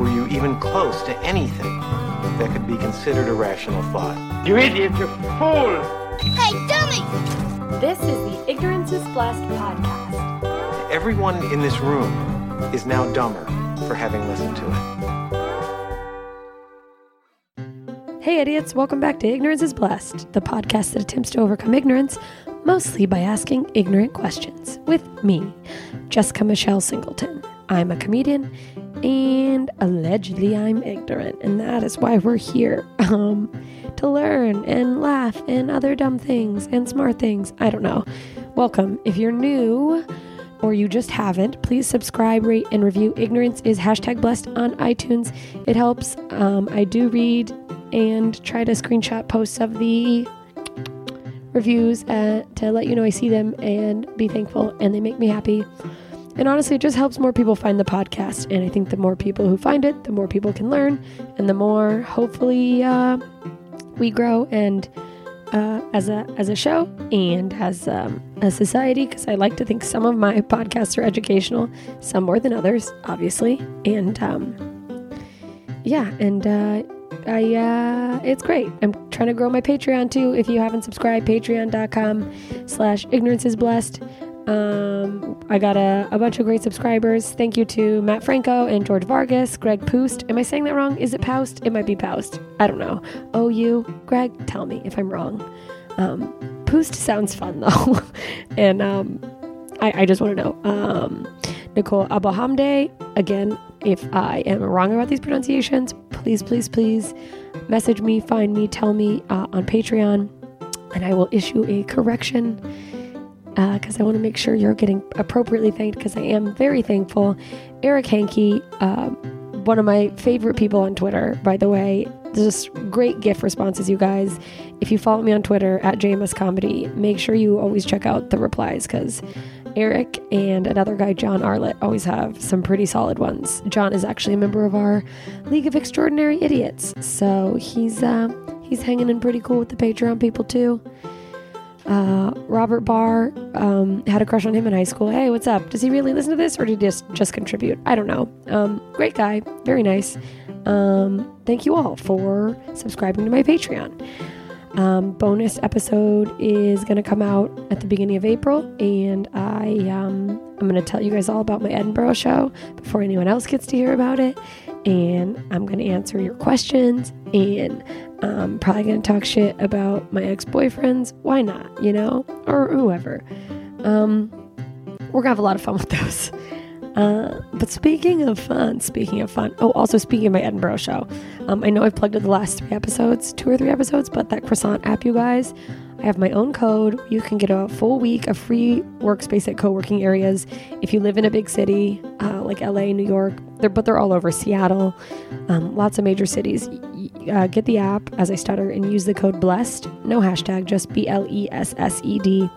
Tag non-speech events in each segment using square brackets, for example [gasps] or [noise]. were you even close to anything that could be considered a rational thought. You idiot, you fool! Hey, dummy! This is the Ignorance is Blessed podcast. Everyone in this room is now dumber for having listened to it. Hey, idiots, welcome back to Ignorance is Blessed, the podcast that attempts to overcome ignorance, mostly by asking ignorant questions with me, Jessica Michelle Singleton. I'm a comedian, and allegedly I'm ignorant, and that is why we're here [laughs] um, to learn and laugh and other dumb things and smart things. I don't know. Welcome. If you're new, or you just haven't, please subscribe, rate, and review Ignorance is hashtag blessed on iTunes. It helps. Um, I do read and try to screenshot posts of the reviews uh, to let you know I see them and be thankful, and they make me happy. And honestly, it just helps more people find the podcast. And I think the more people who find it, the more people can learn, and the more hopefully uh, we grow and uh, as a as a show and as um, a society. Because I like to think some of my podcasts are educational, some more than others, obviously. And um, yeah, and uh, I uh, it's great. I'm trying to grow my Patreon too. If you haven't subscribed, Patreon.com/slash Ignorance is blessed. Um, I got a, a bunch of great subscribers. Thank you to Matt Franco and George Vargas, Greg Poost. Am I saying that wrong? Is it Poust? It might be Poust. I don't know. Oh, you, Greg, tell me if I'm wrong. Um, Poost sounds fun though, [laughs] and um, I, I just want to know. Um, Nicole Abahamde, again, if I am wrong about these pronunciations, please, please, please message me, find me, tell me uh, on Patreon, and I will issue a correction because I want to make sure you're getting appropriately thanked because I am very thankful. Eric Hankey, um, one of my favorite people on Twitter, by the way. Just great gift responses, you guys. If you follow me on Twitter at JMS Comedy, make sure you always check out the replies because Eric and another guy, John Arlett, always have some pretty solid ones. John is actually a member of our League of Extraordinary Idiots, so he's uh, he's hanging in pretty cool with the Patreon people too. Uh, Robert Barr um, had a crush on him in high school. Hey, what's up? Does he really listen to this or did he just, just contribute? I don't know. Um, great guy. Very nice. Um, thank you all for subscribing to my Patreon. Um, bonus episode is going to come out at the beginning of April, and I um, I'm going to tell you guys all about my Edinburgh show before anyone else gets to hear about it, and I'm going to answer your questions, and I'm probably going to talk shit about my ex boyfriends. Why not? You know, or whoever. Um, we're gonna have a lot of fun with those. Uh, but speaking of fun, speaking of fun, oh, also speaking of my Edinburgh show, um, I know I've plugged in the last three episodes, two or three episodes, but that croissant app, you guys, I have my own code. You can get a full week of free workspace at co working areas. If you live in a big city uh, like LA, New York, they're, but they're all over Seattle, um, lots of major cities, y- y- uh, get the app as I stutter and use the code BLESSED, no hashtag, just B L E S S E D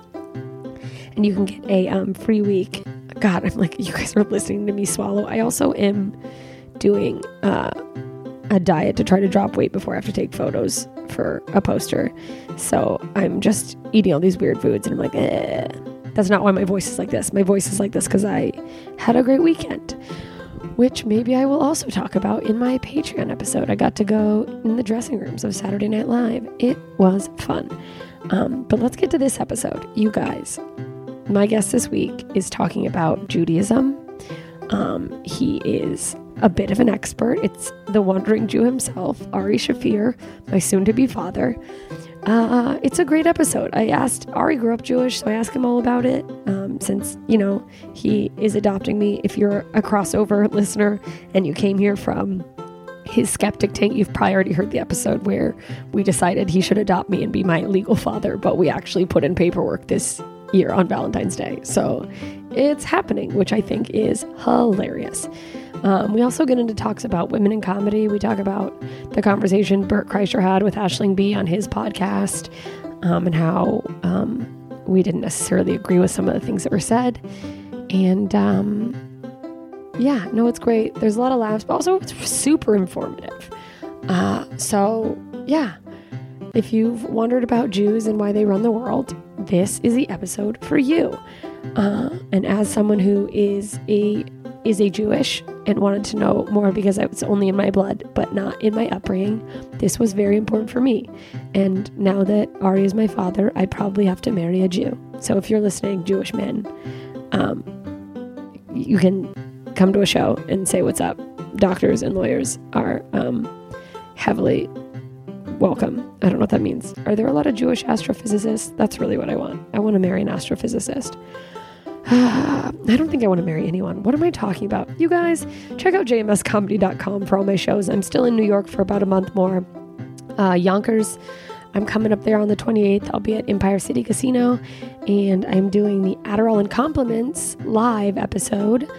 and you can get a um, free week. God, I'm like, you guys are listening to me swallow. I also am doing uh, a diet to try to drop weight before I have to take photos for a poster. So I'm just eating all these weird foods, and I'm like, eh. That's not why my voice is like this. My voice is like this because I had a great weekend, which maybe I will also talk about in my Patreon episode. I got to go in the dressing rooms of Saturday Night Live. It was fun. Um, but let's get to this episode. You guys, my guest this week is talking about Judaism. Um, he is a bit of an expert. It's the wandering Jew himself, Ari Shafir, my soon to be father. Uh, it's a great episode. I asked Ari grew up Jewish, so I asked him all about it. Um, since you know he is adopting me, if you're a crossover listener and you came here from his skeptic tank, you've probably already heard the episode where we decided he should adopt me and be my legal father, but we actually put in paperwork this year on Valentine's Day. So it's happening, which I think is hilarious. Um, we also get into talks about women in comedy. We talk about the conversation Bert Kreischer had with Ashling B on his podcast um, and how um, we didn't necessarily agree with some of the things that were said. And um, yeah, no, it's great. There's a lot of laughs, but also it's super informative. Uh, so, yeah, if you've wondered about Jews and why they run the world, this is the episode for you. Uh, and as someone who is a is a Jewish and wanted to know more because it's only in my blood, but not in my upbringing, this was very important for me. And now that Ari is my father, I probably have to marry a Jew. So if you're listening, Jewish men, um, you can come to a show and say what's up. Doctors and lawyers are um, heavily welcome. I don't know what that means. Are there a lot of Jewish astrophysicists? That's really what I want. I want to marry an astrophysicist. [sighs] I don't think I want to marry anyone. What am I talking about? You guys, check out jmscomedy.com for all my shows. I'm still in New York for about a month more. Uh, Yonkers, I'm coming up there on the 28th. I'll be at Empire City Casino, and I'm doing the Adderall and Compliments live episode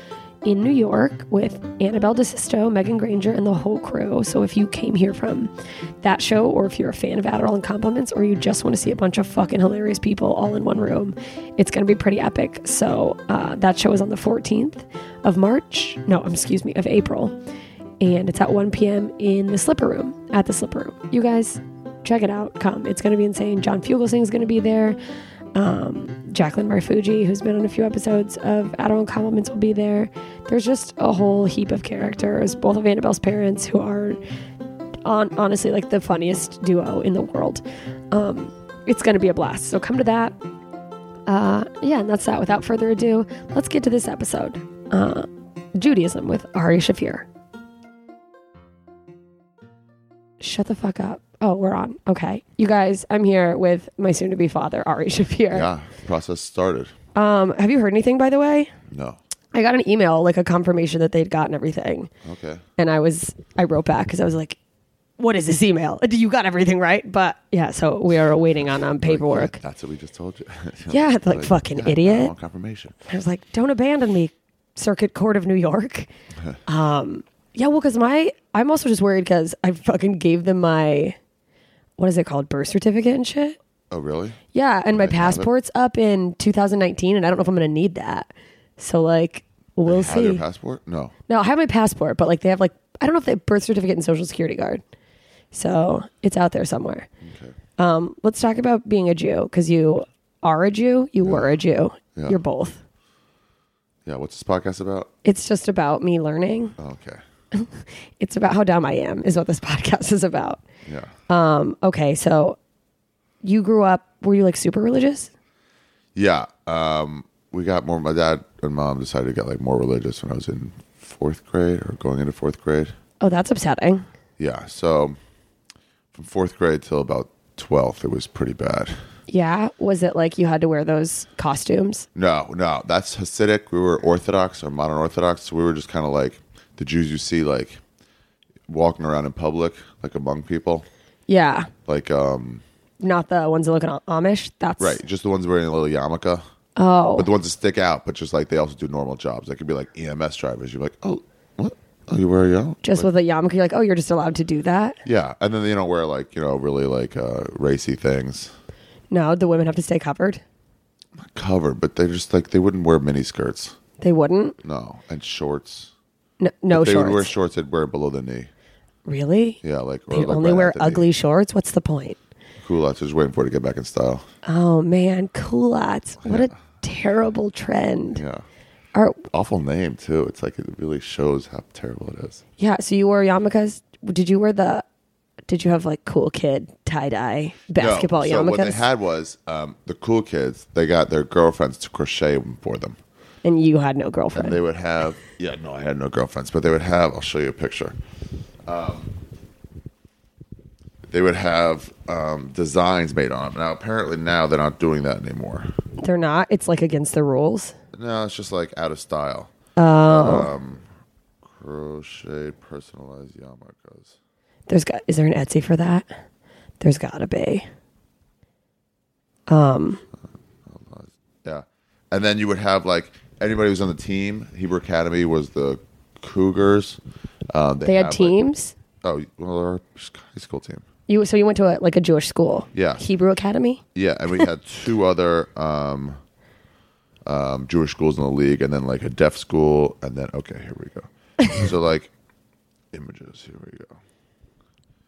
in New York with Annabelle DeSisto, Megan Granger, and the whole crew. So if you came here from that show, or if you're a fan of Adderall and Compliments, or you just want to see a bunch of fucking hilarious people all in one room, it's going to be pretty epic. So uh, that show is on the 14th of March. No, um, excuse me, of April. And it's at 1 p.m. in the Slipper Room, at the Slipper Room. You guys, check it out. Come. It's going to be insane. John Fugelsang is going to be there. Um, Jacqueline Marfuji, who's been on a few episodes of Adderall and Compliments, will be there. There's just a whole heap of characters, both of Annabelle's parents, who are on, honestly like the funniest duo in the world. Um, it's going to be a blast. So come to that. Uh, yeah, and that's that. Without further ado, let's get to this episode uh, Judaism with Ari Shafir. Shut the fuck up. Oh, we're on. Okay. You guys, I'm here with my soon to be father, Ari Shafir. Yeah, process started. Um, have you heard anything, by the way? No. I got an email, like a confirmation that they'd gotten everything. Okay. And I was, I wrote back because I was like, what is this email? You got everything right. But yeah, so we are waiting on um, Like, paperwork. yeah, that's what we just told you. [laughs] Yeah, like, fucking I idiot. want confirmation. I was like, don't abandon me, Circuit Court of New York. Uh-huh. um, yeah, well, because my, I'm also just worried because I fucking gave them my, what is it called, birth certificate and shit. Oh, really? Yeah, and my Right, have it. passport's up in 2019, and I don't know if I'm going to need that. So like, we'll Have your see. passport? No. No, I have my passport, but like they have like I don't know if they have birth certificate and social security card. So it's out there somewhere. Okay. Um, let's talk about being a Jew because you are a Jew, you were a Jew, Yeah. you're both. Yeah. What's this podcast about? It's just about me learning. Oh, okay. It's about how dumb I am, is what this [laughs] podcast is about. Yeah. Um, okay, so you grew up. Were you like super religious? Yeah. Um, we got more. My dad and mom decided to get like more religious when I was in fourth grade or going into fourth grade. Oh, that's upsetting. Yeah. So from fourth grade till about twelfth, it was pretty bad. Yeah. Was it like you had to wear those costumes? No, no, that's Hasidic. We were Orthodox or modern Orthodox. So we were just kind of like the Jews you see like walking around in public, like among people, Yeah. like um, Not the ones that look Am- Amish. That's right, just the ones wearing a little yarmulke, Oh, but the ones that stick out. But just like they also do normal jobs. They could be like EMS drivers. You're like, oh, what? Oh, you wear a yarmulke? just with a yarmulke. You're like, oh, you're just allowed to do that. yeah, and then they don't wear like you know really like uh, racy things No, the women have to stay covered. covered, but they just like they wouldn't wear mini skirts. They wouldn't. No, and shorts. No, no if they shorts. would wear shorts. They'd wear below the knee. really? Yeah, like or They like only right wear at the knee. ugly shorts. What's the point? Culottes. Just waiting for it to get back in style. Oh man, culottes. What a terrible trend. Yeah. Are Awful name too. It's like it really shows how terrible it is. yeah. So you wore yarmulkes. Did you wear the? Did you have like cool kid tie dye basketball no, so yarmulkes? What they had was um, the cool kids. They got their girlfriends to crochet them for them, and you had no girlfriend. and they would have. Yeah, no, I had no girlfriends, but they would have. I'll show you a picture. Um, they would have um, designs made on them. Now, apparently, now they're not doing that anymore. They're not. It's like against the rules. No, it's just like out of style. Oh. Um, crochet personalized yarmulkes. There's got is there an Etsy for that? There's gotta be. Um Yeah. And then you would have like anybody who's on the team. Hebrew Academy was the Cougars. Um, they had have, like- teams. oh, well, our high school team. You so you went to a like a Jewish school. Yeah. Hebrew Academy. Yeah, and [laughs] we had two other um, um, Jewish schools in the league, and then like a deaf school, and then okay, here we [laughs] go. so like images, here we go. Um,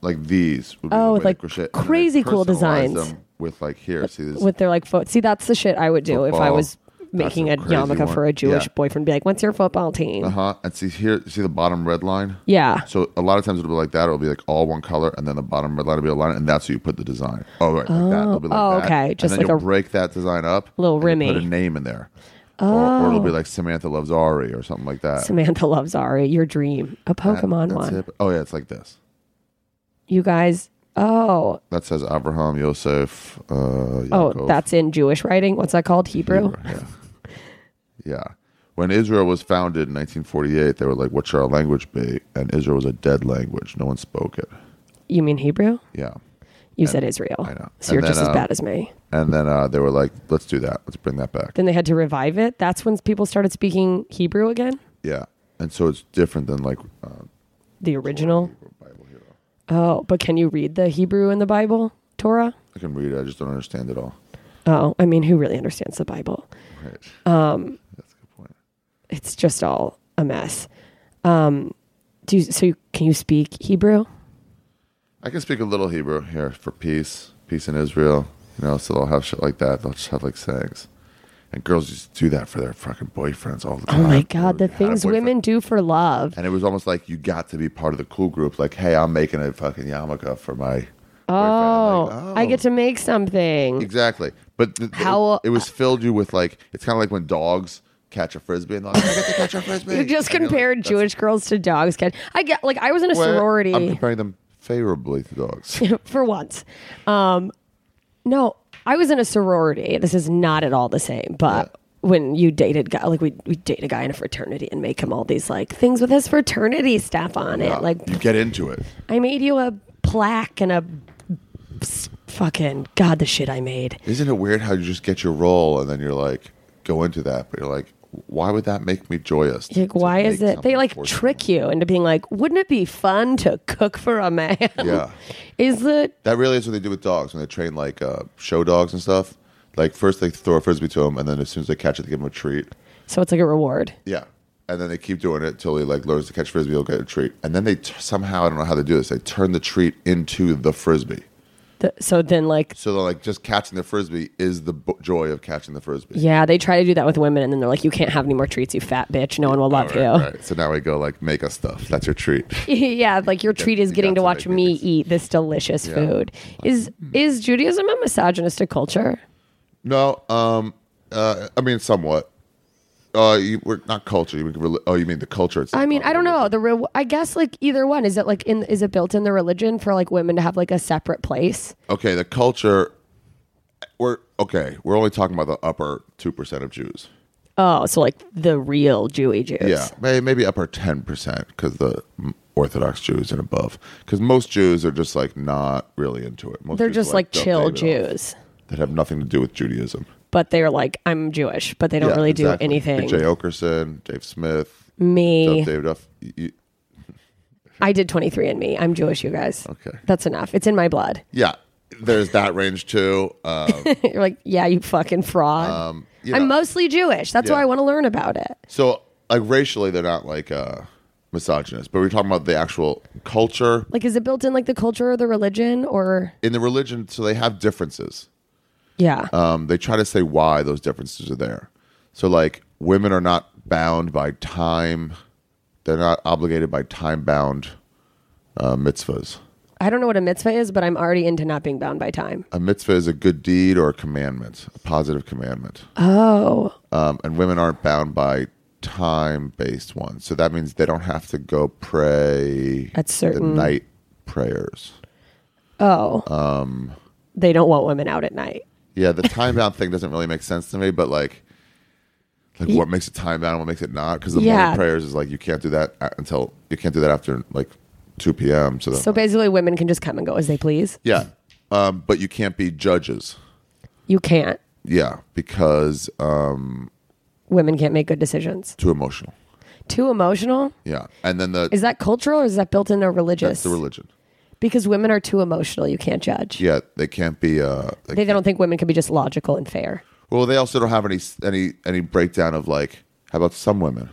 like these. Would be Oh, the with, way to like, crochet, and crazy they cool personalize designs. them with like here, see this With their like foot see that's the shit I would do if I Football. was making a That's a crazy yarmulke one. for a Jewish Yeah. boyfriend, be like, What's your football team? Uh huh. And see here, see the bottom red line. Yeah. So a lot of times it'll be like that. It'll be like all one color, and then the bottom red line will be a line, and that's where you put the design. Oh right, like that. It'll be like Oh, that. okay. And Just then like you'll a break that design up. little Oh. and you'll Remy. Put a name in there. Or, or it'll be like Samantha loves Ari or something like that. Samantha loves Ari, your dream. A That- Pokemon that's one. it. Oh yeah, it's like this. You guys oh That says Abraham, Yosef. Uh, oh Yaakov. that's in Jewish writing. What's that called? Hebrew? Yeah. yeah. When Israel was founded in 1948, they were like, "What shall our language be?" And Israel was a dead language; no one spoke it. You mean Hebrew? Yeah. You said Israel. I know. So you're And then, just as uh, bad as me. And then uh, they were like, let's do that. Let's bring that back. Then they had to revive it. That's when people started speaking Hebrew again. Yeah. And so it's different than like uh, The original. Bible Hero. Oh, but can you read the Hebrew in the Bible, Torah? I can read it. I just don't understand it all. Oh, I mean, who really understands the Bible? Right. Um, That's a good point. It's just all a mess. Um, do you, so? You, can you speak Hebrew? I can speak a little Hebrew here for peace, peace in Israel. You know, so they'll have shit like that. They'll just have like sayings. And girls used to do that for their fucking boyfriends all the Oh time. my God, Or the you had a things boyfriend. women do for love. And it was almost like you got to be part of the cool group. Like, hey, I'm making a fucking yarmulke for my. Oh, boyfriend. I'm like, I get to make something. Exactly. But th- th- How- it, was filled you with like, it's kind of like when dogs catch a frisbee and they're like, I get to catch a frisbee. [laughs] You just And you're like, compared "That's Jewish girls to dogs. Ken. I get like I was in a where sorority. [laughs] I'm comparing them favorably to dogs. for once. Um, no, I was in a sorority. This is not at all the same, but. When you dated guy, like we we date a guy in a fraternity and make him all these like things with his fraternity stuff on Yeah. it. Like you get into it. I made you a plaque and a s- fucking god the shit I made. Isn't it weird how you just get your role and then you're like, go into that, but you're like, why would that make me joyous? to- Like to why is make it they something like for trick you into being like, wouldn't it be fun to cook for a man? Yeah. [laughs] is it That really is what they do with dogs when they train like uh, show dogs and stuff. Like first they throw a frisbee to them, and then as soon as they catch it, they give them a treat. so it's like a reward. Yeah, and then they keep doing it until he like learns to catch frisbee, he'll get a treat, and then they t- somehow I don't know how they do this. They turn the treat into the frisbee. The, so then like So they're like just catching the frisbee is the bo- joy of catching the frisbee. Yeah, they try to do that with women, and then they're like, "You can't have any more treats, you fat bitch. No one will love you." All right. So now we go like make us stuff. That's your treat. [laughs] yeah, like your treat is you getting got to watch to make me babies. eat this delicious food. Is is Judaism a misogynistic culture? No, um, uh, I mean somewhat. Uh, you, we're not culture. You mean, reli- oh, you mean the culture itself? I mean, not I don't religion. know. The real, I guess like either one. Is it like in is it built in the religion for like women to have like a separate place? Okay, the culture. We're okay. We're only talking about the upper two percent of Jews. Oh, so like the real Jewy Jews. Yeah, maybe, maybe upper ten percent because the mm, Orthodox Jews and above. Because most Jews are just like not really into it. Most They're Jews just are, like don't chill name it off. Jews. that have nothing to do with Judaism. But they're like, I'm Jewish, but they don't Yeah, really do exactly. anything. Jay Okerson, Dave Smith, Me. David Duff. you- you- I did 23andMe. I'm Jewish, you guys. Okay. That's enough. It's in my blood. [laughs] Yeah, there's that range too. Um, You're like, yeah, you fucking fraud. you I'm know. mostly Jewish. That's why Yeah. I want to learn about it. So, like racially, they're not like uh, misogynist, but we're talking about the actual culture Like, is it built in like the culture or the religion or? in the religion. So they have differences. Yeah. Um, they try to say why those differences are there. So, like women are not bound by time; they're not obligated by time-bound uh, mitzvahs. I don't know what a mitzvah is, but I'm already into not being bound by time. A mitzvah is a good deed or a commandment, a positive commandment. Oh, um, and women aren't bound by time-based ones. So that means they don't have to go pray At certain- the night prayers. oh. Um, they don't want women out at night. Yeah, the time-bound thing doesn't really make sense to me, but like, like what makes it time-bound and what makes it not? Because the Yeah. morning prayers is like you can't do that a- until you can't do that after like two p.m. So, So that, basically, women can just come and go as they please. yeah, um, but you can't be judges. You can't. Yeah, because um, Women can't make good decisions. too emotional. Too emotional. Yeah, and then the Is that cultural or is that built into that's religious? the religion. because women are too emotional. You can't judge. Yeah, they can't be. Uh, they They don't think women can be just logical and fair. Well, they also don't have any any any breakdown of like how about some women?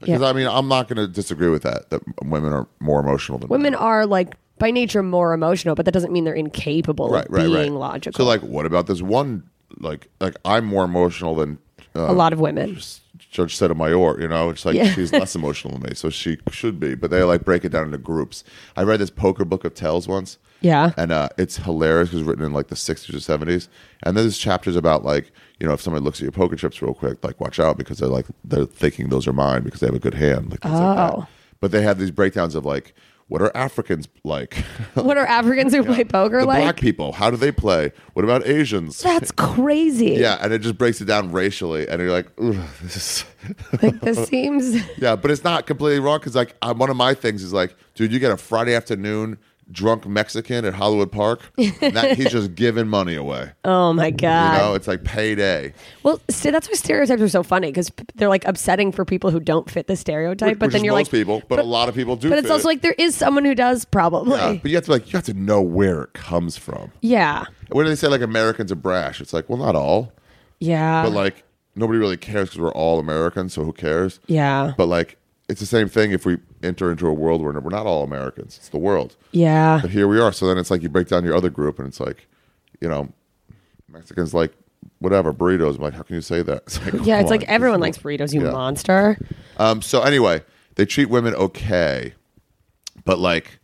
Because Yeah. I mean, I'm not going to disagree with that. That women are more emotional than Women men. are like by nature more emotional, but that doesn't mean they're incapable right, of right, being right. logical. So like, what about this one? Like, like I'm more emotional than uh, a lot of [laughs] women. Judge said of Mayor. You know, it's like Yeah. [laughs] she's less emotional than me, so she should be. But they like break it down into groups. I read this poker book of tales once. Yeah. and uh, it's hilarious. It was written in like the 60s or 70s, and then there's chapters about like you know if somebody looks at your poker chips real quick, like watch out because they're like they're thinking those are mine because they have a good hand. Like, things like that. Oh. but they have these breakdowns of like what are Africans like? [laughs] What are Africans who play poker the like? black people, how do they play? What about Asians? That's crazy. [laughs] yeah, and it just breaks it down racially, and you're like, Ooh, this is Like this seems yeah, but it's not completely wrong because like I, one of my things is like, dude, you get a Friday afternoon drunk Mexican at [laughs] Hollywood Park. And that, he's just giving money away. Oh my You god. know, it's like payday. Well, see, that's why stereotypes are so funny because they're like upsetting for people who don't fit the stereotype. Which- but which then is you're most like, people, but, a lot of people do. but it's fit also it. like there is someone who does probably. Yeah, Yeah. but you have to like you have to know where it comes from. Yeah. When they say like Americans are brash, it's like well, not all, but Uh-huh. like nobody really cares because we're all Americans, so who cares? yeah. But like it's the same thing if we enter into a world where we're not all Americans. It's the world. yeah. But here we are. So then it's like you break down your other group, and it's like, you know, Mexicans like whatever burritos. I'm like, how can you say that? [laughs] It's like, Yeah, come it's like on, this everyone is- likes burritos, you Yeah. monster. Um, so anyway, they treat women okay, but like,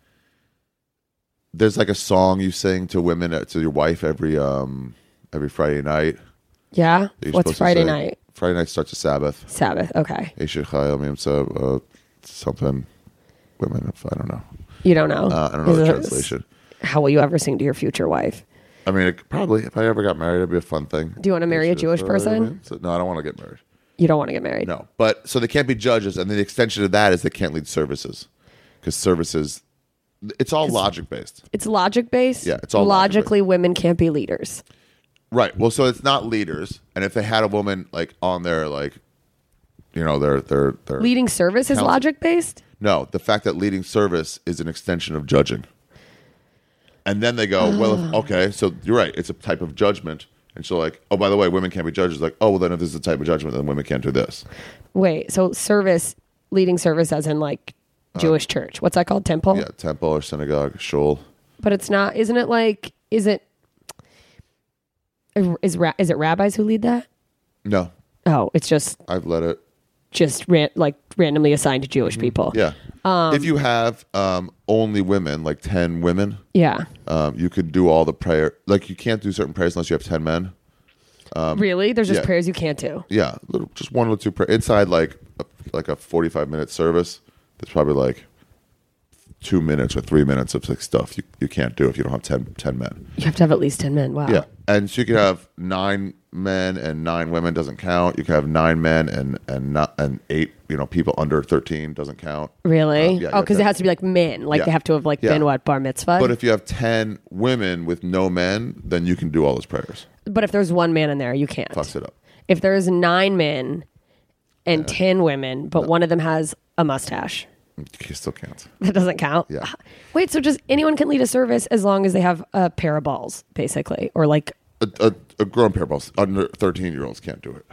there's like a song you sing to women uh, to your wife every um every Friday night. Yeah. that you're What's supposed to Friday say. night? Friday night starts a Sabbath. Sabbath. Okay. Aisha Chayil Mim Sab, uh, something. Women, of- I don't know. You don't know. Uh, I don't know the Is it- translation. How will you ever sing to your future wife? I mean, it, probably if I ever got married, it'd be a fun thing. Do you wanna marry a Jewish person? So- no, I don't want to get married. You don't want to get married. No, but so they can't be judges, and then the extension of that is they can't lead services because services, it's all logic based, It's logic based. Yeah, it's all logic-based. logically women can't be leaders. right? Well, so it's not leaders, and if they had a woman like on their like, you know, their their their Leading service is Counsel- logic based. No, the fact that leading service is an extension of judging. And then they go, well, Ah. if, okay, so you're right. It's a type of judgment. And so, like, oh, by the way, women can't be judges. Like, oh, well, then if this is a type of judgment, then women can't do this. Wait, so service, leading service as in like Jewish church. What's that called? Temple? Uh, Yeah, temple or synagogue, shul. But it's not, isn't it like, is it, is, ra- is it rabbis who lead that? No, Oh, it's just, I've let it. just ran, like randomly assigned to Jewish people. Mm-hmm. Yeah. if you have um, only women, like 10 women, Yeah. um, you could do all the prayer. Like, you can't do certain prayers unless you have 10 men. really? There's just Um, yeah. prayers you can't do. Yeah, little, just one or two prayer inside like a, like a forty five minute service. There's probably like two minutes or three minutes of like stuff you, you can't do if you don't have 10, 10 men. You have to have at least 10 men. Wow. Yeah, and so you could have nine men and nine women doesn't count. You could have nine men and and not and eight you know people under thirteen doesn't count. Really? Uh, yeah, oh, yeah, because it that- has to be like men. Like Yeah. they have to have like Yeah. been what bar mitzvah. But if you have ten women with no men, then you can do all those prayers. But if there's one man in there, you can't. Fucks it up. If there's nine men and ten women, but one of them has a mustache, You still can't. [laughs] that doesn't count. Yeah. [sighs] Wait, so just anyone can lead a service as long as they have a pair of balls, basically, or like, A, a, a grown pair of balls under thirteen year olds can't do it.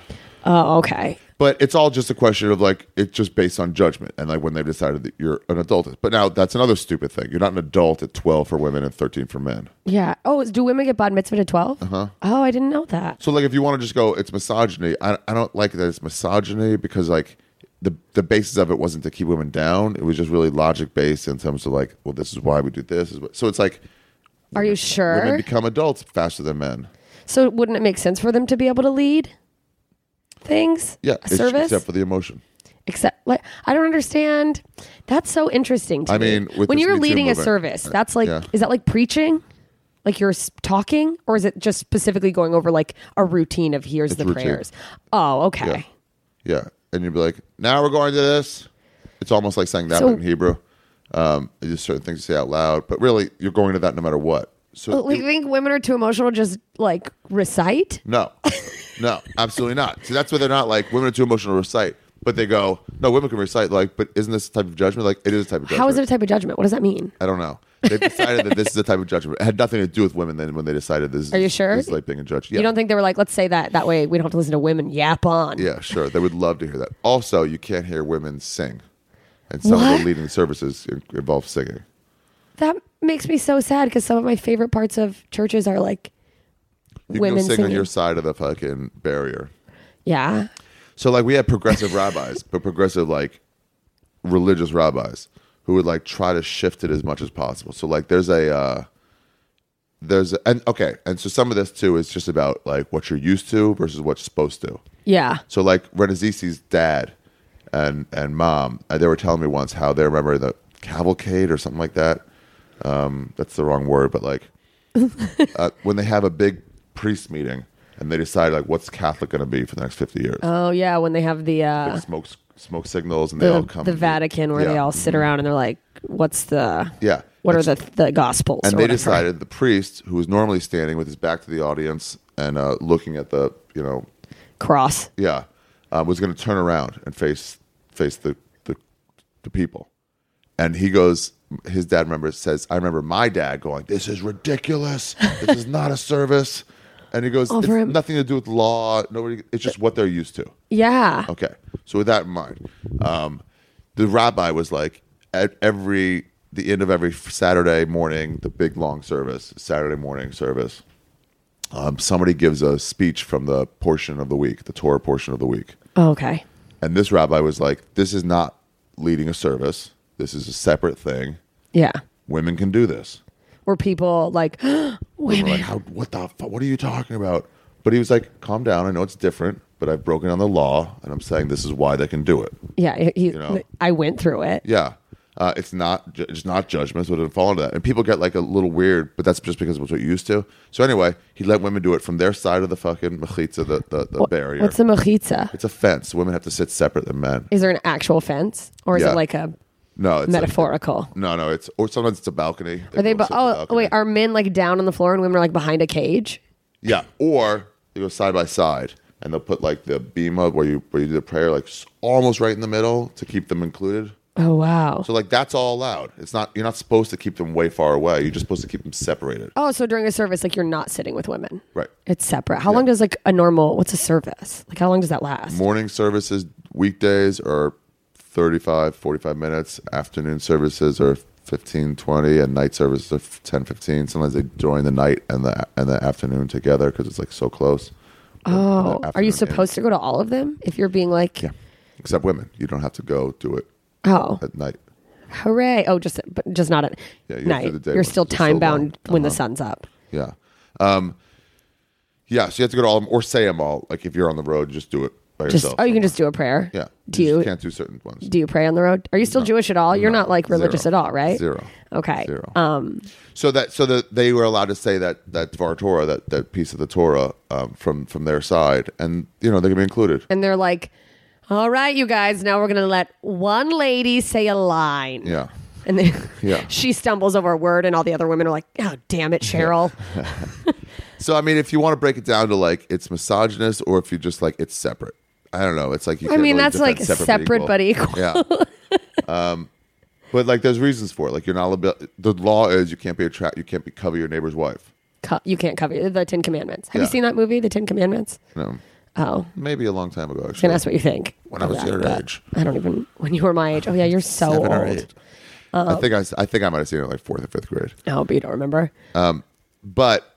oh, okay, But it's all just a question of like it's just based on judgment and like when they've decided that you're an adult. But now that's another stupid thing. You're not an adult at 12 for women and 13 for men. yeah. Oh, is- do women get bat mitzvah at twelve? Uh-huh. Oh, I didn't know that. So like if you want to just go, it's misogyny. I, I don't like that it's misogyny because like the the basis of it wasn't to keep women down. It was just really logic based in terms of like, well, this is why we do this. this is what- So it's like Are you women sure? become adults faster than men. so wouldn't it make sense for them to be able to lead things? Yeah, a it's- service. except for the emotion. except like I don't understand. That's so interesting to I me. mean, with when this you're Me Too leading a movement, uh, service, that's like yeah. is that like preaching? Like you're s- talking or is it just specifically going over like a routine of here's the routine. prayers? Oh, okay. Yeah. And you'd be like, now we're going to this. It's almost like saying that So- but in Hebrew. Um, there's just certain things to say out loud, but really you're going to that no matter what. So But We it- think women are too emotional to just like recite? no, no, absolutely not. So that's why they're not like women are too emotional to recite, but they go, no, women can recite. Like, but isn't this a type of judgment? Like, it is a type of judgment. How is it a type of judgment? What does that mean? I don't know. They've decided that this is a type of judgment. It had nothing to do with women then when they decided this. Are you is, sure? This is like being a judge. Yeah. You don't think they were like, let's say that that way we don't have to listen to women yap on. Yeah, sure. They would love to hear that. Also, you can't hear women sing, and some of What? the leading services in- involve singing. That makes me so sad because some of my favorite parts of churches are like You women can go sing singing. on your side of the fucking barrier. yeah. So like we had progressive rabbis, but progressive like religious rabbis who would like try to shift it as much as possible. So like there's a uh there's a, and okay, and so some of this too is just about like what you're used to versus what you're supposed to. Yeah. So like Renazisi's dad and and mom, uh, they were telling me once how they remember the cavalcade or something like that. Um, that's the wrong word, [laughs] but like uh, when they have a big priest meeting and they decide like what's Catholic going to be for the next fifty years. Oh yeah, when they have the uh Like, smoke smoke signals and they all the, come the and- Vatican where they Yeah. all sit around and they're like, "What's the?" Yeah, What are the the gospels? and or they whatever. decided the priest who was normally standing with his back to the audience and uh, looking at the you know cross. yeah uh, was going to turn around and face face the, the the people and he goes his dad remembers says i remember my dad going this is ridiculous this is not a service and he goes it's Over him. nothing to do with law nobody it's just what they're used to Yeah. Okay. So with that in mind, um, the rabbi was like at every the end of every Saturday morning, the big long service, Saturday morning service. Um, somebody gives a speech from the portion of the week, the Torah portion of the week, Oh, Okay. and this rabbi was like, "This is not leading a service. This is a separate thing. Yeah. Women can do this." Were people like [gasps] And we're women? like, "How? What the? Fu- what are you talking about?" But he was like, "Calm down. I know it's different, but I've broken down the law, and I'm saying this is why they can do it." Yeah. he- he- know? I went through it. Yeah. Uh, it's not ju- it's not judgment, so it doesn't fall into that. And people get like a little weird, but that's just because it's what you're used to. So anyway, he let women do it from their side of the fucking machitza, the, the, the barrier. What's the mojita? it's a fence. Women have to sit separate than men. Is there an actual fence, or is Yeah. it like a No, it's like- metaphorical? no, no. It's or sometimes it's a balcony. are they? go But sit on the oh, balcony. wait. Are men like down on the floor and women are like behind a cage? yeah, or they go side by side, and they'll put like the bima where you where you do the prayer like s- almost right in the middle to keep them included. Oh wow. So like that's all allowed. It's not you're not supposed to keep them way far away. You're just supposed to keep them separated. Oh, so during a service, like you're not sitting with women. Right. It's separate. How long does like a normal? What's a service? Like how long does that last? morning services weekdays are 35 45 minutes afternoon services are 15 20 and night services are 10 15 sometimes they join the night and the and the afternoon together because it's like so close oh, are you afternoon supposed to go to all of them if you're being like, except women you don't have to go do it oh, at night hooray? Oh, just but just not at Yeah, you have to night. do the day you're ones. still They're so time bound long. when the Uh-huh. sun's up. yeah um yeah so you have to go to all of them or say them all like if you're on the road just do it by Just yourself oh, you can just do a prayer. yeah Do just you can't do certain ones do you pray on the road? Are you still Jewish at all? You're No. not like religious Zero. at all, right? Zero. Okay. Zero. Um. So that so that they were allowed to say that that Dvar Torah, that that piece of the Torah um, from from their side, and you know they can be included. And they're like, all right, you guys, now we're gonna let one lady say a line. Yeah, And then Yeah. [laughs] she stumbles over a word, and all the other women are like, "Oh, damn it, Cheryl." So I mean, if you want to break it down to like it's misogynist, or if you just like it's separate, I don't know. It's like you. I can't mean, really that's, defend like, separate but Yeah. um, but like, there's reasons for it. Like, you're not. allowed- The law is you can't be a trap. You can't be cover your neighbor's wife. Co- you can't cover the Ten Commandments. Have Yeah. you seen that movie, The Ten Commandments? No, Oh, I maybe a long time ago. Actually, gonna ask what you think. When I of was that, your but age. I don't even. When you were my age. Oh yeah, you're so Seven or old. eight. I think I, s- I think I might have seen it in, like fourth or fifth grade. Oh, but you don't remember. but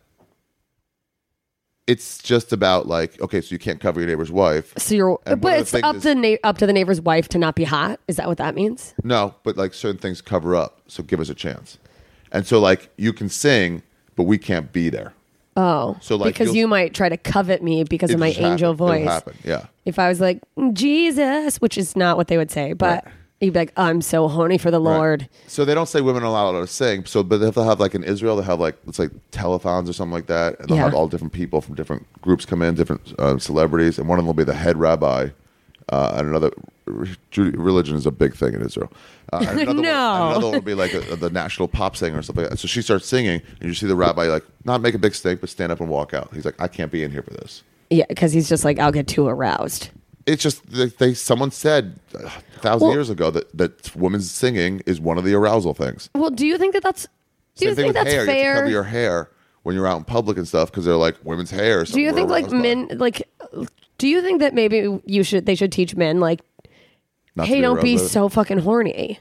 it's just about like okay so you can't cover your neighbor's wife So you're, And one but of the it's things up is- to na- up to the neighbor's wife to not be hot. Is that what that means? no but like certain things cover up so give us a chance and so like you can sing but we can't be there Oh, So, like, because you'll- you might try to covet me because It of my just happened. angel It'll voice. happen, yeah If I was like "Mm, Jesus, which is not what they would say, but you'd be like, "I'm so horny for the Lord." so they don't say women are allowed to sing so but they'll have like in israel they'll have like it's like telethons or something like that and they'll Yeah. have all different people from different groups come in different uh, celebrities and one of them will be the head rabbi uh, and another Ju- religion is a big thing in Israel. Uh, [laughs] and another No. one, another one would be like a, the national pop singer or something. Like that. So she starts singing, and you see the rabbi like not make a big stink, but stand up and walk out. He's like, I can't be in here for this. Yeah, because he's just like, "I'll get too aroused." It's just they, they someone said uh, a thousand Well- years ago that that women's singing is one of the arousal things. Well, do you think that that's do you Same thing think with that's hair. You have to fair? cover your hair when you're out in public and stuff because they're like women's hair. Or do you think like men like do you think that maybe you should they should teach men like hey don't be so fucking horny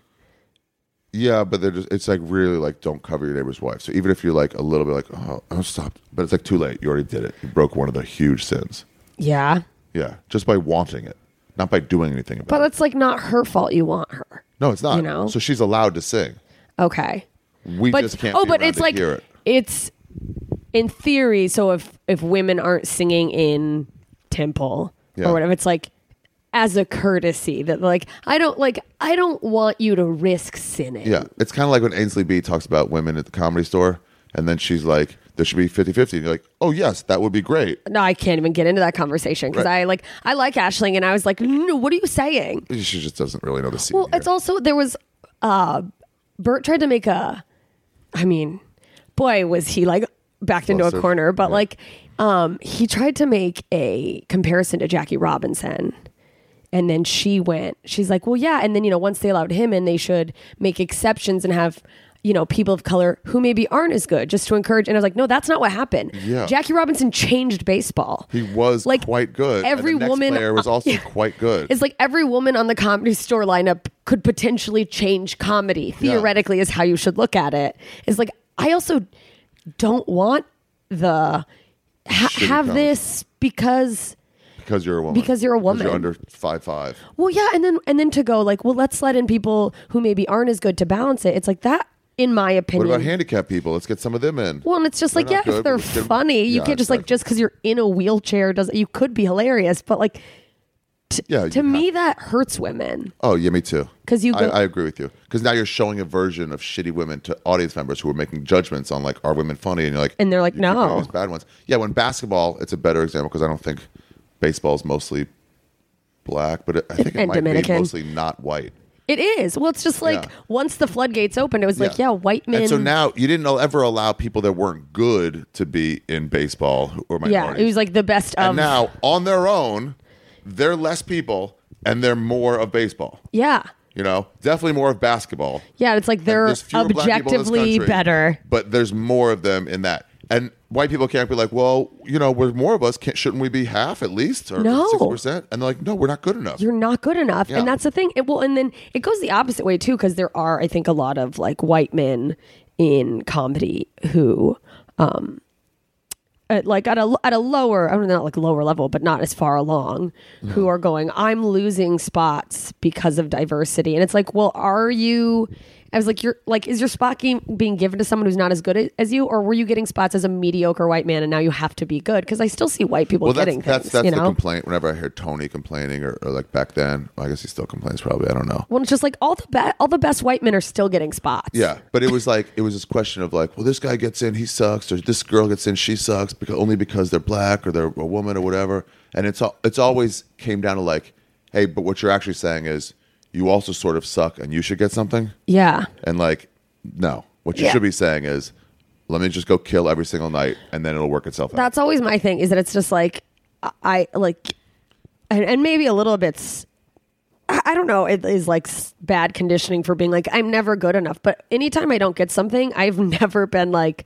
Yeah, but they're just. It's like really like don't cover your neighbor's wife. So even if you're like a little bit like oh, oh stop, but it's like too late. You already did it. You broke one of the huge sins. yeah Yeah, just by wanting it, not by doing anything about but it. it's like not her fault you want her No, it's not. you know? So she's allowed to sing. okay We but just can't. oh be but around it's to like hear it. it's in theory so if if women aren't singing in temple Yeah. or whatever it's like as a courtesy that like I don't like I don't want you to risk sinning Yeah, it's kind of like when Ainsley B talks about women at the comedy store, and then she's like, "There should be 50-50. And you're like, "Oh yes, that would be great." no, I can't even get into that conversation because Right. I like I like Ashling, and I was like, no, what are you saying? She just doesn't really know the scene. Well, here. it's also there was uh Bert tried to make a I mean, boy, was he like backed into a Explosive. corner. But Yeah. like, um, he tried to make a comparison to Jackie Robinson. And then she went, she's like, well, yeah. And then, you know, once they allowed him in, they should make exceptions and have, you know, people of color who maybe aren't as good just to encourage. And I was like, no, that's not what happened. Yeah. Jackie Robinson changed baseball. He was quite good. and Every the next woman player was [laughs] also yeah. quite good. It's like every woman on the comedy store lineup could potentially change comedy. Theoretically, is how you should look at it. It's like I also don't want the ha- Shitty have comedy. this because because you're a woman. because you're a You're woman. under five five. well, yeah, and then and then to go like, well, let's let in people who maybe aren't as good to balance it. It's like that, in my What opinion. about handicapped people? Let's get some of them in. well, and it's just They're like, yeah, not if good, they're but they're- funny, you yeah, can't just like exactly. just because you're in a wheelchair does you could be hilarious, but like Uh, yeah, to you me have- that hurts women. oh yeah, me too. 'Cause you go- I, I agree with you. Because now you're showing a version of shitty women to audience members who are making judgments on like are women funny, and you're like, And they're like, you keep no. putting these bad ones. Yeah, when basketball, it's a better example because I don't think baseball is mostly black, but it, I think it And might Dominican. be mostly not white. It is. Well, it's just like Yeah. once the floodgates opened, it was like, yeah, white men. And so now you didn't al- ever allow people that weren't good to be in baseball or yeah, minorities. it was like the best of. and now on their own, they're less people and they're more of baseball. yeah, You know, definitely more of basketball. yeah. It's like they're There's fewer black people in this objectively country, better. but there's more of them in that. And white people can't be like, well, you know, we're more of us. Can't, shouldn't we be half at least or No. sixty percent? And they're like, no, we're not good enough. You're not good enough, Yeah. and that's the thing. It will, and then it goes the opposite way too, because there are, I think, a lot of like white men in comedy who, um, at, like at a at a lower, I don't know, not like lower level, but not as far along, who are going, I'm losing spots because of diversity, and it's like, well, are you? I was like, you're like, is your spot game being given to someone who's not as good a- as you, or were you getting spots as a mediocre white man, and now you have to be good? Because I still see white people well, that's getting that's things, that's you the know. complaint. Whenever I hear Tony complaining, or, or like back then, I guess he still complains. Probably, I don't know. Well, it's just like all the be- all the best white men are still getting spots. Yeah, but it was like it was this question of like, well, this guy gets in, he sucks, or this girl gets in, she sucks, because only because they're black or they're a woman or whatever. And it's all it's always came down to like, hey, but what you're actually saying is you also sort of suck, and you should get something. yeah, And like, no, what you Yeah. should be saying is, let me just go kill every single night, and then it'll work itself out. that's always my thing. Is that it's just like I like, and, and maybe a little bit. s- I I don't know. It is like s- bad conditioning for being like I'm never good enough. But anytime I don't get something, I've [laughs] never been like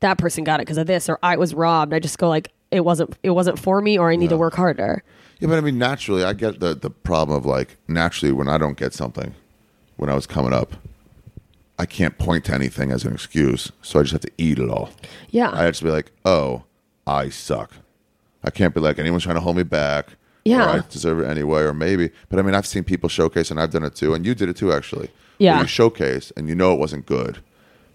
that person got it because of this or I was robbed. I just go like it wasn't it wasn't for me or I need to work harder. Yeah, but I mean, naturally, I get the the problem of like naturally when I don't get something when I was coming up, I can't point to anything as an excuse, so I just have to eat it all. Yeah. I have to be like, oh, I suck. I can't be like anyone's trying to hold me back. or Yeah. I deserve it anyway, or maybe. But I mean, I've seen people showcase, and I've done it too, and you did it too, actually. where Yeah. you showcase, and you know it wasn't good,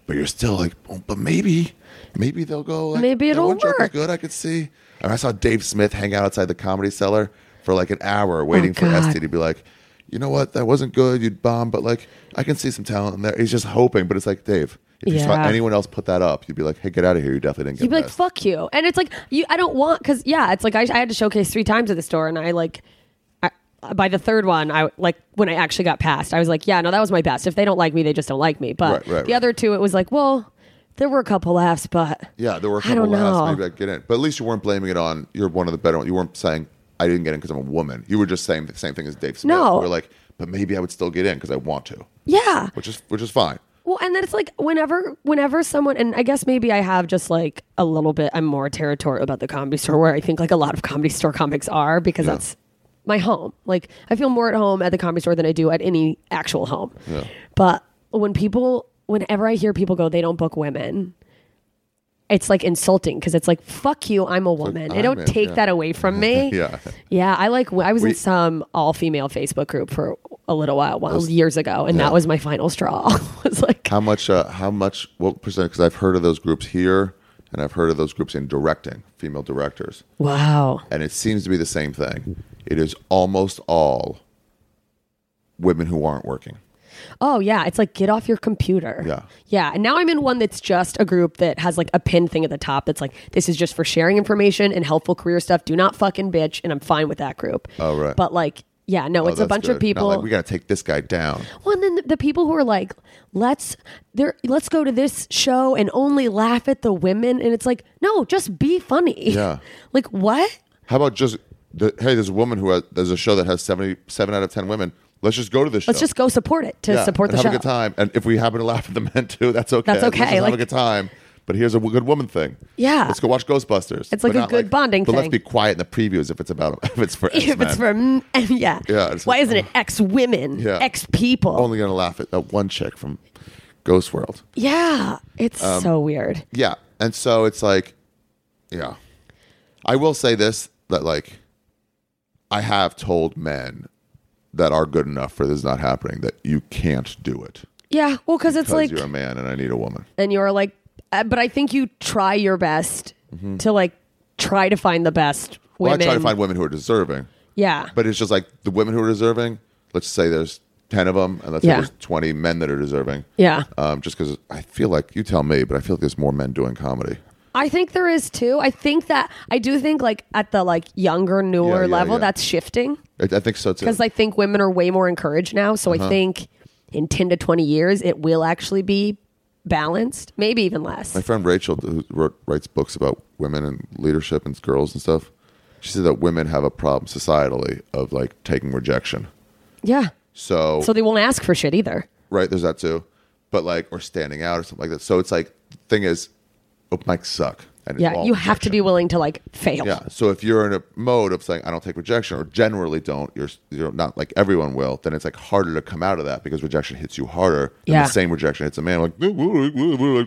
but you're still like, oh, but maybe, maybe they'll go. Like, Maybe that it'll one joke was work. good. I could see. And I saw Dave Smith hang out outside the comedy cellar for like an hour, waiting for Oh, God. Esty to be like, you know what, that wasn't good. You'd bomb, but like, I can see some talent in there. He's just hoping, but it's like, Dave, if you saw Yeah. anyone else put that up, you'd be like, hey, get out of here. You definitely didn't get You'd be like, best." "Fuck you," and it's like you. I don't want because yeah, it's like I, I had to showcase three times at the store, and I like I, by the third one, I like when I actually got passed, I was like, "Yeah, no, that was my best." If they don't like me, they just don't like me. But Right, right, the right. other two, it was like, well, there were a couple laughs, but Yeah, there were a I couple don't know. laughs. Maybe I'd get in. But at least you weren't blaming it on you're one of the better ones. You weren't saying I didn't get in because I'm a woman. You were just saying the same thing as Dave Smith. No. You were like, but maybe I would still get in because I want to. yeah, Which is which is fine. Well, and then it's like whenever, whenever someone, and I guess maybe I have just like a little bit. I'm more territorial about the comedy store, where I think like a lot of comedy store comics are because Yeah. that's my home. Like I feel more at home at the comedy store than I do at any actual home. Yeah. But when people, whenever I hear people go, they don't book women. It's like insulting because it's like fuck you, I'm a woman. I'm They don't it, take yeah. that away [laughs] from me. Yeah. Yeah, I like. I was We- in some all female Facebook group for a little while, while years ago, and that was my final straw. [laughs] was like, How much? Uh, how much? What percent? Because I've heard of those groups here, and I've heard of those groups in directing, female directors, wow, and it seems to be the same thing. It is almost all women who aren't working. oh yeah, it's like get off your computer. Yeah. yeah. And now I'm in one that's just a group that has like a pin thing at the top that's like this is just for sharing information and helpful career stuff. Do not fucking bitch, and I'm fine with that group. Oh, right. But like, Yeah, no, Oh, it's a that's bunch good. of Not people. like, we got to take this guy down. Well, and then the, the people who are like, let's there, let's go to this show and only laugh at the women, and it's like, no, just be funny. Yeah. [laughs] like what? How about just the, hey, there's a woman who has, there's a show that has 77 out of 10 women. Let's just go to the show. Let's just go support it to Yeah, support the and show. have a good time. And if we happen to laugh at the [laughs] men too, that's okay. That's Let's just okay, have a like- good time. But here's a w- good woman thing. Yeah. Let's go watch Ghostbusters. It's like But a not good bonding but thing. let's be quiet in the previews if it's about [laughs] if it's for [laughs] If X-Men. it's for mm, [laughs] yeah, Yeah, it's why like, oh. isn't it ex women, Yeah. ex people? only gonna laugh at that one chick from Ghost World. yeah, it's um, so weird. Yeah, and so it's like, yeah, I will say this that like, I have told men that are good enough for this not happening that you can't do it Yeah, well, because it's because like, you're a man and I need a woman. and you're like, uh, but I think you try your best to like try to find the best Mm-hmm. Well, women. I try to find women who are deserving. yeah, But it's just like the women who are deserving. Let's say there's ten of them, and let's Yeah. say there's twenty men that are deserving. yeah. Um, just because I feel like you tell me, but I feel like there's more men doing comedy. I think there is too. I think that I do think like at the like younger, newer Yeah, yeah, level, yeah. that's shifting I, I think so too. because I think women are way more encouraged now. So Uh-huh. I think in ten to twenty years, it will actually be balanced, maybe even less. My friend Rachel, who wrote, writes books about women and leadership and girls and stuff, she said that women have a problem societally of like taking rejection. yeah, So, so they won't ask for shit either. right, there's that too. But like, or standing out or something like that. So it's like, thing is, open mics suck. And it's Yeah, all you have to rejection. be willing to like fail. Yeah. So if you're in a mode of saying I don't take rejection or generally don't, you're you're not like everyone will, then it's like harder to come out of that because rejection hits you harder. Than Yeah. The same rejection hits a man like yeah,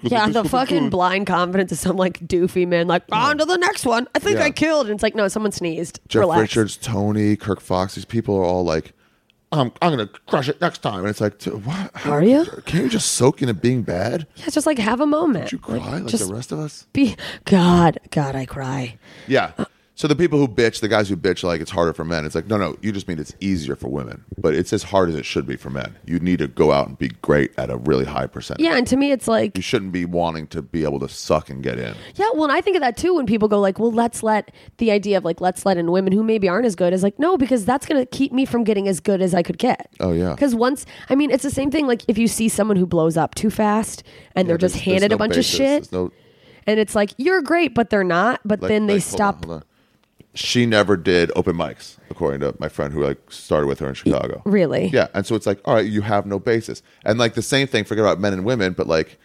Yeah, the fucking blind confidence of some like doofy man, like on to the next one. I think Yeah. I killed, and it's like no, someone sneezed. Jeff Relax. Richards, Tony, Kirk Fox, these people are all like, I'm I'm gonna crush it next time, and it's like, "Dude, what? How- Are you? Can't you just soak into being bad? Yeah, just like have a moment. Did you cry like, just the rest of us? be God, God, I cry. Yeah. So the people who bitch, the guys who bitch, like it's harder for men. It's like, no, no, you just mean it's easier for women, but it's as hard as it should be for men. You need to go out and be great at a really high percentage. Yeah, and to me, it's like You shouldn't be wanting to be able to suck and get in. Yeah, well, and I think of that too when people go like, "Well, let's let the idea of like let's let in women who maybe aren't as good." Is like, no, because that's going to keep me from getting as good as I could get. Oh, yeah. Because once, I mean, it's the same thing. Like if you see someone who blows up too fast and they're just There's- there's handed no a bunch basis. of shit, There's no- and it's like you're great, but they're not. But like- then they like, hold on, stop. hold on. She never did open mics, according to my friend who like started with her in Chicago. really? Yeah, and so it's like, all right, you have no basis, and like the same thing. Forget about men and women, but like,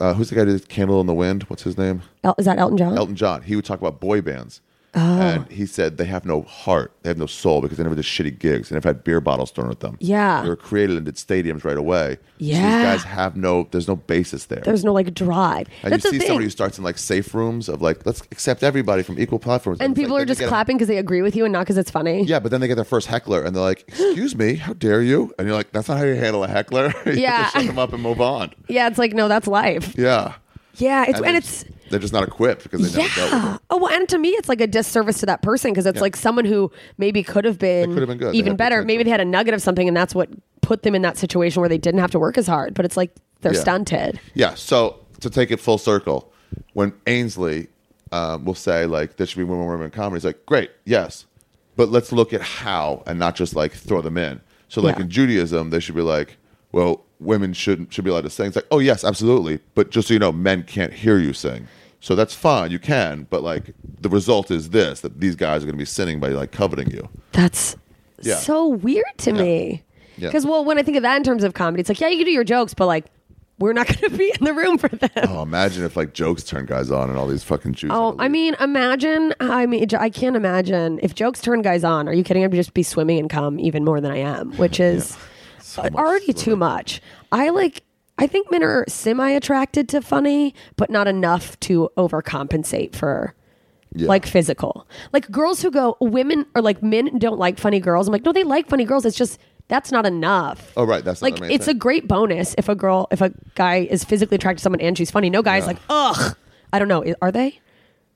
uh, who's the guy who did Candle in the Wind? What's his name? El- is that Elton John? Elton John. He would talk about boy bands. Oh. And he said they have no heart, they have no soul because they never did shitty gigs and have had beer bottles thrown at them. Yeah. they were created and did stadiums right away. so Yeah. these guys have no. There's no basis there. There's no like drive. and that's Uh, the you see thing. somebody who starts in like safe rooms of like let's accept everybody from equal platforms, and it's like, people then are they just get a- clapping because they agree with you and not because it's funny. yeah, but then they get their first heckler and they're like, "Excuse me, how dare you?" And you're like, "That's not how you handle a heckler. [laughs] you Yeah. have to shut them up and move on." Yeah, it's like no, that's life. Yeah, Yeah, it's and they're it's. just- they're just not equipped because they never dealt with it. Yeah. Oh, well, and to me, it's like a disservice to that person because it's like someone who maybe could have been, could have been good. They even had better. potential. Maybe they had a nugget of something, and that's what put them in that situation where they didn't have to work as hard. But it's like they're Yeah. stunted. Yeah. So to take it full circle, when Ainsley um, will say like there should be women, women in comedy, it's like great, yes, but let's look at how and not just like throw them in. So like Yeah. in Judaism, they should be like, well, women shouldn't should be allowed to sing. It's like, oh yes, absolutely, but just so you know, men can't hear you sing. So that's fine, you can, but like the result is this that these guys are going to be sinning by like coveting you. That's Yeah. so weird to me. Yeah. Because well, when I think of that in terms of comedy, it's like yeah, you can do your jokes, but like we're not [laughs] going to be in the room for them. Oh, imagine if like jokes turn guys on and all these fucking Jews. Oh, had to I leave. mean, imagine. I mean, I can't imagine if jokes turn guys on. Are you kidding? I'd just be swimming in cum even more than I am, which is much already too much. I like. I think men are semi attracted to funny, but not enough to overcompensate for Yeah. like physical. Like girls who go, women or like men don't like funny girls. I'm like, no, they like funny girls. It's just that's not enough. Oh, right, that's not like the main it's thing. a great bonus if a girl, if a guy is physically attracted to someone and she's funny. No guy's like, ugh. I don't know. Are they?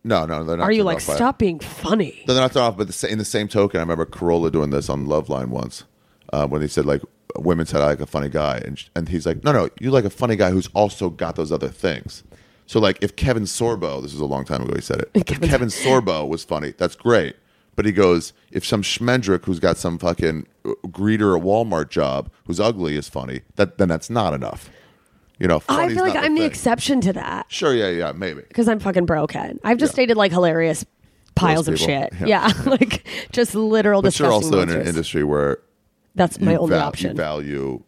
no, no, they're not. Are you turned like off by it. stop being funny? They're not thrown off, but the, sa- in the same token, I remember Corolla doing this on Love Line once uh, when he said like women said I like a funny guy, and sh- and he's like, no, no, you like a funny guy who's also got those other things. [laughs] So like if Kevin Sorbo, this is a long time ago, he said it. If Kevin Sorbo was funny, that's great, But he goes, if some schmendrick who's got some fucking uh, greeter at Walmart job who's ugly is funny, that then that's not enough. You know, Oh, I funny's feel like not I'm the thing. exception to that Sure, yeah, yeah, maybe. because I'm fucking brokehead. I've just dated like hilarious piles of people. shit. Yeah. Yeah, [laughs] like just literal But disgusting you're also in an monsters. industry where That's my you only val- option. You value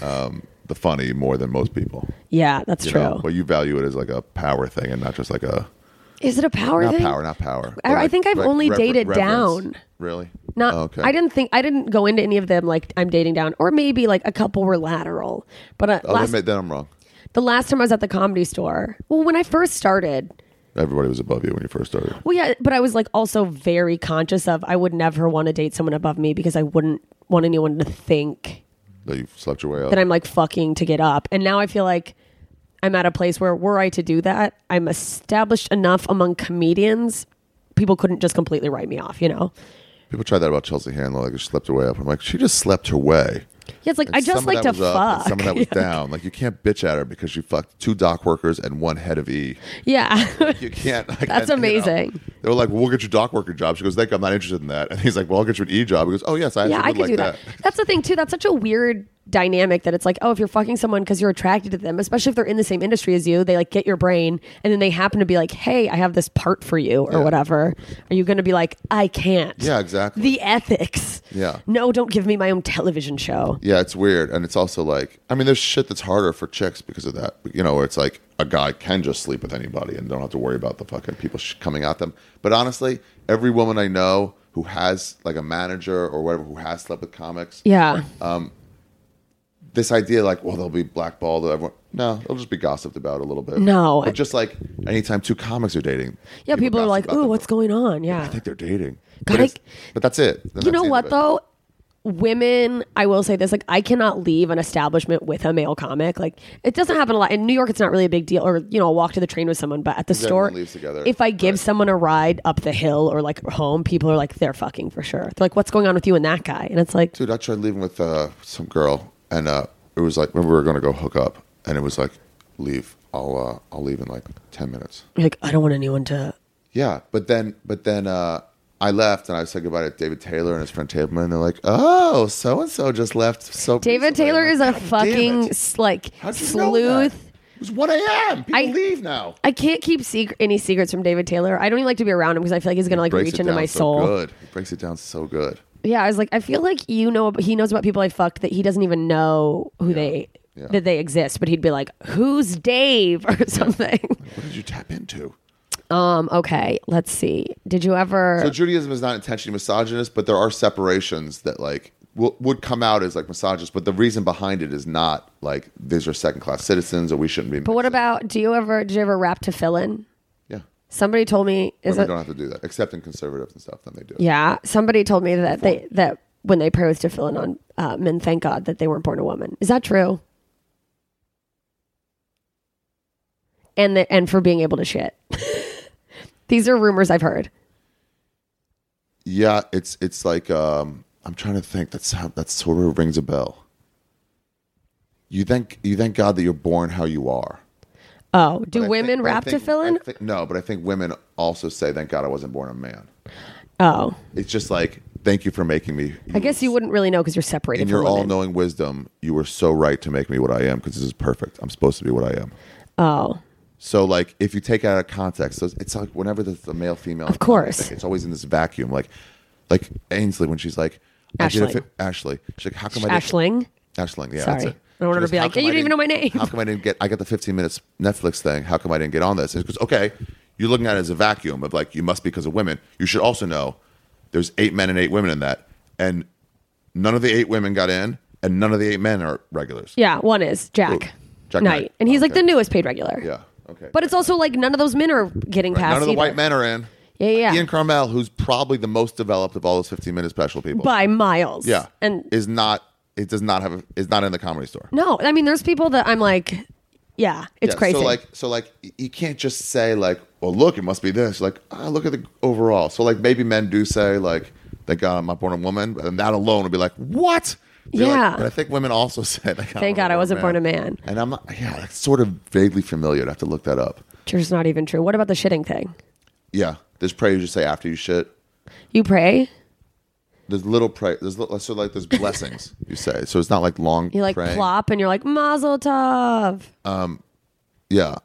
um, the funny more than most people. yeah, that's You true. Know? Well, you value it as like a power thing and not just like a Is it a power not thing? power, not power. I- but I think I've only dated down. Really? Not. Oh, okay. I didn't think I didn't go into any of them like I'm dating down, or maybe like a couple were lateral. But uh, Oh, last, then, ma- then I'm wrong. the last time I was at the comedy store, well, when I first started, Everybody was above you when you first started. Well, yeah, but I was like also very conscious of I would never want to date someone above me because I wouldn't want anyone to think That you slept your way up. that I'm like fucking to get up. And now I feel like I'm at a place where were I to do that, I'm established enough among comedians, people couldn't just completely write me off, you know? People try that about Chelsea Handler, like she slept her way up. I'm like, she just slept her way. Yeah, it's like And I just some of like that to was up and fuck. Some of [laughs] that was down. Like you can't bitch at her because she fucked two dock workers and one head of E. [laughs] yeah. You can't. Like, That's and, you know, amazing. they were like, well, "We'll get you a dock worker job." She goes, "Thank, you, I'm not interested in that." And he's like, "Well, I'll get you an E job." He goes, "Oh yes, I actually yeah, I would could like do that. That's the thing too. That's such a weird dynamic that it's like, oh, if you're fucking someone because you're attracted to them, especially if they're in the same industry as you, they like get your brain, and then they happen to be like, hey, I have this part for you or Yeah. whatever. Are you going to be like, I can't? Yeah, exactly. The ethics. Yeah. No, don't give me my own television show. Yeah, it's weird, and it's also like, I mean, there's shit that's harder for chicks because of that. You know, where it's like a guy can just sleep with anybody and don't have to worry about the fucking people sh- coming at them. But honestly, every woman I know who has like a manager or whatever who has slept with comics, Yeah. uh, this idea like, well, they'll be blackballed. Everyone, no, they'll just be gossiped about a little bit. No. Or just like anytime two comics are dating, yeah. People, are gossip like, about oh, them. what's going on? I [laughs] Yeah. think they're dating. God, But, it's- I- but that's it. Then that's You the know end what of it. though? Women, I will say this, like I cannot leave an establishment with a male comic. Like it doesn't happen a lot. In New York it's not really a big deal or you know, I'll walk to the train with someone, but at the store everyone leaves together. if I give Right. someone a ride up the hill or like home, people are like, they're fucking for sure. They're like, What's going on with you and that guy? And it's like Dude, I tried leaving with uh, some girl, and uh, it was like when we were gonna go hook up, and it was like, leave. I'll uh, I'll leave in like ten minutes. you're like, I don't want anyone to Yeah, but then but then uh, I left, and I said goodbye to David Taylor and his friend Tableman. They're like, oh, so and so just left. So David recently." Taylor I'm is a like, "God damn fucking it. s- like How'd you know that? sleuth. It was one a.m. People I- leave now. I can't keep secret, any secrets from David Taylor. I don't even like to be around him because I feel like he's gonna like Breaks reach it into down my so soul. Good. He breaks it down so good. Yeah, I was like, I feel like you know, he knows about people I fucked that he doesn't even know who they Yeah. that they exist, but he'd be like, "Who's Dave?" [laughs] or something. What did you tap into? Um, okay, let's see. Did you ever? So Judaism is not intentionally misogynist, but there are separations that like w- would come out as like misogynist, but the reason behind it is not like these are second class citizens or we shouldn't be. but what about? Do you ever? Did you ever rap to fill in? yeah? Somebody told me is Women it? don't have to do that, except in conservatives and stuff. Then they do. Yeah, somebody told me that they that when they pray with to fill in on uh, men, thank God that they weren't born a woman. Is that true? And the, and for being able to shit. [laughs] These are rumors I've heard. Yeah, it's it's like um, I'm trying to think. That's how that sort of rings a bell. You thank you thank God that you're born how you are. Oh, do But I women think- but I rap to think- fill in? I think- no, but I think women also say, "Thank God I wasn't born a man." oh, It's just like, "Thank you for making me." I guess you wouldn't really know because you're separated in from your all women. knowing wisdom, you were so right to make me what I am because this is perfect. I'm supposed to be what I am. oh, So, like, if you take it out of context, so it's like whenever the, the male female, Of course. it's always in this vacuum. Like, like Ainsley when she's like, I did a Ashling. fi- Ashley, she's like, how come I didn't- Ashling. Ashling, yeah, Sorry. that's it. I wanted She to be "How like, come "Yeah, you I didn't even know my didn't- name." How come I didn't get? I got the 15 minutes Netflix thing. How come I didn't get on this? And it goes, okay, you're looking at it as a vacuum of like, you must be because of women. You should also know there's eight men and eight women in that, and none of the eight women got in, and none of the eight men are regulars. Yeah, one is Jack, Who? Jack Knight. Knight. and he's like Okay. the newest paid regular. Yeah, okay. but it's also like none of those men are getting Right, past. None of the either. white men are in. Yeah, yeah, yeah. Ian Carmel, who's probably the most developed of all those 15 minute special people. by miles. yeah, and is not it does not have a, is not in the comedy store. no, I mean, there's people that I'm like, yeah, it's Yeah, crazy. So like, so like, y- you can't just say like, well, look, it must be this. Like, ah, look at the overall. So like, maybe men do say like, thank God I'm not born a woman, and that alone would be like, what? They're like- Yeah. but I think women also [laughs] said, like, Thank God I wasn't Oh, born a man. And I'm not, yeah, that's sort of vaguely familiar. I'd have to look that up. Which is not even true. What about the shitting thing? Yeah, there's prayer you just say after you shit. You pray. There's little pray. There's little, so like there's blessings you say. So it's not like long. You like praying. plop and you're like Mazel Tov. Yeah.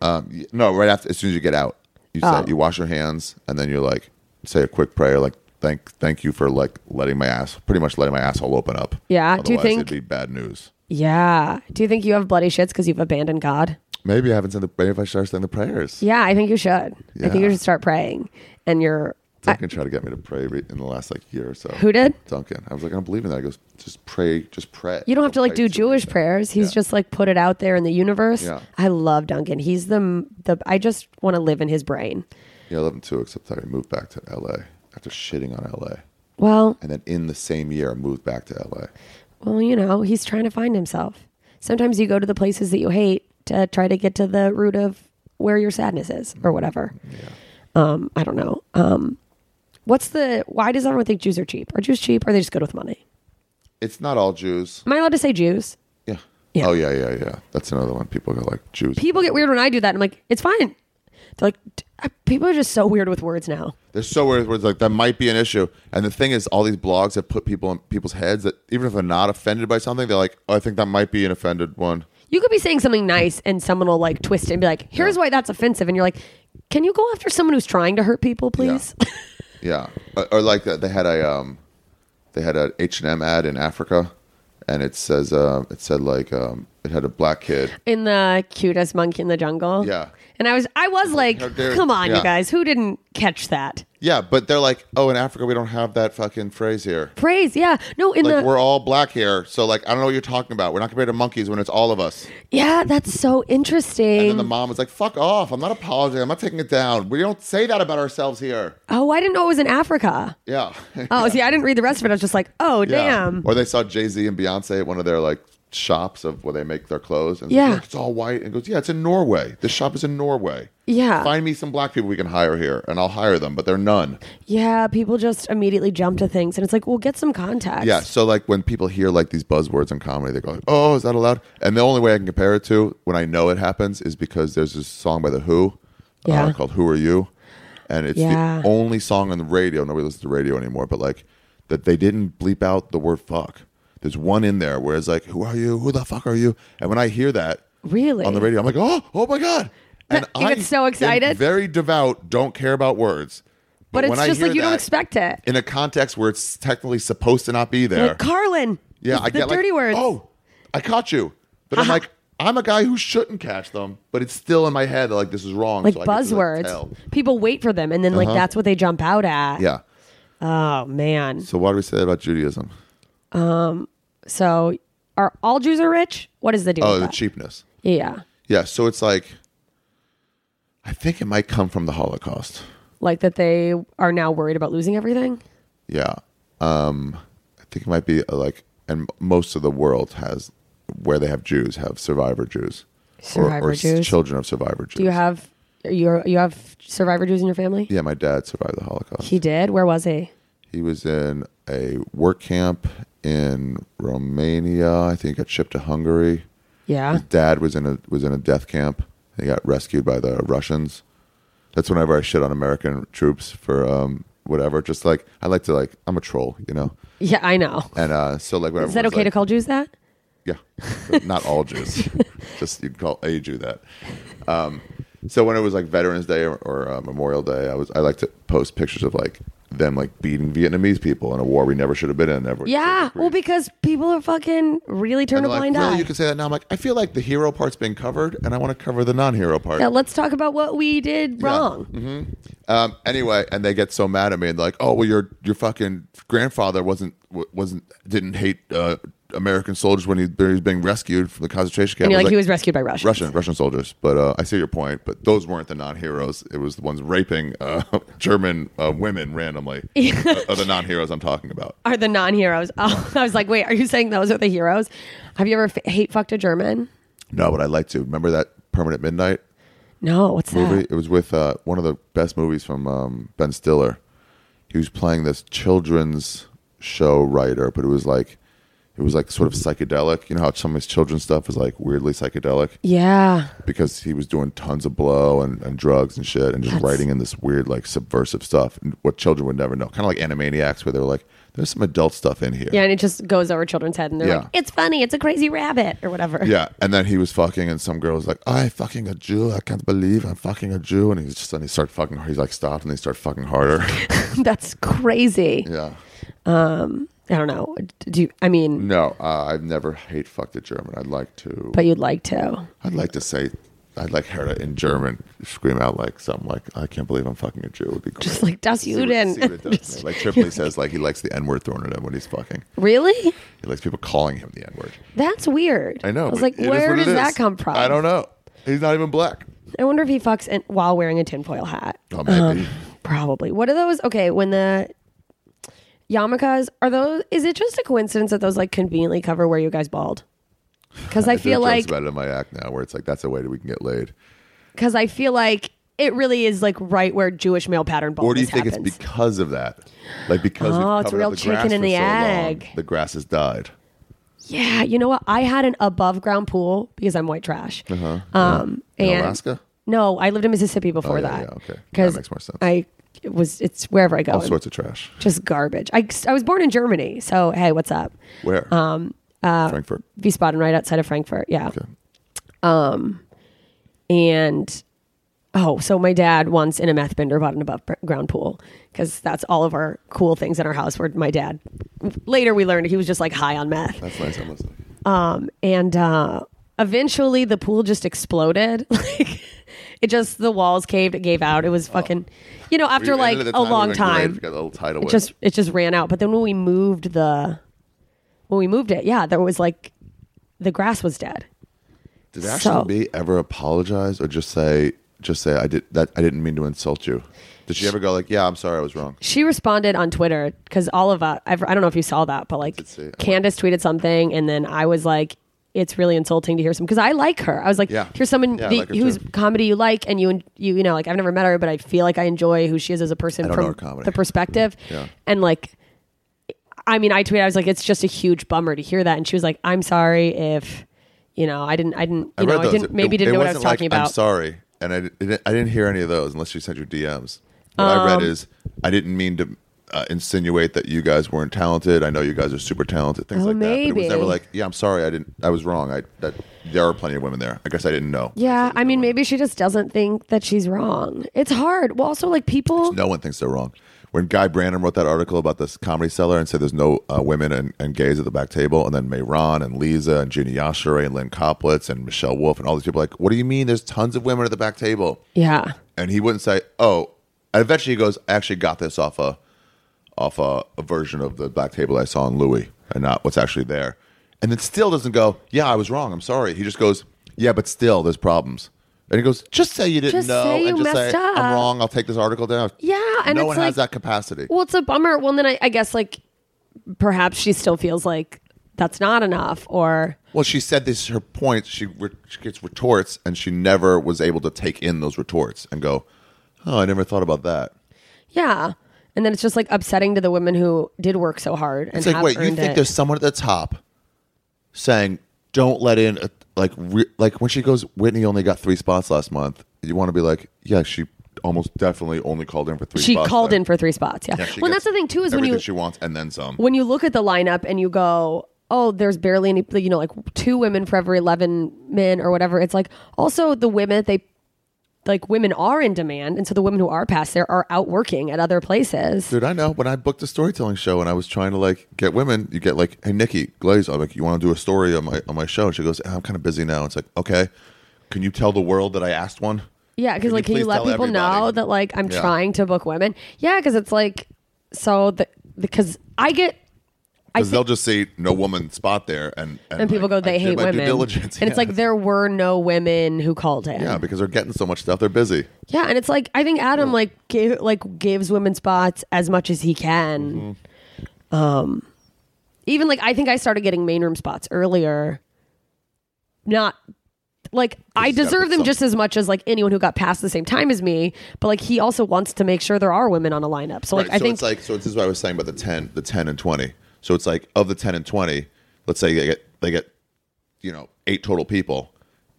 um, y- no, right after as soon as you get out, you say, Oh. you wash your hands, and then you like say a quick prayer, like thank thank you for like letting my ass pretty much letting my asshole open up. Yeah, do you Otherwise, think- it'd be bad news? Yeah. Do you think you have bloody shits because you've abandoned God? Maybe I haven't said the maybe if I start saying the prayers. Yeah, I think you should. I think Yeah. you should start praying. And you're Duncan tried to get me to pray re- in the last like year or so. who did? Duncan. I was like, I don't believe in that. He goes, just pray, just pray. You don't have to like Pray do to Jewish yourself. prayers. He's Yeah. just like put it out there in the universe. Yeah. I love Duncan. He's the m- the. I just want to live in his brain. Yeah, I love him too. Except that I moved back to LA after shitting on LA, Well, and then in the same year I moved back to LA. well, you know, he's trying to find himself. Sometimes you go to the places that you hate to try to get to the root of where your sadness is or whatever. Um, I don't know. Um, what's the? Why does everyone think Jews are cheap? Are Jews cheap? Or are they just good with money? It's not all Jews. Am I allowed to say Jews? Yeah. Yeah. Oh yeah, yeah, yeah. That's another one. People go like Jews. People get weird when I do that. I'm like, it's fine. They're like, "D- uh, people are just so weird with words now. They're so weird. Words like that might be an issue. And the thing is, all these blogs have put people in people's heads that even if they're not offended by something, they're like, oh, I think that might be an offended one. You could be saying something nice and someone will like twist it and be like, here's why that's offensive. And you're like, can you go after someone who's trying to hurt people, please? [laughs] Yeah. Or, or like that they had a um, they had an H and M ad in Africa, and it says uh, it said like um, it had a black kid. in the cutest monkey in the jungle. Yeah. And I was I was like, how dare- come on, you yeah. guys, who didn't catch that? Yeah, but they're like, oh, in Africa we don't have that fucking phrase here. Praise, yeah. No, in Like the we're all black here, so like I don't know what you're talking about. We're not compared to monkeys when it's all of us. Yeah, that's so And then interesting. the mom was like, "Fuck off! I'm not apologizing. I'm not taking it down. We don't say that about ourselves here." oh, I didn't know it was in Africa. Yeah. [laughs] Oh, see, I didn't read the rest of it. I was just like, oh damn. Or they saw Jay Z and Beyonce at one of their like shops of where they make their clothes. And Yeah. yeah. it's all white. And goes, yeah, it's in Norway. This shop is in Norway. Yeah. Find me some black people we can hire here, and I'll hire them. But they're none. Yeah, people just immediately jump to things and it's like, well, get some context. Yeah. So like when people hear like these buzzwords in comedy, they go, "Oh, is that allowed?" And the only way I can compare it to when I know it happens is because there's this song by the Who, Yeah. uh, called "Who Are You," and it's Yeah. the only song on the radio. Nobody listens to the radio anymore, but like that they didn't bleep out the word "fuck." There's one in there where it's like, "Who are you? Who the fuck are you?" And when I hear that Really? on the radio, I'm like, "Oh, oh my god!" And That- you get so am excited? very devout, don't care about words. But, when it's I just hear like you don't that expect it. in a context where it's technically supposed to not be there. Like Carlin. Yeah, the, I get the like, dirty words. Uh-huh. Oh, I caught you. But I'm like, I'm a guy who shouldn't catch them, but it's still in my head like this is wrong. like so I get to, buzzwords. tell. Uh-huh. People wait for them and then like that's what they jump out at. yeah. Oh man. So why do we say that about Judaism? So are all Jews are rich? What is the deal? Oh, with the that? cheapness. Yeah. Yeah. So it's like, I think it might come from the Holocaust. Like that they are now worried about losing everything? Yeah. Um, I think it might be uh, like, and most of the world has where they have Jews have survivor Jews Or- Survivor or, s- Jews? children of survivor Jews. Do you have you you have survivor Jews in your family? Yeah, my dad survived the Holocaust. He did. Where was he? He was in a work camp in Romania. I think he got shipped to Hungary. Yeah. His dad was in a was in a death camp. He got rescued by the Russians. That's whenever I shit on American troops for um whatever. Just like I like to like I'm a troll, you know. [laughs] Yeah, I know. And uh so like whenever Is that okay to call Jews that? yeah, But not all [laughs] Jews. Just you'd call a Jew that. Um, so when it was like Veterans Day or, or uh, Memorial Day, I was I like to post pictures of like them like beating Vietnamese people in a war we never should have been in. Never. Yeah. Well, because people are fucking really turn And a they're like, blind really, eye. you can say that now. I'm like, I feel like the hero part's been covered, and I want to cover the non-hero part. yeah, let's talk about what we did wrong. Um, anyway, and they get so mad at me and like, oh well, your your fucking grandfather wasn't w- wasn't didn't hate uh, American soldiers when he, he was being rescued from the concentration camp. And I you're like, was he was rescued by Russians. Russian Russian soldiers. But uh, I see your point. But those weren't the non-heroes. It was the ones raping uh, [laughs] German uh, women randomly. Uh, Are the non-heroes I'm talking about? Are the non-heroes? [laughs] Oh, I was like, wait, are you saying those are the heroes? Have you ever f- hate fucked a German? No, but I'd like to remember that Permanent Midnight No, what's movie. that? It was with uh, one of the best movies from um, Ben Stiller. He was playing this children's show writer, but it was like. It was like sort of psychedelic. You know how some of his children's stuff is like weirdly psychedelic Yeah. because he was doing tons of blow and, and drugs and shit and just That's- writing in this weird like subversive stuff and what children would never know. Kind of like Animaniacs where they were like, there's some adult stuff in here. Yeah, and it just goes over children's head and they're Yeah. like, it's funny, it's a crazy rabbit or whatever. Yeah, and then he was fucking, and some girl was like, "I fucking a Jew! I can't believe I'm fucking a Jew!" And he's just, and he started fucking. He's like, stopped, and they start [laughs] fucking harder. That's crazy. yeah, I don't know. Do you, I mean, no, uh, I've never hate fucked a German. I'd like to. but you'd like to. [laughs] I'd like to say, I'd like her to in German scream out like something like, "I can't believe I'm fucking a Jew." It would be great. Just like Das See what- Juden. see what [laughs] it does to me. like Tripoli says, like he likes the N word thrown at him when he's fucking. Really? He likes people calling him the N word. That's weird. I know. I was but like, it is where what it does that is. come from? I don't know. He's not even black. I wonder if he fucks in, while wearing a tinfoil hat. Oh, maybe. Probably. What are those? Okay, when the yarmulkes are those? Is it just a coincidence that those like conveniently cover where you guys bald? Because I do feel jokes like about it in my act now, where it's like that's a way that we can get laid. because I feel like it really is like right where Jewish male pattern baldness Or do you think happens. it's because of that? Like because Oh, we've it's covered real up the chicken grass and for the so long, egg. the grass has died. yeah, you know what? I had an above ground pool because I'm white trash. Um, Uh-huh. In and Alaska? Oh, No, I lived in Mississippi before yeah, that. yeah, okay. That 'Cause makes more sense. I it was it's wherever I go, All I'm sorts of trash. just garbage. I I was born in Germany, so hey, what's up? Where? Um, uh, Frankfurt. Wiesbaden, right outside of Frankfurt. Yeah. Um, And oh, so my dad once in a meth bender bought an above ground pool because that's all of our cool things in our house. Where my dad later we learned he was just like high on meth, That's nice. I'm listening. and uh, eventually the pool just exploded. [laughs] Like it just the walls caved, it gave out. It was fucking, you know, after like Ended at the a time, it long would've been great if time, you Got a little tidal it wave. just it just ran out. But then when we moved the when we moved it, yeah, there was like the grass was dead. Did Ashley so- B ever apologize or just say just say I did that I didn't mean to insult you? Did she ever go like, Yeah, I'm sorry, I was wrong. she responded on Twitter because all of us, I've, I don't know if you saw that, but like see it. Candace tweeted something and then I was like, it's really insulting to hear some because I like her. I was like, Yeah. here's someone Yeah, I that- like her whose too. comedy you like and you you you know like I've never met her, but I feel like I enjoy who she is as a person I don't know her from comedy. Mm-hmm. the perspective. Yeah. And like, I mean, I tweeted, I was like, it's just a huge bummer to hear that, and she was like, I'm sorry if you know I didn't I didn't you I know read I those. didn't It- maybe it- didn't it know what I was wasn't like, talking about. I'm sorry, and I, di- I didn't, I didn't hear any of those unless you sent your DMs. What I Um, read is I didn't mean to uh, insinuate that you guys weren't talented. I know you guys are super talented, things Oh, like that. But it was never maybe. like, yeah, I'm sorry, I didn't, I was wrong. I that there are plenty of women there. I guess I didn't know. Yeah, I mean, maybe she just doesn't think that she's wrong. It's hard. Well, also like people. No one thinks they're wrong. When Guy Branum wrote that article about this comedy seller and said there's no uh, women and, and gays at the back table, and then Mayron and Lisa and Ginny Yashere and Lynn Coplitz and Michelle Wolf and all these people, like, what do you mean there's tons of women at the back table? Yeah. and he wouldn't say, "Oh." And eventually, he goes, "I actually got this off a off a, a version of the black table I saw in Louis, and not what's actually there." And then still doesn't go, "Yeah, I was wrong. I'm sorry." He just goes, "Yeah, but still, there's problems." And he goes, "Just say you didn't Just know, say you and just say messed up." I'm wrong. I'll take this article down." Yeah, and no it's one like, has that capacity. Well, it's a bummer. Well, then I, I guess like perhaps she still feels like that's not enough, or Well, she said this her point. She, re- she gets retorts, and she never was able to take in those retorts and go, "Oh, I never thought about that." yeah. And then it's just like upsetting to the women who did work so hard and It's like, have wait, you earned think it. there's someone at the top saying, "Don't let in," a, like, re, like when she goes, Whitney only got three spots last month. You want to be like, yeah, she almost definitely only called in for three. she spots called there." in for three spots. Yeah. Yeah, she well, gets that's the thing too is when everything you she wants and then some. when you look at the lineup and you go, oh, there's barely any, you know, like two women for every 11 men or whatever. It's like also the women, they like women are in demand. And so the women who are past there are out working at other places. Dude, I know. When I booked a storytelling show and I was trying to like get women, you get like, "Hey, Nikki Glaze, I'm like, you want to do a story on my on my show?" And she goes, "I'm kind of busy now." It's like, okay, can you tell the world that I asked one? Yeah. Cause you like, can you please let tell people know everybody? that like I'm Yeah. trying to book women? Yeah. Cause it's like, so the, because I get, I Because think, they'll just see no woman spot there, and and, and people like, go, I they did hate my due women. diligence. And it's Yeah. like, there were no women who called in. Yeah, because they're getting so much stuff. They're busy. Yeah, and it's like I think Adam like gave like gives women spots as much as he can. Um, Mm-hmm. even like I think I started getting main room spots earlier. Not like I he's gotta deserve put them some- just as much as like anyone who got past the same time as me. But like he also wants to make sure there are women on a lineup. So like Right, I so think it's like so. This is what I was saying about the ten, the ten and twenty. So it's like of the ten and twenty, let's say they get they get you know eight total people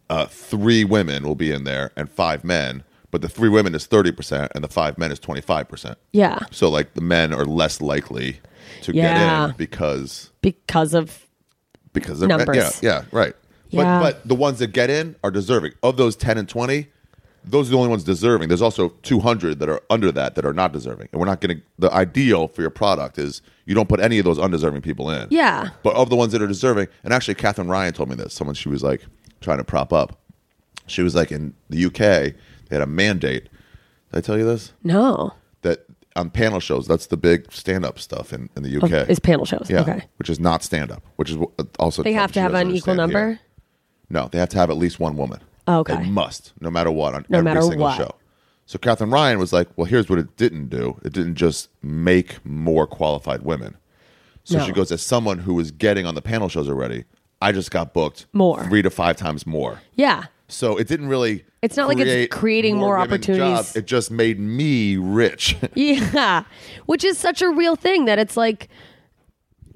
uh, three women will be in there and five men but the three women is 30% and the five men is 25% Yeah. so like the men are less likely to get Yeah. in because because of because they're Numbers. yeah yeah right Yeah. but but the ones that get in are deserving of those 10 and 20 those are the only ones deserving there's also 200 that are under that that are not deserving and we're not going to the ideal for your product is you don't put any of those undeserving people in Yeah. but of the ones that are deserving, and actually, Catherine Ryan told me this. Someone she was like trying to prop up. She was like in the UK, they had a mandate. Did I tell you this? No. That on panel shows, that's the big stand-up stuff in, in the Of- UK. Is panel shows. yeah, Okay. which is not stand-up, which is wh- also They have to she have doesn't an equal understand number. Oh, here. No, they have to have at least one woman. Okay. They must, no matter what, on No every matter single what. show. So Catherine Ryan was like, well, here's what it didn't do. It didn't just make more qualified women. So No. she goes, as someone who was getting on the panel shows already, I just got booked More. three to five times more. Yeah. [laughs] So it didn't really. It's not like it's creating more women opportunities. It just made me rich. [laughs] Yeah. Which is such a real thing that it's like,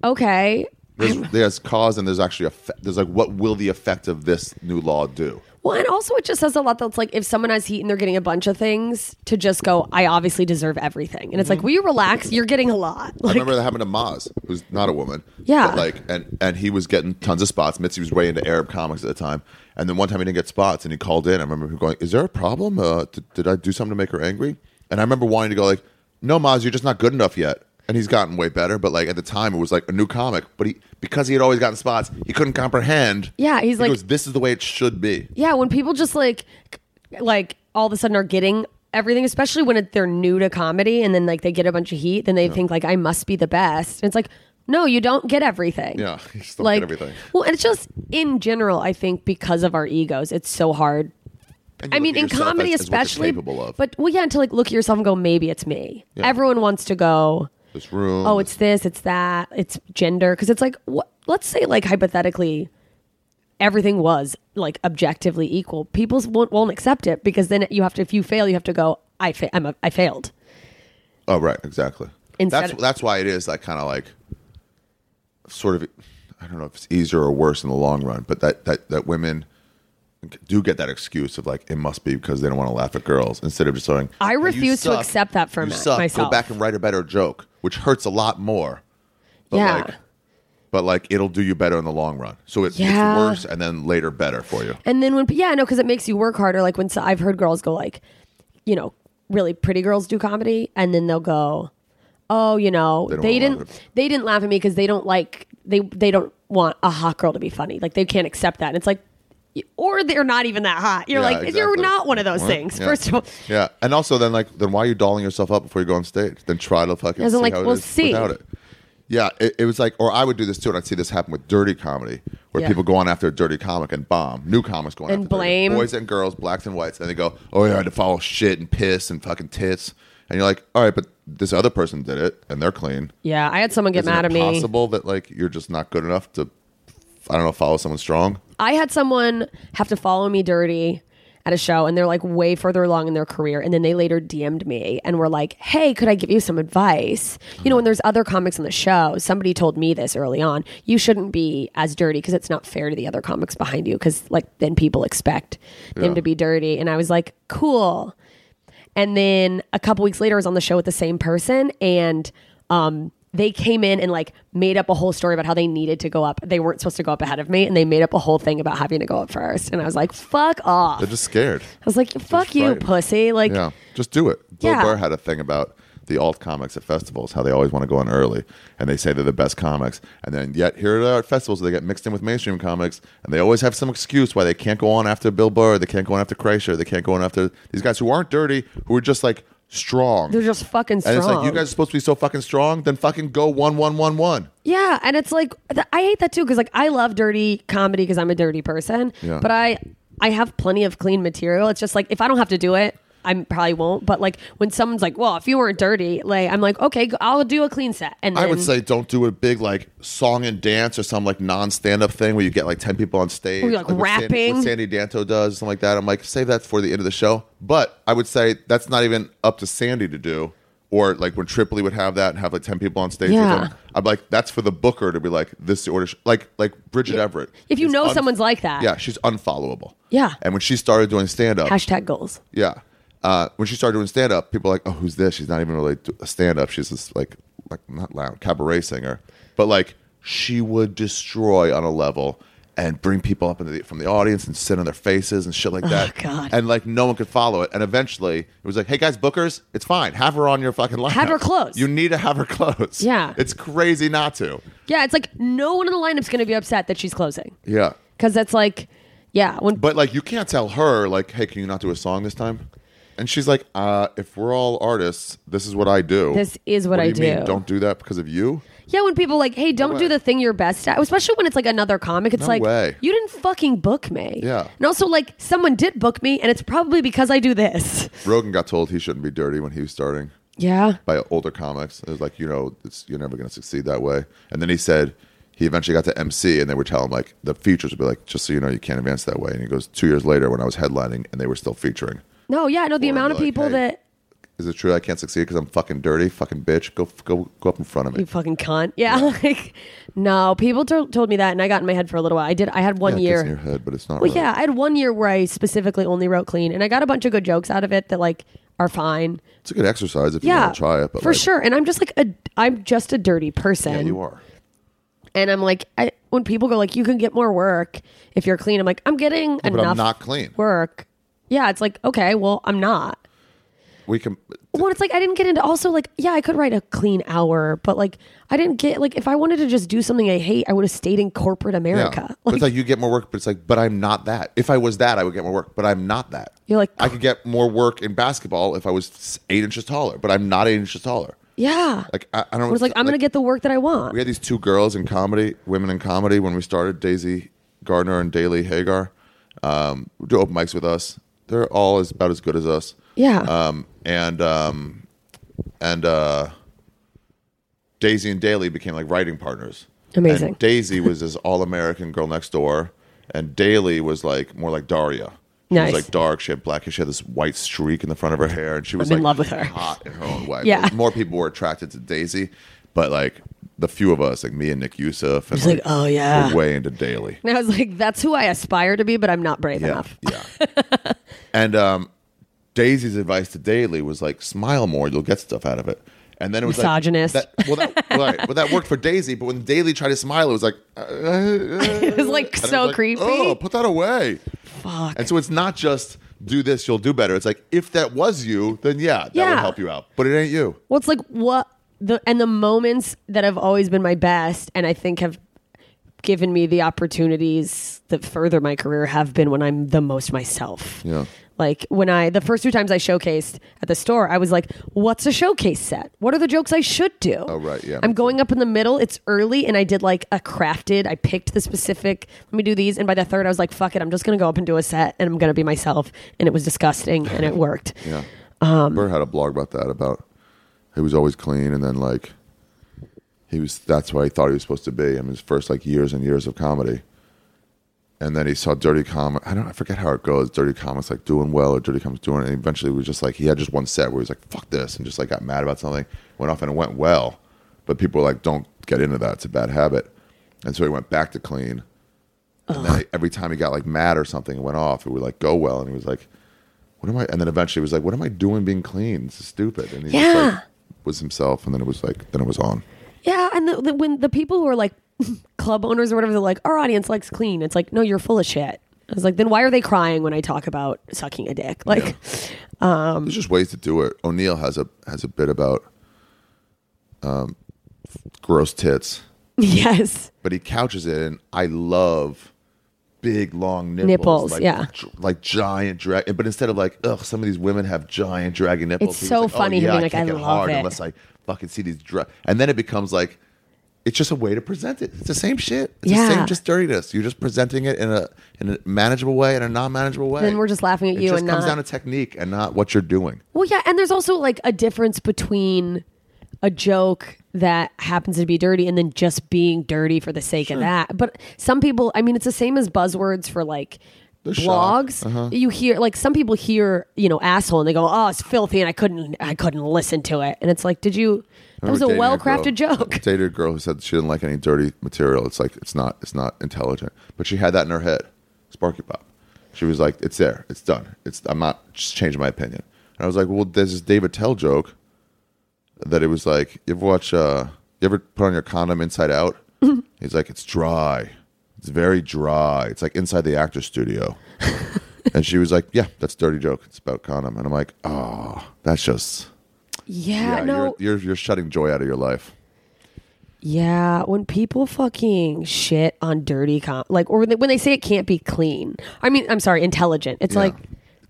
okay. there's, there's cause and there's actually effect. There's like, what will the effect of this new law do? Well, and also it just says a lot that's like if someone has heat and they're getting a bunch of things to just go, I obviously deserve everything. And it's Mm-hmm. like, will you relax? You're getting a lot. [laughs] I Like, remember that happened to Maz, who's not a woman. Yeah. But like, and and he was getting tons of spots. Mitzi was way into Arab comics at the time. And then one time he didn't get spots, and he called in. I remember him going, "Is there a problem? Uh, d- did I do something to make her angry?" And I remember wanting to go like, "No, Maz, you're just not good enough yet." And he's gotten way better, but like at the time, it was like a new comic. But he because he had always gotten spots, he couldn't comprehend. Yeah, he's He like- goes, "This is the way it should be." yeah, when people just like, like all of a sudden are getting everything, especially when it, they're new to comedy and then like they get a bunch of heat, then they think like, I must be the best. And it's like, no, you don't get everything. Yeah, [laughs] you just don't get like everything. Well, and it's just in general, I think because of our egos, it's so hard And you I look mean, at in yourself comedy, as- as what you're especially. capable of But well, yeah, and to like look at yourself and go, maybe it's me. Everyone wants to go. this room. Oh, it's this, it's that, it's gender, because it's like, what? Let's say, like hypothetically, everything was like objectively equal. People won't, won't accept it because then you have to. If you fail, you have to go. I fa- I'm a, I failed. Oh, right, exactly. Instead that's of- that's why it is like kind of like sort of I don't know if it's easier or worse in the long run, but that that that women do get that excuse of like it must be because they don't want to laugh at girls instead of just saying I "Hey, you refuse to suck. accept that for you my- suck. myself." Go back and write a better joke, which hurts a lot more. But Yeah. Like, but like it'll do you better in the long run. So it, Yeah. it's worse and then later better for you. And then when yeah, no, because it makes you work harder. Like when so I've heard girls go like, you know, really pretty girls do comedy, and then they'll go, oh, you know, They don't they, wanna laugh didn't at- they didn't laugh at me because they don't like they they don't want a hot girl to be funny. Like they can't accept that. And it's like. Or they're not even that hot. You're Yeah, like you're exactly. not one of those What? things. Yeah. First of all, Yeah, and also then like then why are you dolling yourself up before you go on stage? Then try to fucking As in, see like, how it well, is see. without it. Yeah, it, it was like, or I would do this too, and I'd see this happen with dirty comedy, where Yeah. people go on after a dirty comic and bomb. New comics going And after dirty- blame. boys and girls, blacks and whites, and they go, "Oh yeah, I had to follow shit and piss and fucking tits," and you're like, "All right, but this other person did it, and they're clean." yeah, I had someone get Isn't mad it at me. Possible that like you're just not good enough to, I don't know, follow someone strong. I had someone have to follow me dirty at a show and they're like way further along in their career and then they later DM'd me and were like, "Hey, could I give you some advice?" You know, when there's other comics on the show, somebody told me this early on. You shouldn't be as dirty because it's not fair to the other comics behind you cuz like then people expect them to be dirty and I was like, "Cool." And then a couple weeks later, I was on the show with the same person, and um, they came in and like made up a whole story about how they needed to go up. They weren't supposed to go up ahead of me, and they made up a whole thing about having to go up first. And I was like, "Fuck off!" They're just scared. I was like, "Fuck you, frightened. pussy!" Like, Yeah, just do it. Bill Yeah. Burr had a thing about the alt comics at festivals, how they always want to go in early, and they say they're the best comics, and then yet here they are at festivals, they get mixed in with mainstream comics, and they always have some excuse why they can't go on after Bill Burr, they can't go on after Kreischer, they can't go on after these guys who aren't dirty, who are just like strong. they're just fucking strong. and it's like you guys are supposed to be so fucking strong, then fucking go one one one one. Yeah, and it's like th- I hate that too because like I love dirty comedy because I'm a dirty person. Yeah. But I I have plenty of clean material. It's just like if I don't have to do it, I probably won't. But like when someone's like, "Well, if you weren't dirty," like I'm like, "Okay, go- I'll do a clean set." And I would then- say don't do a big like song and dance or some like non stand up thing where you get like ten people on stage, Or, like, what San- rapping. what Sandy Danto does, something like that. I'm like, save that for the end of the show. But I would say that's not even up to Sandy to do. Or like when Tripoli would have that and have like ten people on stage. Yeah. With them, I'm like, that's for the booker to be like, this is the order. Like like Bridget Everett. If you is know un- someone's like that, yeah, she's unfollowable. Yeah. And when she started doing stand up, Hashtag goals. yeah. Uh, when she started doing stand up, people were like, oh, who's this? She's not even really do- a stand up. She's this like, like not loud cabaret singer, but like she would destroy on a level and bring people up into the, from the audience and sit on their faces and shit like that. Oh, God. And like no one could follow it. And eventually it was like, hey guys, bookers, it's fine. Have her on your fucking lineup. Have her close. You need to have her close. Yeah. It's crazy not to. yeah, it's like no one in the lineup's gonna be upset that she's closing Yeah. because that's like, yeah, when But like you can't tell her like, hey, can you not do a song this time? And she's like, uh, if we're all artists, this is what I do. This is what I do. you mean, do." Don't do that because of you. yeah, when people like, hey, don't do way. the thing you're best at, especially when it's like another comic, it's No like way. you didn't fucking book me. Yeah. and also like someone did book me, and it's probably because I do this. Rogan got told he shouldn't be dirty when he was starting Yeah, by older comics. It was like, you know, it's, you're never going to succeed that way. And then he said he eventually got to MC, and they would tell him like the features would be like, just so you know, you can't advance that way. And he goes, two years later, when I was headlining, and they were still featuring. no, yeah, no, the Or amount of like, people hey, that Is it true I can't succeed because I'm fucking dirty, fucking bitch? Go go go up in front of me. You fucking cunt. Yeah. [laughs] Like, no, people to- told me that, and I got in my head for a little while. I did. I had one Yeah, it gets in your year. head, but it's not. Well, really. yeah, I had one year where I specifically only wrote clean, and I got a bunch of good jokes out of it that like are fine. It's a good exercise if you Yeah, want to try it. But for like, sure. And I'm just like a, I'm just a dirty person. yeah, you are. And I'm like, I, when people go like, you can get more work if you're clean. I'm like, I'm getting but I'm enough not clean. work. Yeah, it's like okay, well, I'm not. We can. Well, it's like I didn't get into also like yeah, I could write a clean hour, but like I didn't get like if I wanted to just do something I hate, I would have stayed in corporate Yeah. America. But it's like you get more work, but it's like, but I'm not that. If I was that, I would get more work, but I'm not that. You're like- I could get more work in basketball if I was s- eight inches taller, but I'm not eight inches taller. Yeah. Like I, I don't. I was like, I'm gonna get the work that I want. We had these two girls in comedy, women in comedy, when we started Daisy Gardner and Daily Hagar, um, do open mics with us. They're all as, about as good as us. Yeah. Um, and um, and uh, Daisy and Daily became like writing partners. Amazing. And Daisy was this all American girl next door, and Daily was like more like Daria. She Nice. was like dark. She had black. hair. She had this white streak in the front of her hair, and she was I'm in like love with her. hot in her own way. Yeah. more people were attracted to Daisy, but like the few of us, like me and Nick Youssef, and It's like, oh, yeah. were way into Daily. And I was like, that's who I aspire to be, but I'm not brave Yeah, enough. [laughs] yeah. and um, Daisy's advice to Daily was like, smile more, you'll get stuff out of it. And then it was like- Misogynist. that, well, that, right, well, that worked for Daisy, but when Daily tried to smile, it was like, uh, It was like and it so was like, creepy. Oh, put that away. Fuck. And so it's not just do this, you'll do better. It's like if that was you, then yeah, that Yeah. would help you out. But it ain't you. Well, it's like what the and the moments that have always been my best, and I think have given me the opportunities that further my career have been when I'm the most myself. Yeah. Like when I the first two times I showcased at the store, I was like, "What's a showcase set? What are the jokes I should do?" Oh, right, yeah. I'm going up in the middle. It's early, and I did like a crafted. I picked the specific. Let me do these, and by the third, I was like, "Fuck it! I'm just gonna go up and do a set, and I'm gonna be myself." And it was disgusting, and it worked. Yeah. Burr had a blog about that about he was always clean and then like he was that's why he thought he was supposed to be in his first like years and years of comedy. And then he saw Dirty Comic. I don't. I forget how it goes. Dirty Comics like doing well, or Dirty Comics doing. it. And eventually, we was just like he had just one set where he was like, "Fuck this," and just like got mad about something. Went off and it went well, but people were like, "Don't get into that. It's a bad habit." And so he went back to clean. And then like, every time he got like mad or something, it went off. It would like go well, and he was like, what am I? And then eventually he was like, what am I doing being clean? This is stupid. And he Yeah. just like, was himself. And then it was like, then it was on. [laughs] Yeah, and the, the, when the people who are like [laughs] club owners or whatever, they're like, "Our audience likes clean." It's like, no, you're full of shit. I was like, then why are they crying when I talk about sucking a dick? Like, There's just ways to do it. O'Neill has a, has a bit about um, gross tits, [laughs] yes, but he couches it in, I love big long nipples. Nipples, like, yeah. dr- like giant drag. But instead of like, ugh, some of these women have giant dragon nipples. It's he was so like, "Oh, funny him yeah, being I like, can't "I get love hard it." Unless I fucking see these dra-. And then it becomes like, it's just a way to present it. It's the same shit. It's Yeah. the same just dirtiness. You're just presenting it in a in a manageable way and a non manageable way. Then we're just laughing at it you just and comes not- down to technique and not what you're doing. Well, yeah, and there's also like a difference between a joke that happens to be dirty and then just being dirty for the sake of that. But some people, I mean, it's the same as buzzwords for like They're shocked. blogs you hear like some people hear you know asshole and they go oh it's filthy and i couldn't i couldn't listen to it and it's like did you that I was a remember dating well-crafted girl- joke [laughs] Dated a girl who said she didn't like any dirty material. It's like it's not it's not intelligent, but she had that in her head. Sparky Pop. She was like, "It's there. It's done. It's I'm not just changing my opinion." And I was like, "Well, there's this David Tell joke that it was like you ever watch uh you ever put on your condom [laughs] inside out? He's like, "It's dry. It's very dry. It's like inside the [laughs] actor's studio." and she was like, "Yeah, that's a dirty joke. It's about condom." And I'm like, "Oh, that's just." yeah, Yeah, no you're, you're you're shutting joy out of your life. yeah when people fucking shit on dirty com like or when they, when they say it can't be clean i mean i'm sorry intelligent it's Yeah. like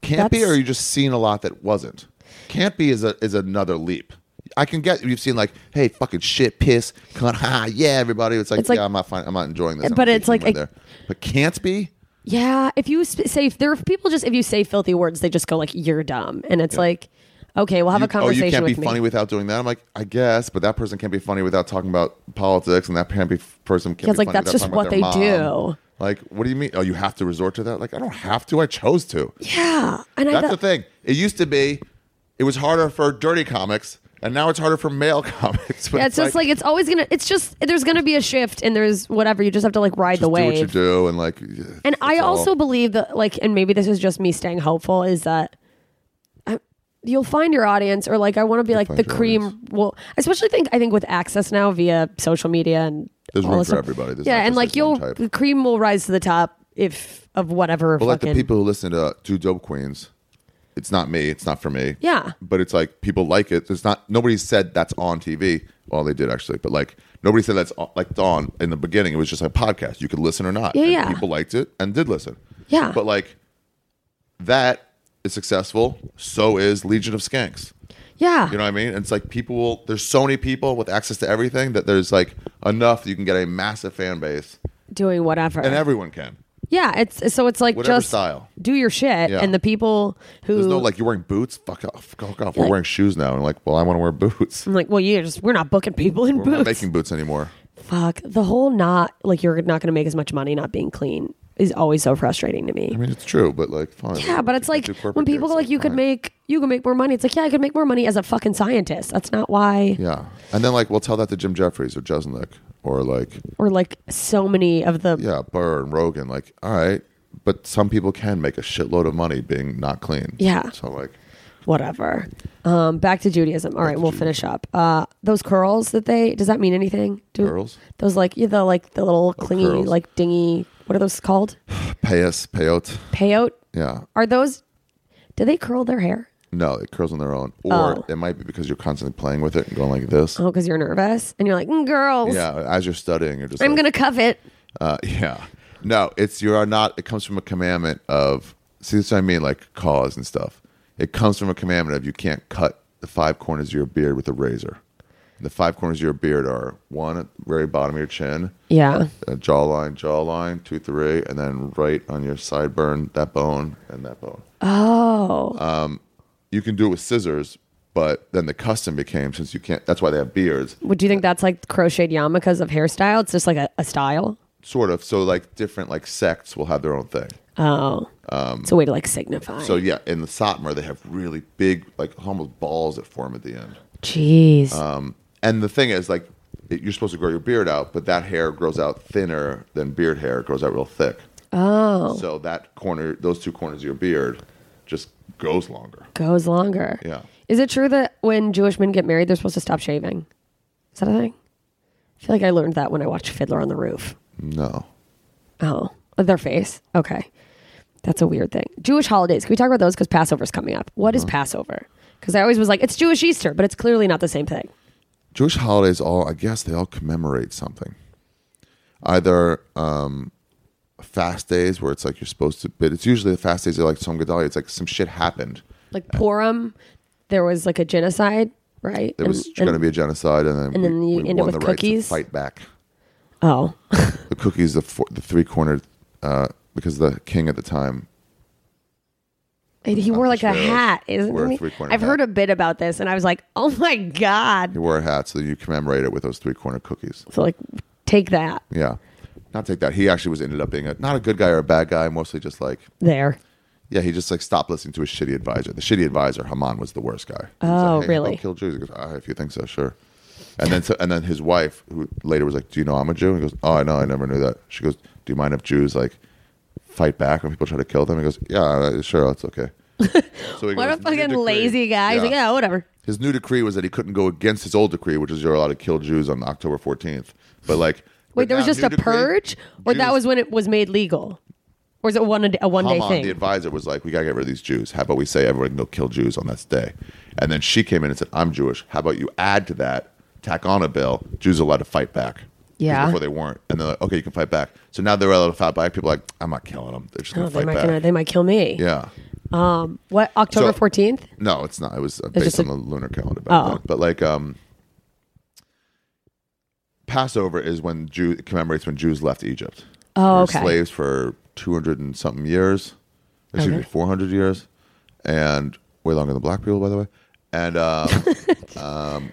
can't be, that's- or you just seen a lot that wasn't. Can't be is a is another leap. I can get you've seen like, hey, fucking shit, piss, cunt, [laughs] ha, yeah, everybody. It's like, It's like- yeah, I'm not fine, I'm not enjoying this. I but don't it's see humor like a- there. but can't be. yeah if you sp- say if there are people just if you say filthy words they just go like you're dumb and it's like okay we'll have You- a conversation oh, you can't with be me funny without doing that. I'm like, I guess, but that person can't be funny without talking about politics, and that can't be person can't Yeah, be it's like, funny that's without just talking about what their they mom. do. Like, what do you mean? Oh, you have to resort to that? Like, I don't have to. I chose to. yeah and i That's the thought- thing. It used to be, it was harder for dirty comics, and now it's harder for male [laughs] comics. But Yeah, it's, just like, it's always gonna. It's just there's gonna be a shift, and there's whatever. You just have to like ride the just do what you wave. do, and like. And I that's all. also believe that like, and maybe this is just me staying hopeful, is that I, you'll find your audience, or like I want to be like find the your cream. audience. Will I especially think I think with access now via social media and There's all room this for stuff. everybody. There's yeah, not and just like this one you'll type. the cream will rise to the top if of whatever But like fucking the people who listen to Two Dope Queens, it's not me. It's not for me. Yeah. But it's like people like it. It's not. Nobody said that's on TV. Well, they did actually, but like nobody said that's on, like on in the beginning. It was just a podcast. You could listen or not. Yeah, And yeah. People liked it and did listen. Yeah. But like that is successful. So is Legion of Skanks. yeah. You know what I mean? And it's like people will, there's so many people with access to everything that there's like enough that you can get a massive fan base doing whatever. and everyone can. yeah, it's so it's like Whatever just style. do your shit, Yeah. and the people who There's no like, you're wearing boots? Fuck off. Fuck off. We're wearing shoes now. And like, well, I want to wear boots. I'm like, well, you just we're not booking people in We're not boots. making boots anymore. Fuck the whole not like you're not going to make as much money not being clean is always so frustrating to me. I mean, it's true, but like, fine. yeah, but it's You can like do corporate when people gigs, go like, you could fine. make you could make more money. It's like yeah, I could make more money as a fucking scientist. That's not why. Yeah. And then like, we'll tell that to Jim Jeffries or Jeselnik or like, Or like so many of the yeah, Burr and Rogan. Like, all right. But some people can make a shitload of money being not clean. Yeah. So like, whatever. Um, back to Judaism. All right, we'll finish up. Uh, those curls that they does that mean anything? Do, Curls? Those like yeah, the like the little clingy Oh, curls. like dingy. What are those called? payas, payout. Payout. Yeah. Are those? Do they curl their hair? No, it curls on their own. Or Oh. it might be because you're constantly playing with it and going like this. Oh, because you're nervous and you're like, mm, girls. Yeah, as you're studying, you're just I'm like, gonna cuff it. uh, [laughs] yeah. No, it's you are not. It comes from a commandment of see. That's what I mean, like cause and stuff. It comes from a commandment of you can't cut the five corners of your beard with a razor. The five corners of your beard are one at the very bottom of your chin, Yeah. uh, jawline, jawline, two, three, and then right on your sideburn, that bone and that bone. Oh. Um, You can do it with scissors, but then the custom became since you can't. That's why they have beards. Would you think that's like crocheted yarmulkes of hairstyle? It's just like a, a style. sort of. So like different like sects will have their own thing. Oh. it's a way to like signify. Um, So yeah, in the Satmar they have really big like almost balls that form at the end. Jeez. uh, And the thing is like it, you're supposed to grow your beard out, but that hair grows out thinner than beard hair. It grows out real thick. Oh. So that corner, those two corners of your beard, just goes longer. Goes longer. Yeah. Is it true that when Jewish men get married, they're supposed to stop shaving? Is that a thing? I feel like I learned that when I watched Fiddler on the Roof. No. Oh, their face. Okay. That's a weird thing. Jewish holidays. Can we talk about those? Because Passover's coming up. What is Uh-huh. Passover? Because I always was like, it's Jewish Easter, but it's clearly not the same thing. Jewish holidays all I guess they all commemorate something. Either um fast days where it's like you're supposed to but it's usually the fast days are like some Gedalia, it's like some shit happened. Like Uh. Purim, there was like a genocide, right? There was And- going to and- be a genocide, and then and we, then you we end up won with the right cookies? to fight back. Oh, [laughs] The cookies, the four, the three cornered, uh, because the king at the time. and he wore like a Israel's hat, isn't wore a he? three-cornered I've heard hat. a bit about this, and I was like, oh my god! He wore a hat, so you commemorate it with those three cornered cookies. So like, take that. Yeah, not take that. He actually was ended up being a not a good guy or a bad guy, mostly just like There. yeah, he just like stopped listening to his shitty advisor. The shitty advisor, Haman, was the worst guy. He was Oh, like, really? I'll kill Jews. He goes, ah, if you think so, sure. And then, so, and then his wife, who later was like, "Do you know I'm a Jew?" And he goes, "Oh, I know. I never knew that." She goes, "Do you mind if Jews like fight back when people try to kill them?" He goes, "Yeah, uh, sure. That's [laughs] okay." So he What a goes, "New fucking decree." lazy guy. He's like, yeah, whatever. His new decree was that he couldn't go against his old decree, which is you're allowed to kill Jews on October 14th. But like, Wait, but there was now just new a decree, purge, or that Jews- was when it was made legal, or is it one a, day- a one day Haman, thing? the advisor, was like, "We gotta get rid of these Jews. How about we say everyone can go kill Jews on this day?" And then she came in and said, "I'm Jewish. How about you add to that, tack on a bill, Jews are allowed to fight back." 'Cause Yeah. Before they weren't, and they're like, "Okay, you can fight back." So now they're allowed to fight back. People are like, "I'm not killing them. They're just gonna oh, they fight might back." gonna, they might kill me. yeah. Um, what October So- fourteenth? No, it's not. It was uh, based just a- on the lunar calendar. Back Oh. then. But like, um, Passover is when Jew commemorates when Jews left Egypt. Oh, They were okay. Slaves for two hundred and something years. Excuse me, Okay. four hundred years, and way longer than black people, by the way. [laughs] And um, um,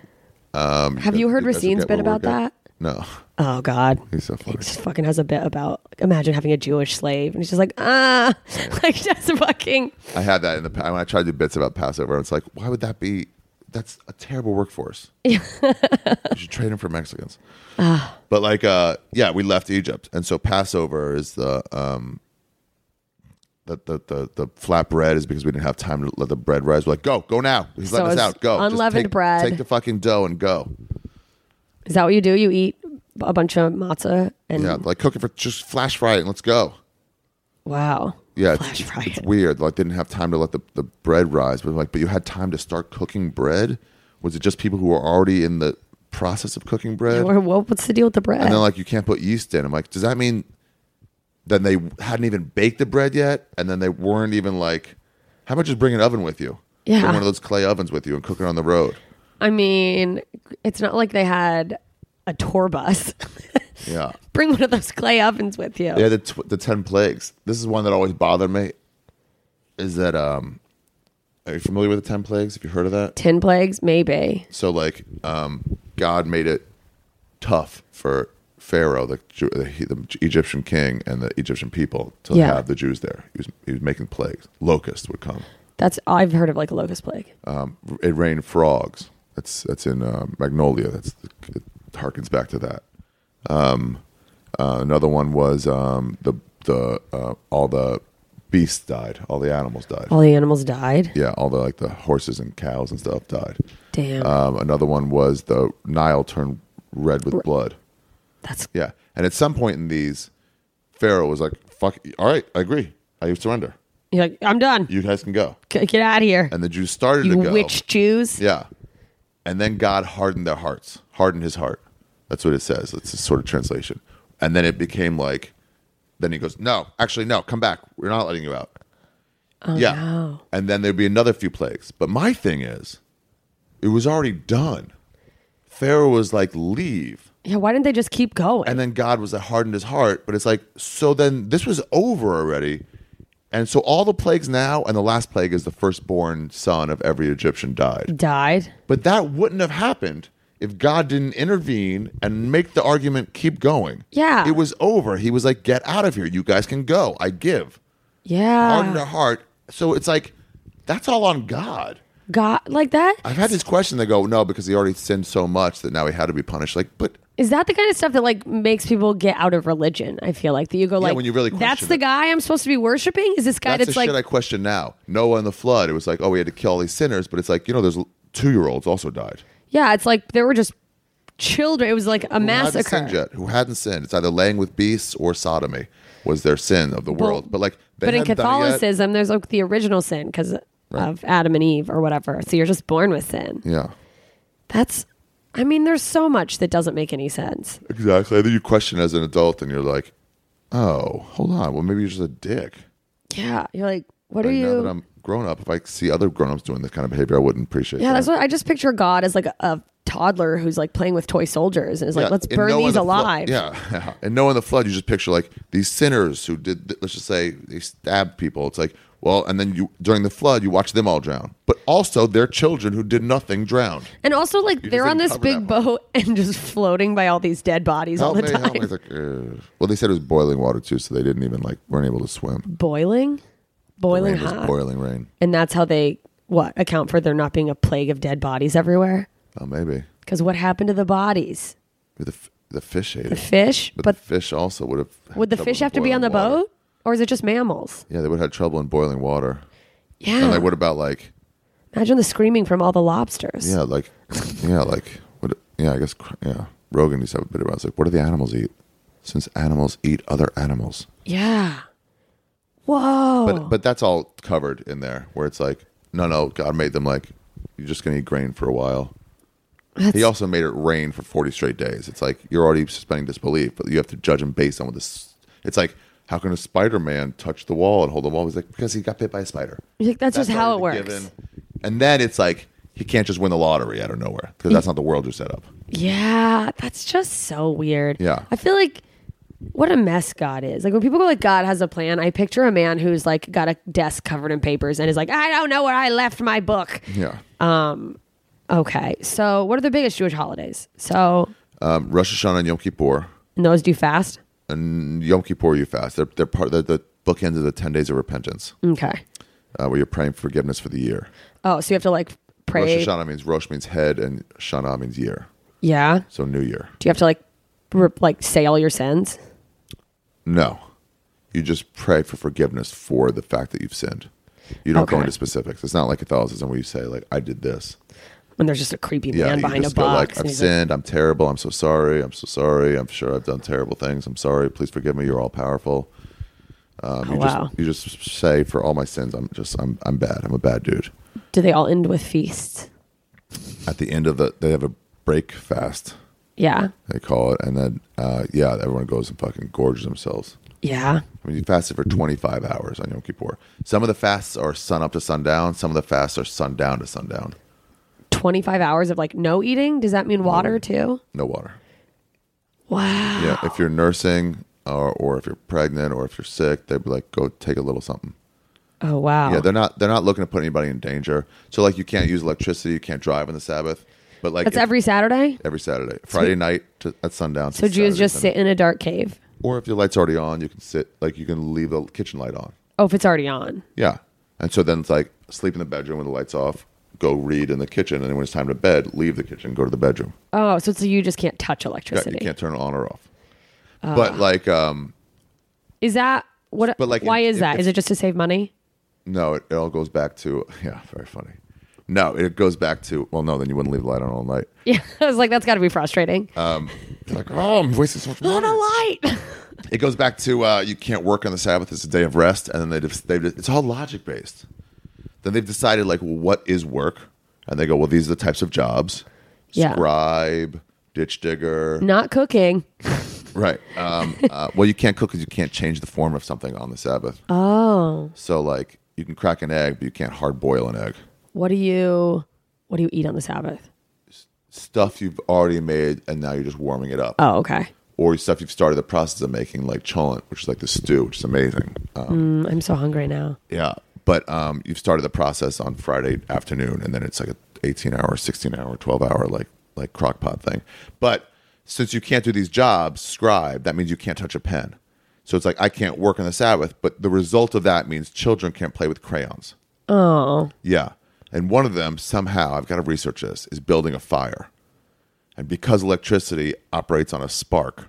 um, Have you heard guys Racine's get where bit we're about that? at? No, [laughs] Oh God, he's so funny. he just fucking has a bit about like, imagine having a Jewish slave, and he's just like ah, [laughs] like just fucking. I had that in the past. When I tried to do bits about Passover, it's like, why would that be? That's a terrible [laughs] workforce. you should trade them for Mexicans. Ah. but like, uh, yeah, we left Egypt, and so Passover is the um, the the the, the flat bread is because we didn't have time to let the bread rise. We're like, go, go now. He's So letting us it's out. Go. Just unleavened take- bread. Take the fucking dough and go. Is that what you do? You eat a bunch of matzah and Yeah, like cook it for just flash fry it and let's go. wow, Yeah, it's, flash it's- fry. it's it. weird. Like, didn't have time to let the, the bread rise, but like, but you had time to start cooking bread. Was it just people who were already in the process of cooking bread? Or what, what's the deal with the bread? and then Uh, like, you can't put yeast in. I'm like, does that mean then they hadn't even baked the bread yet, and then they weren't even like, how about just bring an oven with you? Yeah. Bring one of those clay ovens with you and cook it on the road. I mean, it's not like they had a tour bus. [laughs] Yeah, Bring one of those clay ovens with you. yeah. The tw- the ten plagues. This is one that always bothered me. Is that um, are you familiar with the ten plagues? Have you heard of that? Ten plagues, maybe. So like, um, God made it tough for Pharaoh, the, Jew, the, he- the Egyptian king, and the Egyptian people to Yeah. have the Jews there. He was he was making plagues. Locusts would come. That's I've heard of like a locust plague. Um, it rained frogs. That's that's in uh, Magnolia. That's it harkens back to that. Um, uh, another one was um, the the uh, all the beasts died. All the animals died. All the animals died. yeah, all the like the horses and cows and stuff died. Damn, Um, another one was the Nile turned red with blood. that's Yeah. And at some point in these, Pharaoh was like, fuck, all right, I agree. I surrender. you're like I'm done. You guys can go. G- Get out of here, And the Jews started you to go. witch Jews. Yeah. And then God hardened their hearts, hardened his heart. That's what it says. That's a sort of translation. And then it became like, then he goes, no, actually, no, come back. We're not letting you out. yeah. no. And then there'd be another few plagues. But my thing is, it was already done. Pharaoh was like, leave. Yeah, why didn't they just keep going? and then God was that hardened his heart. But it's like, so then this was over already. And so all the plagues now, and the last plague is the firstborn son of every Egyptian died. died. But that wouldn't have happened if God didn't intervene and make the argument keep going. Yeah. It was over. He was like, get out of here. You guys can go. I give. Harden their Yeah, heart. So it's like, that's all on God. God, like that. I've had this question. They go, no, because he already sinned so much that now he had to be punished. Like, but Is that the kind of stuff that like makes people get out of religion? I feel like that you go like, when you really that's question the it. guy I'm supposed to be worshiping. Is this guy That's that's, the like shit I question now. Noah and the flood. It was like, oh, we had to kill all these sinners, but it's like, you know, there's two year olds also died. yeah? It's like there were just children. It was like a Who hadn't massacre. sinned yet? Who hadn't sinned? It's either laying with beasts or sodomy was their sin of the world. But like, they but in hadn't done it yet. Catholicism, there's like the original sin because of Adam and Eve or whatever. So you're just born with sin. yeah, That's, I mean, there's so much that doesn't make any sense. exactly. I think you question as an adult, and you're like, oh, hold on. Well, maybe you're just a dick. Yeah, you're like, what are and now you? that I'm grown up, if I see other grown ups doing this kind of behavior, I wouldn't appreciate. yeah, that. that's what I just picture God as like a, a toddler who's like playing with toy soldiers and is like, Yeah, let's and burn knowing these the flo- alive. yeah, and knowing the flood, you just picture like these sinners who did. th- Let's just say they stabbed people. It's like well, and then you during the flood, you watch them all drown, but also their children who did nothing drowned. And also, like, they're didn't on this cover big that part. boat [laughs] and just floating by all these dead bodies all Help the me, time. help me. It's like, uh, well, they said it was boiling water too, so they didn't even like weren't able to swim. [laughs] Boiling? Boiling rain was hot. boiling rain. And that's how they, what, account for there not being a plague of dead bodies everywhere? Oh, maybe Because what happened to the bodies? the f- the fish ate The it, fish? but, But the fish also would have. had would the trouble fish in have to be on the boiling water. boat? Or is it just mammals? Yeah, they would have had trouble in boiling water. Yeah. And like, what about like Imagine the screaming from all the lobsters. Yeah, like, yeah, like, what, yeah, I guess, cr- yeah. Rogan used to have a bit about it. It's like, what do the animals eat? Since animals eat other animals, Yeah. Whoa. but but that's all covered in there. Where it's like, no, no, God made them like, you're just gonna eat grain for a while. He also made it rain for 40 straight days. It's like you're already suspending disbelief, but you have to judge him based on what this. It's like, how can a Spider-Man touch the wall and hold the wall? He's like, because he got bit by a spider. You're like, that's, just how it already works. the given. And then it's like he can't just win the lottery out of nowhere because that's not the world you're set up. Yeah, that's just so weird. Yeah. I feel like what a mess God is. Like when people go like God has a plan, I picture a man who's like got a desk covered in papers and is like, I don't know where I left my book. Yeah. Okay. So what are the biggest Jewish holidays? So Um, Rosh Hashanah and Yom Kippur. and those do fast? And Yom Kippur, you fast. They're, they're part they're the bookends of the 10 days of repentance Okay. uh, where you're praying forgiveness for the year. Oh, so you have to like pray. Rosh Hashanah means Rosh means head and Shana means year. Yeah. So new year. Do you have to like re- like say all your sins? No. You just pray for forgiveness for the fact that you've sinned. You don't go Okay. into specifics. It's not like Catholicism where you say like I did this. When there's just a creepy Yeah, man you behind a just go box. like and I've he's like, sinned. I'm terrible. I'm so sorry. I'm so sorry. I'm sure I've done terrible things. I'm sorry. Please forgive me. You're all powerful. Um, Oh, you wow. just you just say for all my sins. I'm just I'm I'm bad. I'm a bad dude. do they all end with feasts? At the end of the they have a break fast Yeah. they call it, and then uh, yeah, everyone goes and fucking gorges themselves. Yeah. I mean, you fasted for 25 hours on Yom Kippur. Some of the fasts are sun up to sundown. Some of the fasts are sundown to sundown. 25 hours of like no eating? Does that mean water too? No water. Wow. Yeah, if you're nursing or, or if you're pregnant or if you're sick, they'd be like, go take a little something. Oh wow. Yeah, they're not they're not looking to put anybody in danger. So like you can't use electricity, you can't drive on the Sabbath. But like That's if- every Saturday. every Saturday, Friday night to, at sundown. So Jews just sit sitting. in a dark cave. Or if your light's already on, you can sit like you can leave the kitchen light on. Oh, if it's already on. Yeah, and so then it's like sleep in the bedroom when the lights off. Go read in the kitchen, and then when it's time to bed, leave the kitchen, go to the bedroom. Oh, so it's you just can't touch Yeah, electricity. you can't turn it on or off. Ah. but like, um, Is that what? But, like, why if- is if that? Is it's- it just to save money? [laughs] No, it, it all goes back to [laughs] yeah, very funny. No, it goes back to well, no, then you wouldn't leave the light on all night. Yeah, I was like, that's got to be frustrating. You're like, oh, I'm wasting so much Not money. a light. [laughs] It goes back to uh, you can't work on the Sabbath; it's a day of rest, and then they just they it's all logic based. Then they've decided like well, what is work, and they go, well, these are the types of jobs: Yeah. scribe, ditch digger, Not cooking. right? Um, [laughs] uh, well, you can't cook because you can't change the form of something on the Sabbath. Oh, So like you can crack an egg, but you can't hard boil an egg. what do you? What do you eat on the Sabbath? Stuff you've already made, and now you're just warming it up. Oh, okay. or stuff you've started the process of making, like cholent, which is like the stew, which is amazing. Um, Mm, I'm so hungry now. yeah, but um, you've started the process on Friday afternoon, and then it's like a 18 hour, 16 hour, 12 hour like like crock pot thing. But since you can't do these jobs, scribe, that means you can't touch a pen. So it's like I can't work on the Sabbath, but the result of that means children can't play with crayons. Oh, Yeah. And one of them, somehow, I've got to research this, is building a fire. And because electricity operates on a spark,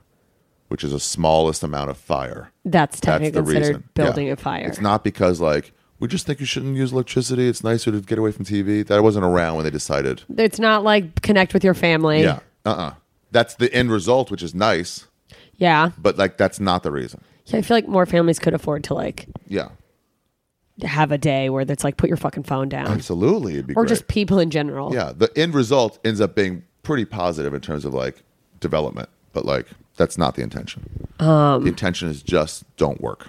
which is the smallest amount of fire, that's that's technically the considered reason. Yeah. building a fire. It's not because, like, we just think you shouldn't use electricity. It's nicer to get away from TV. That wasn't around when they decided. It's not like connect with your family. Yeah. Uh uh That's the end result, which is nice, Yeah. but, like, that's not the reason. Yeah, I feel like more families could afford to like Yeah. have a day where it's like put your fucking phone down, Absolutely. It'd be or great. just people in general. yeah the end result ends up being pretty positive in terms of like development but like that's not the intention Um. the intention is just don't work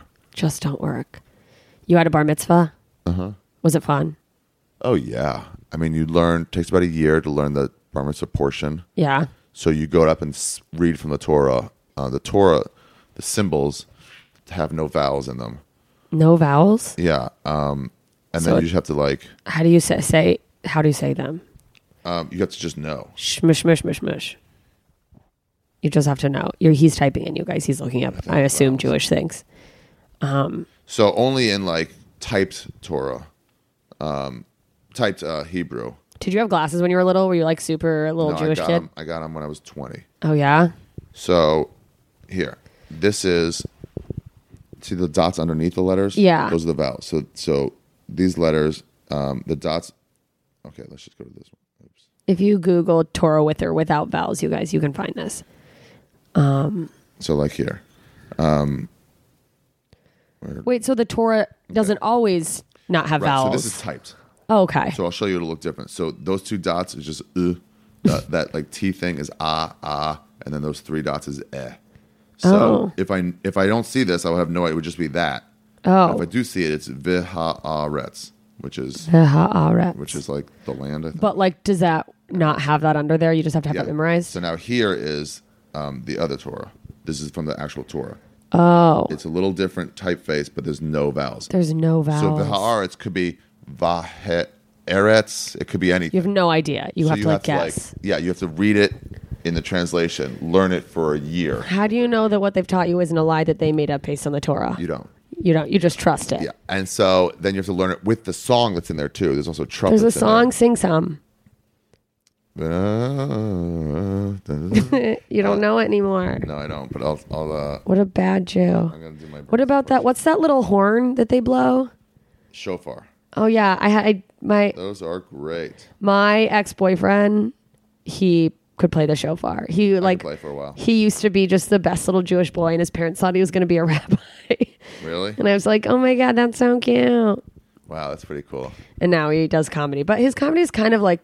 just don't work. You had a bar mitzvah. Uh huh. Uh-huh. Was it fun? oh yeah i mean you learn takes about a year to learn the Parmesan portion. Yeah. So you go up and s- read from the Torah. Uh, the Torah, the symbols have no vowels in them. No vowels. Yeah. Um, and So then it- you just have to like, How do you say, say how do you say them? um, you have to just know. Shmish, mish, mish, mish. You just have to know. You're, he's typing in, you guys. He's looking up, I assume, Jewish things. So only in like typed Torah, um, typed uh, Hebrew. Did you have glasses when you were little? Were you like super little No, Jewish I got kid? 'em- I got them when I was 20. Oh, yeah. So here, this is see the dots underneath the letters. Yeah. those are the vowels. So so these letters, um, the dots. Okay, let's just go to this one. Oops. If you Google Torah with or without vowels, you guys, you can find this. So like here, Wait, so the Torah doesn't always not have right? So vowels. this is typed. oh, okay. So I'll show you it'll look different. So those two dots is just uh, that, that like T thing is ah ah, and then those three dots is eh. So Oh. if I if I don't see this, I would have no. It would just be that. Oh. If I do see it, it's vihaaretz, which is Haaretz. which is like the land. I think. But like, does that not have that under there? You just have to have Yeah. it memorized. So now here is um, the other Torah. This is from the actual Torah. oh, It's a little different typeface, but there's no vowels. there's no so vowels. V'ha'aretz could be Va'heretz. It could be anything. you have no idea. You So have you to like have to, guess. yeah, you have to read it in the translation, learn it for a year. How do you know that what they've taught you isn't a lie that they made up based on the Torah? You don't. You don't. You just trust it. Yeah. And so then you have to learn it with the song that's in there too. There's also trumpets. There's a in song. Sing some. [laughs] there. You don't know it anymore. [laughs] no, I don't. But I'll. I'll uh, What a bad Jew. I'm gonna do my. What about that? What's that little horn that they blow? shofar? Oh yeah, I had my Those are great. my ex boyfriend. He could play the shofar. He like play for a while. He used to be just the best little Jewish boy, and his parents thought he was going to be a [laughs] rabbi. Really? and I was like, oh my god, that's so cute. Wow, that's pretty cool. And now he does comedy, but his comedy is kind of like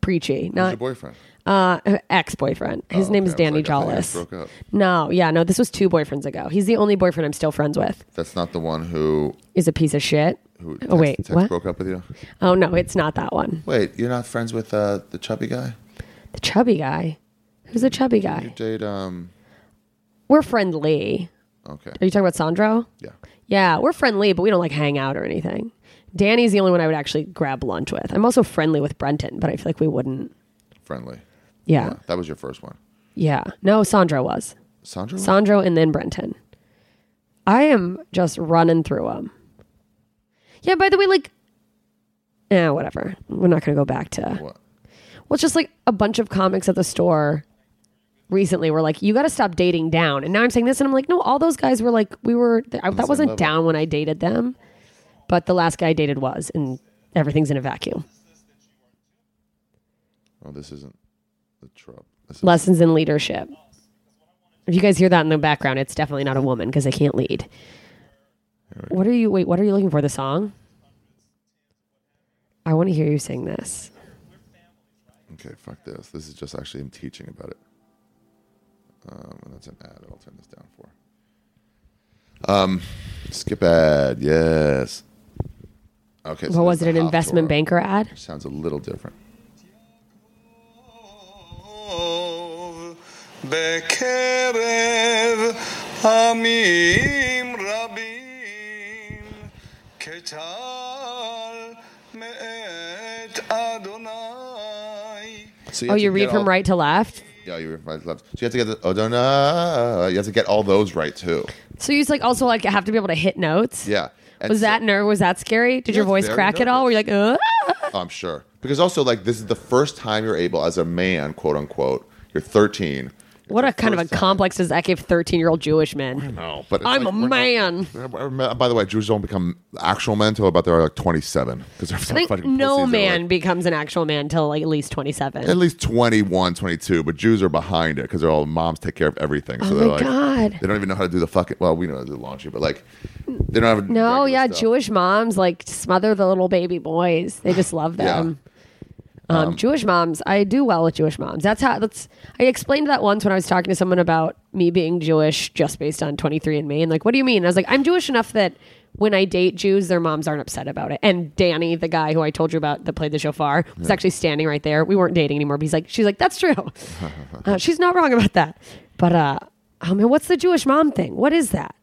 preachy. Who's your Not boyfriend? uh, ex boyfriend. His Oh, name okay. is I Danny was like, I thought you guys Jollis. broke up. No, yeah, no. This was two boyfriends ago. He's the only boyfriend I'm still friends with. That's not the one who Is a piece of shit. who oh wait, text what? broke up with you. Oh no, it's not that one. Wait, you're not friends with uh, the chubby guy? The chubby guy. Who's the chubby You guy? date um We're friendly. okay. Are you talking about Sandro? Yeah. Yeah, we're friendly, but we don't like hang out or anything. Danny's the only one I would actually grab lunch with. I'm also friendly with Brenton, but I feel like we wouldn't. Friendly. Yeah. That was your first one. Yeah. No, Sandro was. Sandra? was- Sandro and then Brenton. I am just running through them. Yeah, by the way, like, eh, whatever. We're not going to go back to. what? Well, it's just like a bunch of comics at the store recently were like, you got to stop dating down. And now I'm saying this, and I'm like, no, all those guys were like, we were, I, that same wasn't level. down when I dated them, but the last guy I dated was, and everything's in a vacuum. Oh, this isn't the Trump. This is, Lessons in leadership. If you guys hear that in the background, it's definitely not a woman because they can't lead. What are you, wait, what are you looking for? The song? I want to hear you sing this. okay, fuck this. This is just actually him teaching about it. Um, and that's an ad. I'll turn this down for. Um, skip ad. Yes. Okay. so What was that's it? An the Hop investment Torah. banker ad? Sounds a little different. טוב בקרב עמים רבים כטל מאת אדוני So Oh, have you to read get from all- right to left? Yeah, you read from right to left. So you have to get the Odona. You have to get all those right too. So you just like also like have to be able to hit notes. Yeah. And was so- that nerve? Was that scary? Did your Yeah, voice very crack at all? Were you like, uh? Oh, I'm sure. Because also, like, this is the first time you're able, as a man, quote unquote, you're 13. What a kind of a first time. complex does that give thirteen-year-old Jewish men? No, but it's I'm like, a we're not- man. we're- we're- by the way, Jews don't become actual men until about they're like 27. Because they're I so think fucking no pussies. They're, man like, becomes an actual man until like at least twenty-seven. at least 21, 22, but Jews are behind it because they're all moms take care of everything. So Oh they're my like, God. they don't even know how to do the fucking. Well, we know how to do the laundry, but like, they don't have. no, regular yeah, stuff. Jewish moms like smother the little baby boys. They just love Yeah. them. Um, Jewish moms, I do well with Jewish moms. That's how. That's I explained that once when I was talking to someone about me being Jewish just based on 23andMe, and like, what do you mean? I was like, I'm Jewish enough that when I date Jews, their moms aren't upset about it. And Danny, the guy who I told you about that played the shofar, was actually standing right there. We weren't dating anymore, but he's like, she's like, that's [laughs] true. Uh, she's not wrong about that. But uh, oh man, what's the Jewish mom thing? What is that?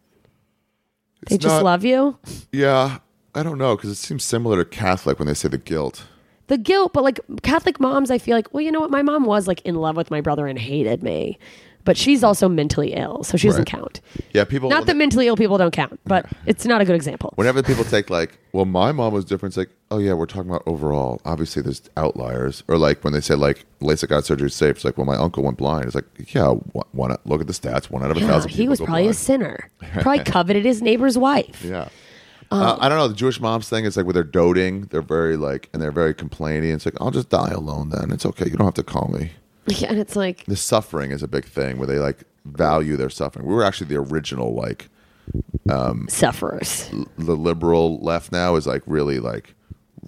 They It's just not- love you. Yeah, I don't know because it seems similar to Catholic when they say the guilt. the guilt, but like Catholic moms, I feel like, well, you know what? My mom was like in love with my brother and hated me, but she's also mentally ill, so she doesn't Right. count. Yeah, people. Not that when they- mentally ill people don't count, but it's not a good example. whenever people take like, well, my mom was different. It's like, oh yeah, we're talking about overall. Obviously, there's outliers. Or like when they say like LASIK eye surgery is safe. It's like, well, my uncle went blind. It's like, yeah, one, one look at the stats. One out of a Yeah, thousand. Ah, he people was go probably a blind. sinner. [laughs] Probably coveted his neighbor's wife. Yeah. Um, Uh, I don't know. The Jewish moms thing is like where they're doting. They're very like, and they're very complaining. It's like, I'll just die alone then. It's okay. You don't have to call me. Yeah, and it's like, The suffering is a big thing where they like value their suffering. We were actually the original, like, sufferers. the liberal left now is like really, like,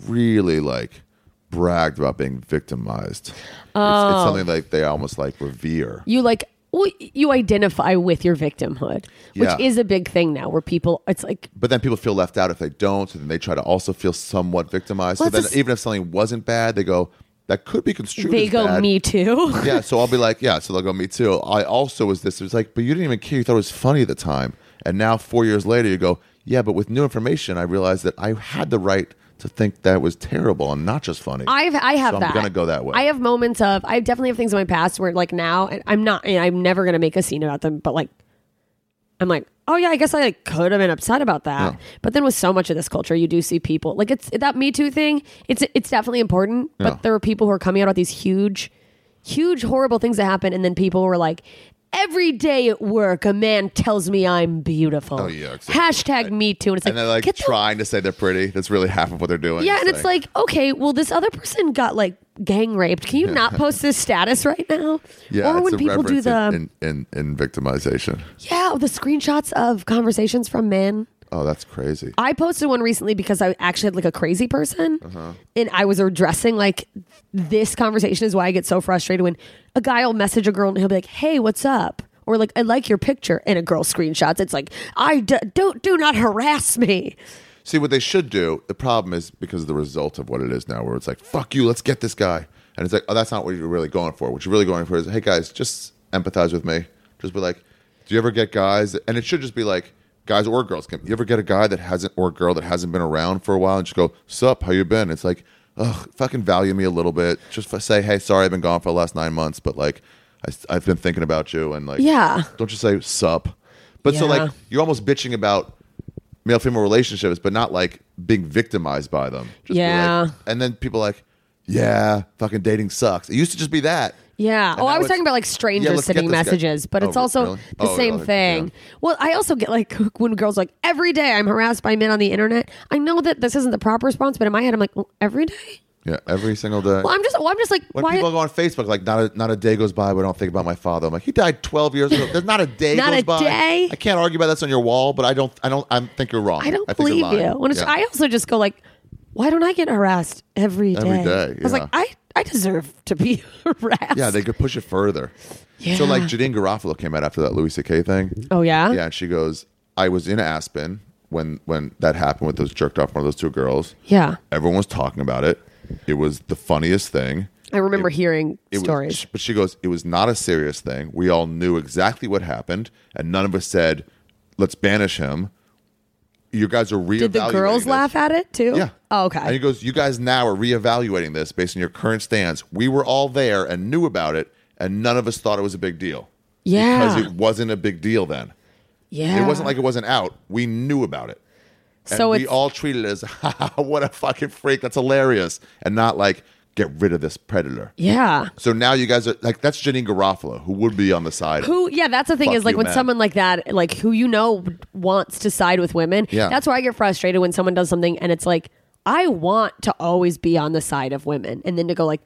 really like bragged about being victimized. Oh. It's, it's something like they almost like revere. You like, well, you identify with your victimhood, which Yeah. is a big thing now where people, it's like, But then people feel left out if they don't, and then they try to also feel somewhat victimized. Well, so then, it's a s- even if something wasn't bad, they go, that could be construed they as go, bad. me too. yeah, so I'll be like, yeah, so they'll go, me too. I also was this. It's like, but you didn't even care. You thought it was funny at the time. And now, four years later, you go, yeah, but with new information, I realized that I had the right to think that was terrible and not just funny. I've I have So I'm that. gonna go that way. I have moments of I definitely have things in my past where like now and I'm not and I'm never gonna make a scene about them, but like I'm like, oh yeah, I guess I like could have been upset about that. Yeah. But then with so much of this culture, you do see people like it's that Me Too thing. It's it's definitely important, Yeah. but there were people who are coming out about these huge, huge horrible things that happen, and then people were like. Every day at work, a man tells me I'm beautiful. Oh, yeah, exactly. Hashtag me too. And it's and they're like get the trying to say they're pretty. That's really half of what they're doing. yeah, and it's like, okay, well, this other person got like gang raped. Can you [laughs] not post this status right now? yeah, or it's when a people do reference the in, in, in, in victimization. yeah, the screenshots of conversations from men. Oh, that's crazy. I posted one recently because I actually had like a crazy person, Uh-huh. and I was addressing like this conversation is why I get so frustrated when a guy will message a girl and he'll be like, "Hey, what's up?" or like, "I like your picture," and a girl screenshots. It's like, "I d- don't do not harass me." See what they should do. The problem is because of the result of what it is now, where it's like "fuck you," let's get this guy, and it's like, oh, that's not what you're really going for. What you're really going for is, hey guys, just empathize with me. Just be like, do you ever get guys? And it should just be like guys or girls. Can you ever get a guy that hasn't or a girl that hasn't been around for a while and just go, sup, how you been? It's like, ugh, fucking value me a little bit. Just f- say, hey, sorry, I've been gone for the last nine months, but like, I, have been thinking about you, and like, Yeah. don't just say sup. But so Yeah. like, you're almost bitching about male female relationships, but not like being victimized by them. Just be Yeah. Like, and then people like, yeah, fucking dating sucks. It used to just be that. Yeah. And oh, now I was it's- talking about like strangers Yeah, let's get sending this guy. messages, but Oh, it's also really? the Oh, same really? thing. Yeah. Well, I also get like [laughs] when girls are like every day I'm harassed by men on the internet. I know that this isn't the proper response, but in my head I'm like well, every day. Yeah, every single day. Well, I'm just well, I'm just like when why people go on Facebook, like not a, not a day goes by where I don't think about my father. I'm like, he died 12 years ago. There's not a day. Not goes a by. day? I can't argue about that's on your wall, but I don't. I don't. I think you're wrong. I don't think you're believe you. lying. When it's Yeah. I also just go like why don't I get harassed every day? Every day, I was yeah. like I I deserve to be [laughs] harassed. Yeah, they could push it further. So like Janine Garofalo came out after that Louis C.K. thing. Oh yeah? Yeah, and she goes, I was in Aspen when when that happened with those jerked off one of those two girls. Yeah. Everyone was talking about it. It was the funniest thing. I remember hearing It was- stories. sh- but she goes, it was not a serious thing. We all knew exactly what happened, and none of us said, let's banish him. You guys are reevaluating. Did the girls this. laugh at it too? Yeah. Oh, And he okay. goes, you guys now are reevaluating this based on your current stance. We were all there and knew about it, and none of us thought it was a big deal. Yeah. Because it wasn't a big deal then. yeah. It wasn't like it wasn't out. We knew about it. And So we it's- all treated it as, [laughs] "Ha, ha, ha, what a fucking freak. That's hilarious. And not like, get rid of this predator. Yeah. So now you guys are like, that's Janine Garofalo, who would be on the side. who yeah that's the thing Fuck is like you, when man. someone like that like who you know wants to side with women Yeah. that's where i get frustrated when someone does something and it's like i want to always be on the side of women and then to go like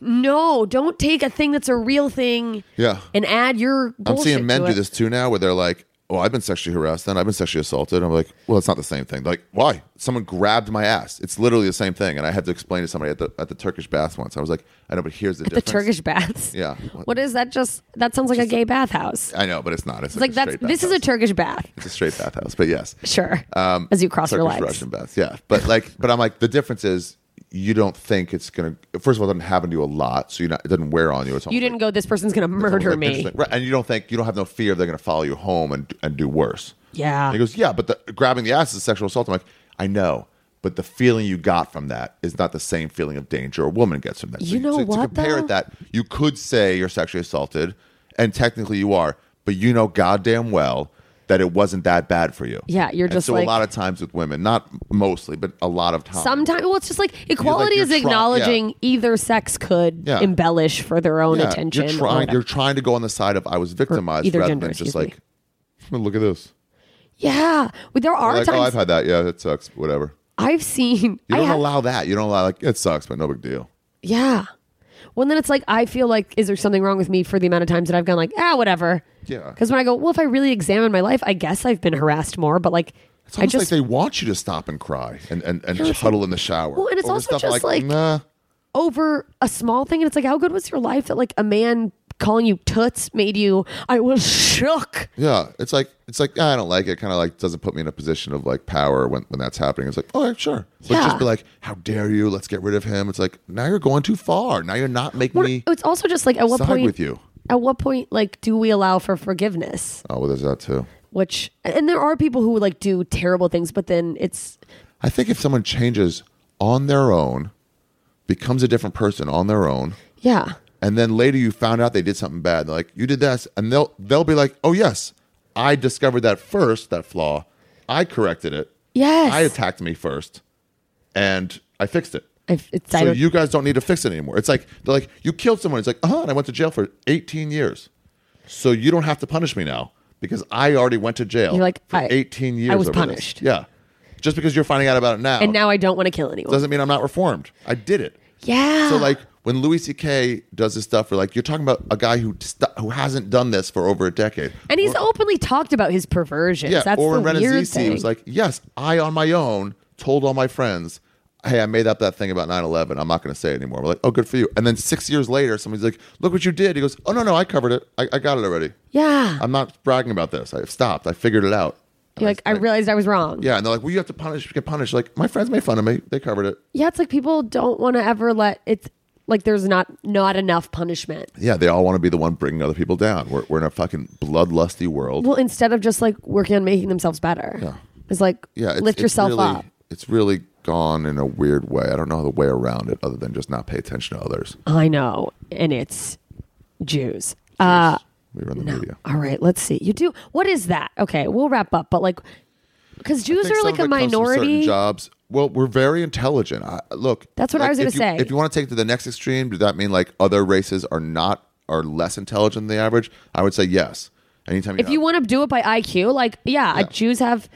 no don't take a thing that's a real thing Yeah. and add your I'm bullshit seeing men to do it. this too now where they're like, well, I've been sexually harassed then. I've been sexually assaulted. I'm like, well, it's not the same thing. Like, why? Someone grabbed my ass. It's literally the same thing. And I had to explain to somebody at the, at the Turkish bath once. I was like, I know, but here's the the difference. Turkish baths. Yeah. What is that? Just that sounds like a gay bathhouse. I know, but it's not. It's, It's like a that's straight this is a bathhouse. Turkish bath. It's a straight bathhouse, but yes. Sure. As you cross your Turkish legs. Russian baths. Yeah, but like, but I'm like, the difference is you don't think it's gonna. First of all, it doesn't happen to you a lot, so you not it doesn't wear on you. It's You almost didn't like- go. This person's gonna it's almost murder like me. interesting. right? And you don't think you don't have no fear they're gonna follow you home and and do worse. Yeah. And he goes, yeah, but the, grabbing the ass is sexual assault. I'm like, I know. But the feeling you got from that is not the same feeling of danger a woman gets from that. You know to, what, To compare though? it that, you could say you're sexually assaulted, and technically you are, but you know goddamn well that it wasn't that bad for you. Yeah, you're And just so like- a lot of times with women, not mostly, but a lot of times. Sometimes, well, it's just like equality you're is tra- acknowledging either sex could Yeah. embellish for their own Yeah, attention. You're or trying, whatever. you're trying to go on the side of I was victimized either rather gender, than just excuse me. like, "Hmm, look at this. yeah, well, there are Like, oh, I've times had that. Yeah, that sucks. Whatever. I've, seen. You I don't have- allow that. You don't allow like it sucks, but no big deal. yeah. Well, then it's like I feel like is there something wrong with me for the amount of times that I've gone like ah whatever. Yeah. Because when I go, well, if I really examine my life, I guess I've been harassed more. But like, It's I almost just like they want you to stop and cry and and, and Yeah, it's huddle in the shower. Well, and it's over also stuff just like- nah. over a small thing, and it's like how good was your life that like a man calling you toots made you I was shook. Yeah, it's like it's like "Ah, I don't like it. Kind of like doesn't put me in a position of like power when, when that's happening. It's like, oh sure, but Yeah. just be like, how dare you? Let's get rid of him. It's like now you're going too far. Now you're not making Well, me it's also just like at what side point with you. At what point like do we allow for forgiveness? Oh well, there's that too. Which and there are people who like do terrible things, but then it's I think if someone changes on their own, becomes a different person on their own, yeah. and then later you found out they did something bad. They're like, you did this, and they'll they'll be like, oh yes, I discovered that first, that flaw. I corrected it. Yes. I attacked me first, and I fixed it. I, it's, I so don't- you guys don't need to fix it anymore. It's like they're like, you killed someone. It's like, uh huh, and I went to jail for 18 years. So you don't have to punish me now because I already went to jail You're like, for I- 18 years. I was over this." punished. Yeah. Just because you're finding out about it now. and now I don't want to kill anyone. doesn't mean I'm not reformed. I did it. Yeah. So like when Louis C.K. does this stuff, we're like, you're talking about a guy who st- who hasn't done this for over a decade. and he's openly talked about his perversions. yeah, That's or the when Ren weird Azizi thing. was like, yes, I on my own told all my friends, hey, I made up that thing about 9/11. I'm not going to say it anymore. We're like, oh, good for you. And then six years later, somebody's like, look what you did. He goes, oh no no, I covered it. I, I got it already. yeah. I'm not bragging about this. I've stopped. I figured it out. You're like, I realized I was wrong. Yeah, and they're like, well, you have to punish, get punished. Like my friends made fun of me. They covered it. Yeah, it's like people don't want to ever let it's like there's not not enough punishment. Yeah, they all want to be the one bringing other people down. We're, we're in a fucking bloodlusty world. Well, instead of just like working on making themselves better. Yeah. It's like yeah, it's, lift it's yourself really, up. It's really gone in a weird way. I don't know the way around it other than just not pay attention to others. I know. And it's Jews. Uh We run the no. media. All right, let's see. You do what is that? Okay, we'll wrap up, but like because Jews think are some like of a it comes from certain minority. jobs. Well, we're very intelligent. I, look, That's what I like, was gonna if you- say. If you want to take it to the next extreme, does that mean like other races are not are less intelligent than the average? I would say yes. Anytime If you want to do it by IQ, like yeah, Jews have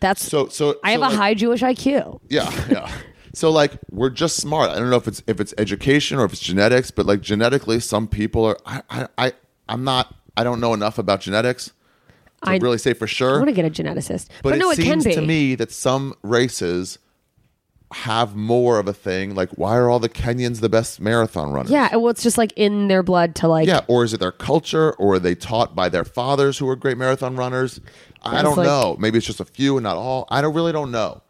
that's so so I have so, a like- high Jewish IQ. Yeah, [laughs] yeah. So like we're just smart. I don't know if it's if it's education or if it's genetics, but like genetically, some people are. I I, I I'm not. I don't know enough about genetics to I- really say for sure. I want to get a geneticist. but no, it can seems be. to me that some races have more of a thing. Like, why are all the Kenyans the best marathon runners? yeah, well it's just like in their blood to like Yeah, or is it their culture, or are they taught by their fathers who were great marathon runners? I That's don't like- know. Maybe it's just a few and not all. I don't really don't know,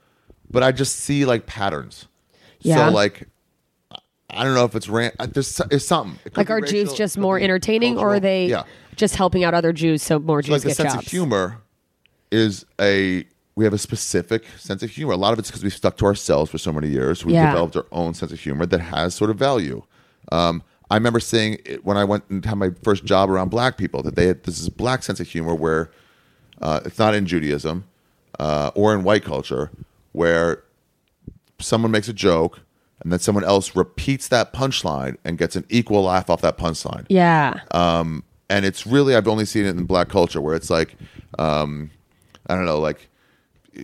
but I just see like patterns. Yeah. So like, I- I don't know if it's ran. uh, There's so- it's something. It could Like be are racial, Jews it just could more be entertaining, or are cultural. they Yeah, just helping out other Jews so more like Jews the get sense jobs? of humor is a. We have a specific sense of humor. A lot of it's because we've stuck to ourselves for so many years. We've Yeah. developed our own sense of humor that has sort of value. Um, I remember seeing it when I went and had my first job around black people that they had this is black sense of humor where uh, it's not in Judaism uh, or in white culture where someone makes a joke and then someone else repeats that punchline and gets an equal laugh off that punchline. Yeah. Um, and it's really I've only seen it in black culture where it's like, um, I don't know, like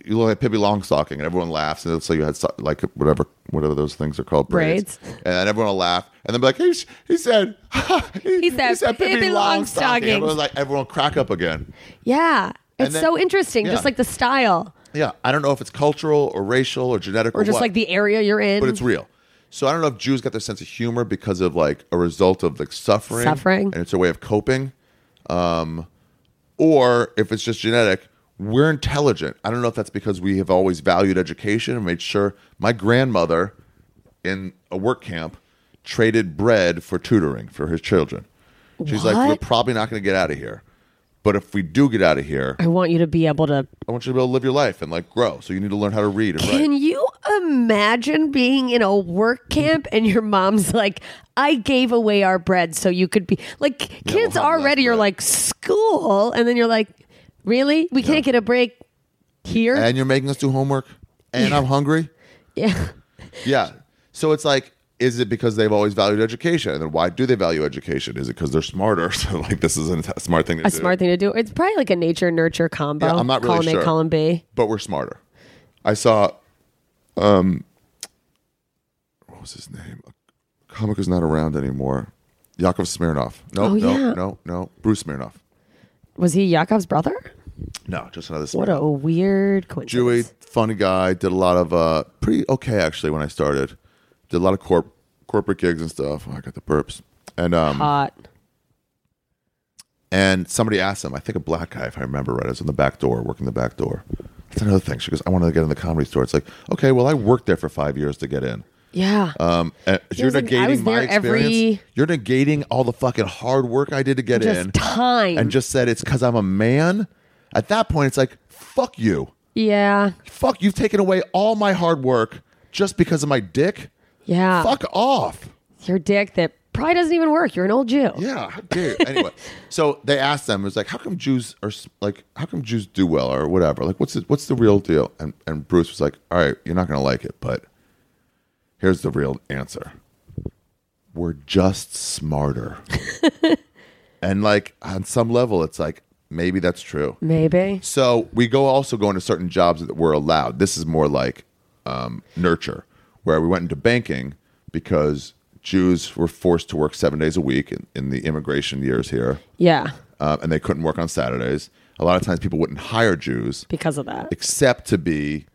you look at Pippi Longstocking and everyone laughs, and so you had so- like whatever whatever those things are called braids, Braids. and everyone will laugh, and then be like, he, sh- he said, [laughs] he, said Pippi Longstocking. Everyone's like everyone will crack up again. yeah. It's then- so interesting, yeah. just like the style Yeah, I don't know if it's cultural or racial or genetic or just what, like the area you're in. but it's real. So I don't know if Jews got their sense of humor because of like a result of like suffering, Suffering. and it's a way of coping, um, or if it's just genetic. We're intelligent. I don't know if that's because we have always valued education and made sure. My grandmother, in a work camp, traded bread for tutoring for her children. She's like, What? we're probably not going to get out of here, but if we do get out of here, I want you to be able to. I want you to be able to live your life and like grow. So you need to learn how to read and write. Can you imagine being in a work camp and your mom's like, I gave away our bread so you could be like, kids have already less are bread. like school. And then you're like, really? We can't get a break here? and you're making us do homework and I'm hungry. yeah. Yeah. So it's like, is it because they've always valued education? And then why do they value education? Is it because they're smarter? [laughs] So like, this isn't a smart thing to A do. smart thing to do. It's probably like a nature nurture combo. Yeah, I'm not really column sure. A, column B. but we're smarter. I saw, um, what was his name? A comic who's not around anymore. Yakov Smirnov. No, Oh, no, yeah. no, no. Bruce Smirnov. Was he Yaakov's brother? No, just another Smirnov. What a weird coincidence. Jewy, funny guy. Did a lot of uh, pretty okay actually when I started. Did a lot of corp corporate gigs and stuff. Oh, I got the burps. And um Hot. and somebody asked him. I think a black guy, if I remember right, it was in the back door working the back door. That's another thing. She goes, I wanted to get in the comedy store. It's like, okay, well, I worked there for five years to get in. Yeah. Um, and you're was like, negating I was my there every- experience. You're negating all the fucking hard work I did to get Just in, time. and just said it's because I'm a man. At that point, it's like, fuck you. yeah. fuck, you've taken away all my hard work just because of my dick. Yeah. Fuck off. Your dick that probably doesn't even work. You're an old Jew. Yeah. How dare you. Anyway, so they asked them. It was like, how come Jews are s- like, how come Jews do well or whatever? Like, what's the, what's the real deal? And and Bruce was like, all right, you're not gonna like it, but here's the real answer. We're just smarter. and like on some level, it's like maybe that's true. Maybe. So we go also go into certain jobs that were allowed. This is more like um, nurture, where we went into banking because Jews were forced to work seven days a week in, in the immigration years here, Yeah. uh, and they couldn't work on Saturdays. A lot of times, people wouldn't hire Jews Because of that. except to be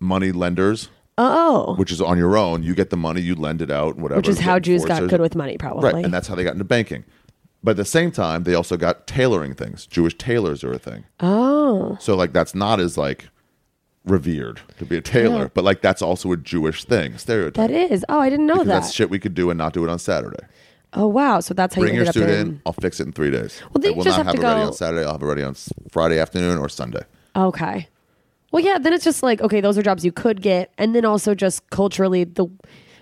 money lenders, Oh. which is on your own. You get the money, you lend it out, whatever. Which is how Certain Jews got forces. good with money, probably. Right, and that's how they got into banking. But at the same time, they also got tailoring things. Jewish tailors are a thing. oh. So like that's not as like revered to be a tailor, but like that's also a Jewish thing, stereotype. That is. Oh, I didn't know Because that. that's shit we could do and not do it on Saturday. oh, wow. So that's how Bring you your ended student up in. I'll fix it in three days. Well, then I you will just not have have, to it ready go- on Saturday. I'll have it ready on s- Friday afternoon or Sunday. in. Okay. Well, yeah, then it's just like, okay, those are jobs you could get. And then also just culturally, the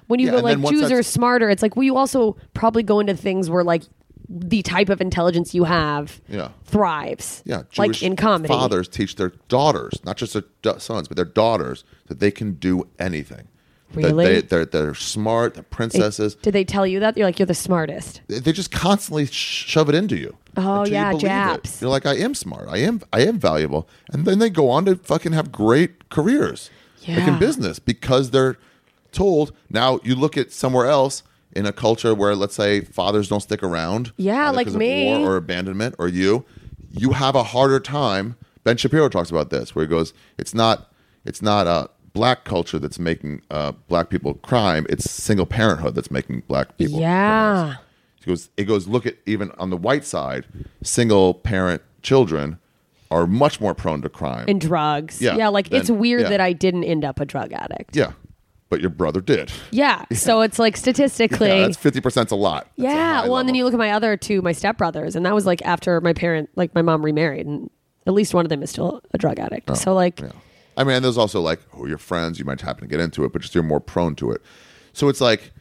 when you Yeah, go and then like once Jews that's- are smarter, it's like, well, you also probably go into things where like the type of intelligence you have Yeah. thrives. Yeah, like in comedy. fathers teach their daughters, not just their da- sons, but their daughters, that they can do anything. That Really? they, they're, they're smart. They're They- princesses. Did they tell you that? You're like, you're the smartest. They, they just constantly shove it into you. Oh, until you yeah, believe it. Japs. You're like, I am smart. I am. I am valuable. And then they go on to fucking have great careers, like in Yeah. business, because they're told. Now you look at somewhere else in a culture where, let's say, fathers don't stick around. Yeah, either like 'cause of me. war or abandonment, or you, you have a harder time. Ben Shapiro talks about this, where he goes, "It's not, it's not a black culture that's making uh, black people crime. It's single parenthood that's making black people." criminals." Yeah. It goes, it goes, look at even on the white side, single parent children are much more prone to crime. And drugs. Yeah, like then- it's weird yeah. that I didn't end up a drug addict. yeah. But your brother did. Yeah. So it's like statistically. [laughs] Yeah, that's 50%'s a lot. That's a Yeah, high well, and then level. you look at my other two, my stepbrothers, and that was like after my parent, like my mom remarried, and at least one of them is still a drug addict. so like, Oh, Yeah. I mean, and there's also like who are your friends. You might happen to get into it, but just you're more prone to it. So it's like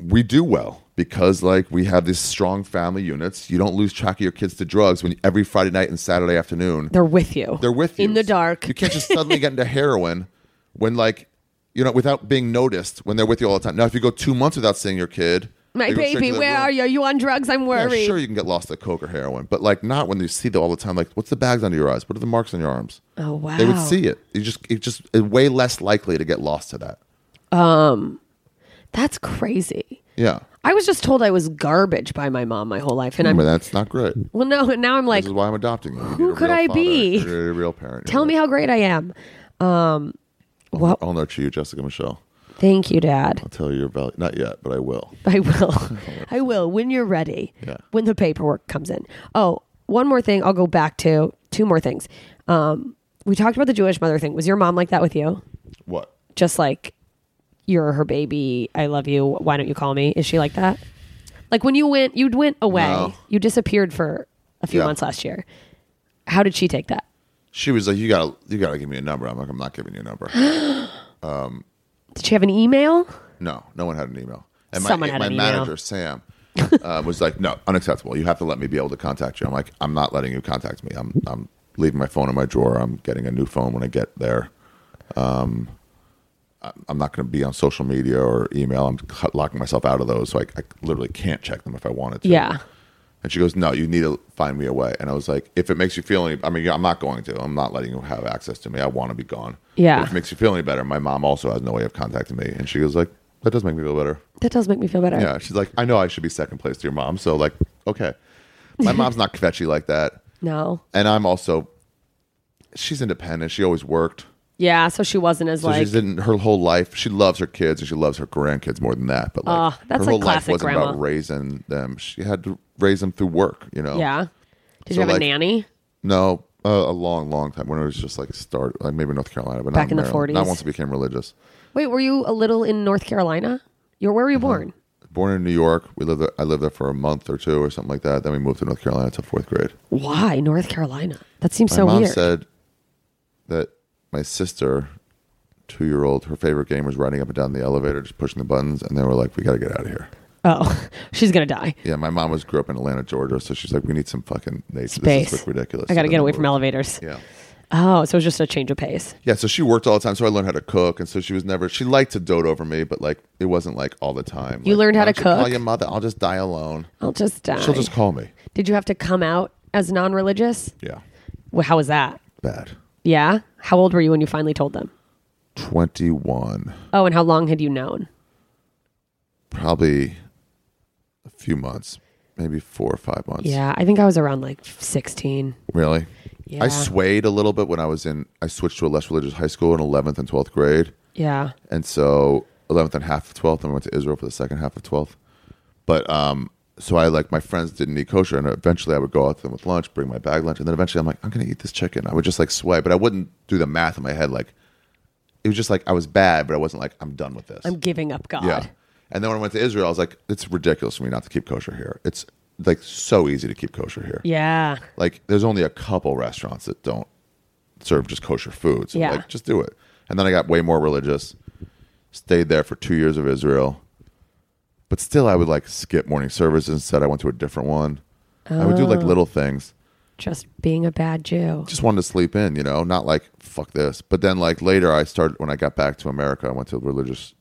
we do well because like we have these strong family units. You don't lose track of your kids to drugs when every Friday night and Saturday afternoon they're with you. they're with you in the dark. You can't just suddenly get into heroin when like you know without being noticed when they're with you all the time. Now, if you go two months without seeing your kid, my they go straight baby, to the where room. are you? Are you on drugs? I'm Yeah, worried. sure, you can get lost at coke or heroin, but like not when you see them all the time. Like, what's the bags under your eyes? What are the marks on your arms? Oh, wow. They would see it. You just it just it's way less likely to get lost to that. Um, That's crazy. Yeah. I was just told I was garbage by my mom my whole life, and I'm But that's not great. well. No, and now I'm like, This is why I'm adopting you. You who need a could real I father. be? You're a real parent. tell me how great I am. Um, well, I'll nurture you, Jessica Michelle. thank you, [laughs] Dad. I'll tell you your value. Not yet, but I will. I [laughs] will. I will when you're ready. Yeah. When the paperwork comes in. Oh, one more thing. I'll go back to two more things. Um, we talked about the Jewish mother thing. Was your mom like that with you? What? Just like you're her baby. I love you. Why don't you call me? Is she like that? Like when you went, you went away. No. You disappeared for a few Yeah. months last year. How did she take that? She was like, you gotta, you gotta give me a number. I'm like, I'm not giving you a number. Did she have an email? No, no one had an email. And Someone my, had my an email. manager, Sam, uh, was like, "No, unacceptable. You have to let me be able to contact you." I'm like, "I'm not letting you contact me. I'm I'm leaving my phone in my drawer. I'm getting a new phone when I get there. Um, I- I'm not going to be on social media or email. I'm cut, locking myself out of those, so I, I literally can't check them if I wanted to." Yeah. And she goes, "No, you need to find me a way." And I was like, "If it makes you feel any, I mean, I'm not going to. I'm not letting you have access to me. I want to be gone. Yeah. But if it makes you feel any better, my mom also has no way of contacting me." And she goes, "Like that does make me feel better. That does make me feel better. Yeah." She's like, "I know I should be second place to your mom, so like, okay." [laughs] My mom's not kvetchy like that, No. and I'm also. She's independent. She always worked. Yeah. So she wasn't as So like. she's in her whole life. She loves her kids and she loves her grandkids more than that. But like, Aw, that's her like whole life classic wasn't about grandma. raising them. She had to raise them through work. You know. yeah. Did So, you have like, a nanny? No, uh, a long, long time when it was just like start, like maybe North Carolina, but Back not in the Maryland. Not 40s. once it became religious. Wait, were you a little in North Carolina? You're where were Uh-huh. you born? Born in New York, we lived. There, I lived there for a month or two or something like that. Then we moved to North Carolina till fourth grade. Why North Carolina? That seems My so mom weird. said that my sister, two year old, her favorite game was riding up and down the elevator, just pushing the buttons, and they were like, "We got to get out of here." oh, [laughs] she's gonna die. Yeah, my mom was grew up in Atlanta, Georgia, so she's like, "We need some fucking nature. Space. This is like, ridiculous." I got to So get then away we from moved. elevators. Yeah. Oh, so it was just a change of pace. Yeah, so she worked all the time, so I learned how to cook, and so she was never. She liked to dote over me, but like it wasn't like all the time. You Like, learned how to "Why don't you Call cook? your mother. I'll just die alone. I'll just die. She'll just call me. Did you have to come out as non-religious? Yeah, Well, how was that? bad. Yeah. How old were you when you finally told them? Twenty one, Oh, and how long had you known? probably a few months, maybe four or five months. Yeah, I think I was around like 16. really. Yeah. I swayed a little bit when I was in. I switched to a less religious high school in eleventh and twelfth grade. Yeah. and so 11th and half of 12th and we went to israel for the second half of 12th but um so i like my friends didn't eat kosher and eventually i would go out to them with lunch bring my bag lunch and then eventually i'm like i'm gonna eat this chicken i would just like sway but i wouldn't do the math in my head like it was just like i was bad but i wasn't like i'm done with this I'm giving up God. yeah and then when i went to israel i was like it's ridiculous for me not to keep kosher here it's like so easy to keep kosher here Yeah. like there's only a couple restaurants that don't serve just kosher food. So Yeah. like just do it. And then I got way more religious. Stayed there for two years of Israel. But still I would like skip morning service instead. I went to a different one. I would do like Oh. little things. Just being a bad Jew. Just wanted to sleep in, you know, not like fuck this. But then like later I started when I got back to America, I went to a religious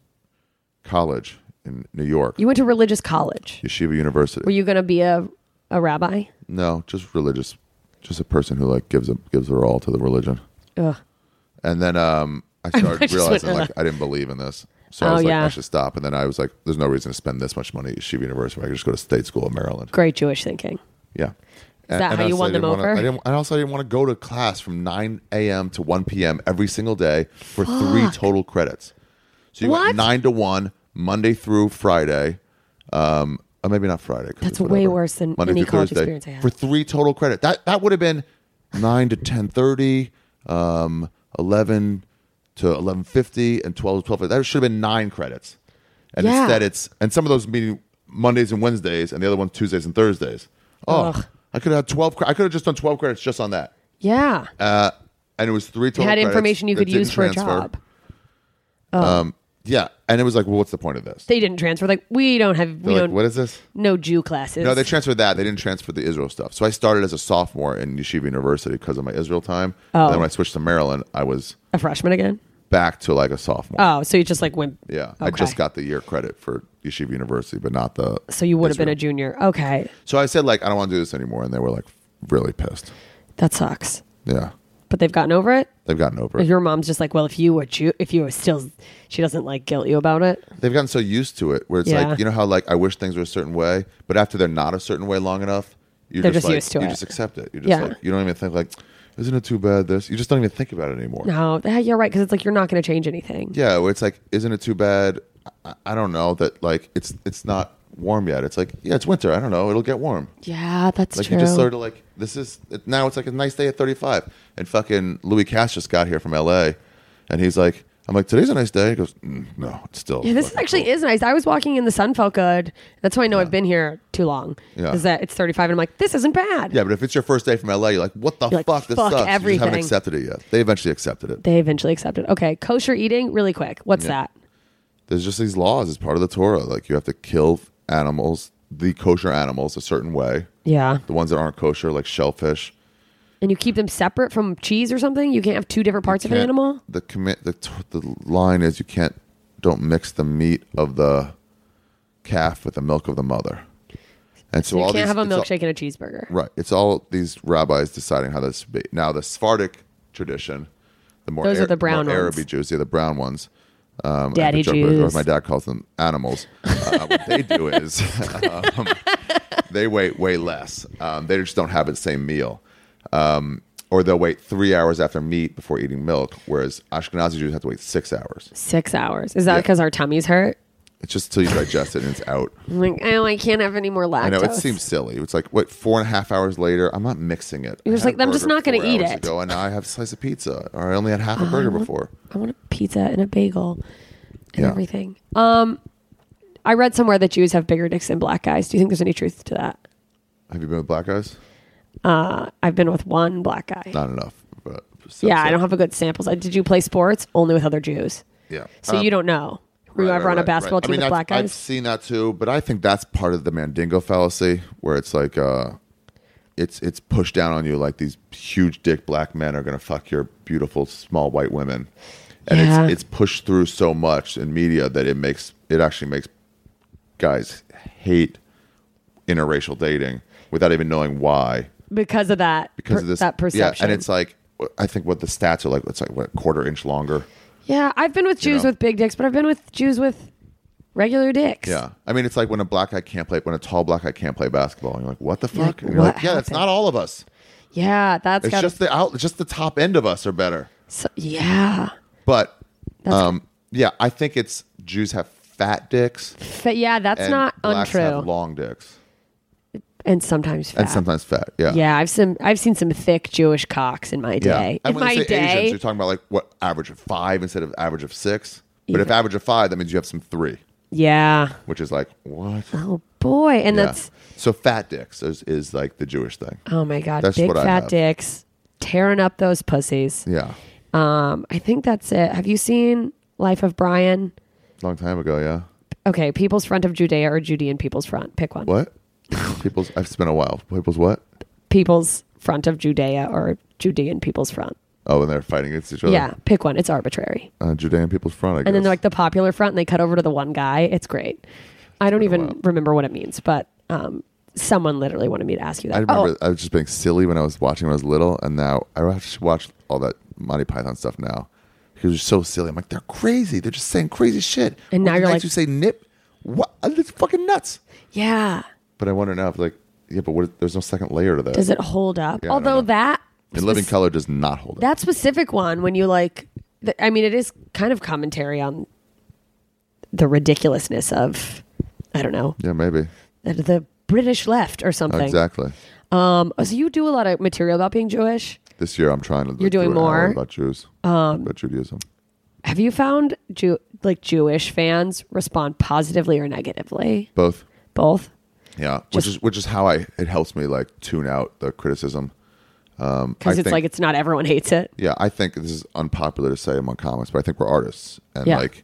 college in New York. You went to religious college. Yeshiva University. Were you going to be a, a rabbi? no, just religious just a person who like gives a gives her all to the religion. Ugh. And then um, [laughs] I started just realizing went, like I didn't believe in this, so I Oh, was like, yeah. I should stop. And then I was like, there's no reason to spend this much money at Yeshiva University. I could just go to state school in Maryland. Great Jewish thinking. Yeah. that how you also, I won them didn't wanna- over? I didn't, and also, I didn't want to go to class from 9 a.m. to 1 p.m. every single day for three total credits. So you What? went 9 to 1, Monday through Friday. Um, or maybe not Friday. 'cause That's it's way whatever. worse than Monday any through college Thursday experience I had. For three total credit. That that would have been 9 to 10.30, um, 11 to 11.50, and 12 to 12. That should have been nine credits. And Yeah. instead it's and some of those meeting Mondays and Wednesdays, and the other ones Tuesdays and Thursdays. Oh, Ugh. I could have had twelve. cre- I could have just done twelve credits just on that, Yeah. uh, and it was three total. had credits information you that could use didn't for a transfer. job. Yeah, and it was like, well, what's the point of this? They didn't transfer. Like we don't have we They're like, don't what is this? no Jew classes. No, they transferred that. They didn't transfer the Israel stuff. So I started as a sophomore in Yeshiva University because of my Israel time. Oh. And then when I switched to Maryland, I was a freshman again. back to like a sophomore. Oh, so you just like went. yeah, I okay. just got the year credit for Yeshiva University, but not the. So you would have been a Israel. junior. Okay, So I said like, I don't want to do this anymore, and they were like, really pissed. that sucks. Yeah. but they've gotten over it. They've gotten over Or it. your mom's just like, well, if you were Jew, if you were still, she doesn't like guilt you about it. They've gotten so used to it where it's Yeah. like, you know how like I wish things were a certain way, but after they're not a certain way long enough, you're They're just, just like used to you it. just accept it. You're just Yeah. like you don't even think like, isn't it too bad this? You just don't even think about it anymore. No, yeah, you're right because it's like you're not going to change anything. Yeah, where it's like, isn't it too bad? I, I don't know that like it's it's not warm yet. It's like yeah, it's winter. I don't know. It'll get warm. Yeah, that's Like true. you just sort of like this is now it's like a nice day at 35. And fucking Louis Cass just got here from LA, and he's like, I'm like today's a nice day. He goes, "Mm, no, it's still. yeah, this fucking actually cold." is nice. I was walking in the sun felt good. That's how I know I've been here too long. Yeah. Is that it's 35 and I'm like, this isn't bad. Yeah, but if it's your first day from LA, you're like, what the You're like, fuck? this fuck sucks. You just haven't everything. accepted it yet. They eventually accepted it. They eventually accepted. Okay, kosher eating, really quick. What's Yeah. that? There's just these laws. It's part of the Torah. Like you have to kill animals, the kosher animals, a certain way. Yeah. The ones that aren't kosher, like shellfish. And you keep them separate from cheese or something? You can't have two different parts of an can't- animal? The commit the t- the line is you can't don't mix the meat of the calf with the milk of the mother. And so, You all can't these, have a it's all- milkshake and a cheeseburger. right. It's all these rabbis deciding how this should be. Now the Sephardic tradition, the more Those are the brown more ones. Araby Jews, yeah, the brown ones. Um, I Daddy joke with- Jews. Or my dad calls them animals. Uh, what they [laughs] do is um, they wait way less. Um, they just don't have the same meal. Um, or they'll wait three hours after meat before eating milk, whereas Ashkenazi Jews have to wait six hours. Six hours. Is that Yeah. because our tummies hurt? It's just till you digest it and [laughs] it's out. I'm like, oh, I can't have any more lactose. I know it seems silly. It's like what four and a half hours later. I'm not mixing it. You're I just had like, a I'm just burger not gonna four eat hours it. Ago, and now I have a slice of pizza, or I only had half a burger before. I want a pizza and a bagel and Yeah. everything. Um, I read somewhere that Jews have bigger dicks than black guys. Do you think there's any truth to that? Have you been with black guys? Uh, I've been with one black guy. Not enough. But yeah, I don't have a good sample. size. Did you play sports only with other Jews? Yeah. So Um, you don't know. Were you right, ever right, on a right, basketball right. I team mean, with I've- black I've guys? seen that too, but I think that's part of the Mandingo fallacy, where it's like, uh, it's it's pushed down on you like these huge dick black men are gonna fuck your beautiful small white women, and Yeah. it's it's pushed through so much in media that it makes it actually makes guys hate interracial dating without even knowing why because of that. because per- of this that perception. Yeah, and it's like I think what the stats are like. It's like what a quarter inch longer. Yeah, I've been with You Jews know? with big dicks, but I've been with Jews with regular dicks. Yeah, I mean, it's like when a black guy can't play, when a tall black guy can't play basketball. And you're like, what the You're fuck? like, And you're what like, yeah, that's happened?" not all of us. yeah, that's It's got just the out, just the top end of us are better. so, yeah, But, That's- um, yeah, I think it's Jews have fat dicks. Fa- yeah, that's and not blacks untrue. Have long dicks and sometimes fat. and sometimes fat. Yeah, yeah, I've some I've seen some thick Jewish cocks in my yeah. day. And in when my you say day, Asians, you're talking about like what average of five instead of average of six. But if average of five, that means you have some three, yeah. which is like what? Oh boy, and that's so fat dicks is, is like the Jewish thing. oh my god, That's big what I fat have. dicks tearing up those pussies. Yeah, Um, I think that's it. Have you seen Life of Brian? long time ago. Yeah. Okay, People's Front of Judea or Judean People's Front? Pick one. What? People's. I've spent a while. People's what? People's Front of Judea or Judean People's Front? Oh, and they're fighting against each other. Yeah, pick one. It's arbitrary. Uh, Judean People's Front. I guess. And then they're like the popular front, and they cut over to the one guy. It's great. I don't even while. remember what it means, but um, someone literally wanted me to ask you that. I remember Oh, I was just being silly when I was watching when I was little, and now I watch watch all that Monty Python stuff now because it's so silly. I'm like, they're crazy. They're just saying crazy shit. And now One of the you're nights like- you say nip. What? Uh, That's fucking nuts. yeah. But I wonder now if like, yeah, but what? There's no second layer to that. Does it hold up? Yeah, I don't Although know. that and Living spec- Color does not hold up. that specific one, when you like, th- I mean, it is kind of commentary on the ridiculousness of, I don't know, Yeah, maybe. the, the British left or something. Exactly. Um, so you do a lot of material about being Jewish. This year I'm trying to. You're do doing an hour more? about Jews. Um, about Judaism. Have you found Jew like Jewish fans respond positively or negatively? Both. Both. Yeah, Just- which is which is how I it helps me like tune out the criticism. Um, I because it's think- like it's not everyone hates it. yeah, I think this is unpopular to say among comics, but I think we're artists, and Yeah. like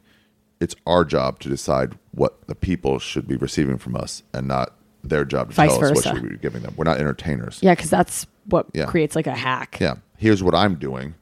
it's our job to decide what the people should be receiving from us, and not their job to Vice tell us versa. what should we be giving them. We're not entertainers. Yeah, because that's what Yeah. creates like a hack. Yeah. Here's what I'm doing.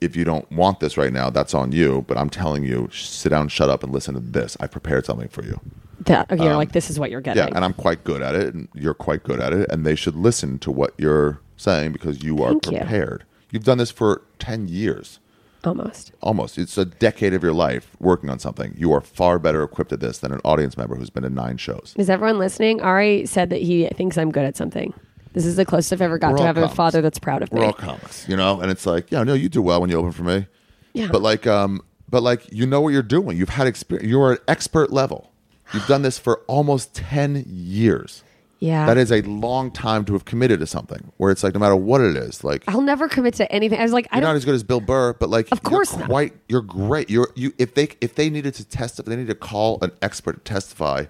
If you don't want this right now, that's on you. But I'm telling you, sh- sit down, shut up, and listen to this. I prepared something for you. That okay, you're like this is what you're getting. Um, Yeah, and I'm quite good at it, and you're quite good at it, and they should listen to what you're saying because you are Thank you. prepared. You've done this for 10 years almost. almost. It's a decade of your life working on something. You are far better equipped at this than an audience member who's been in nine shows. Is everyone listening? Ari said that he thinks I'm good at something. This is the closest I've ever got We're to all having a cops. father that's proud of We're me. all comics, you know? And it's like, yeah, no, you do well when you open for me. Yeah. But like, um, but like, you know what you're doing. You've had experience. You're at expert level. You've done this for almost 10 years. yeah. That is a long time to have committed to something where it's like, no matter what it is, like, I'll never commit to anything. I was like, I you're don't. not as good as Bill Burr, but like, of course you're not. quite, you're great. You're you. If they if they needed to test, if they needed to call an expert to testify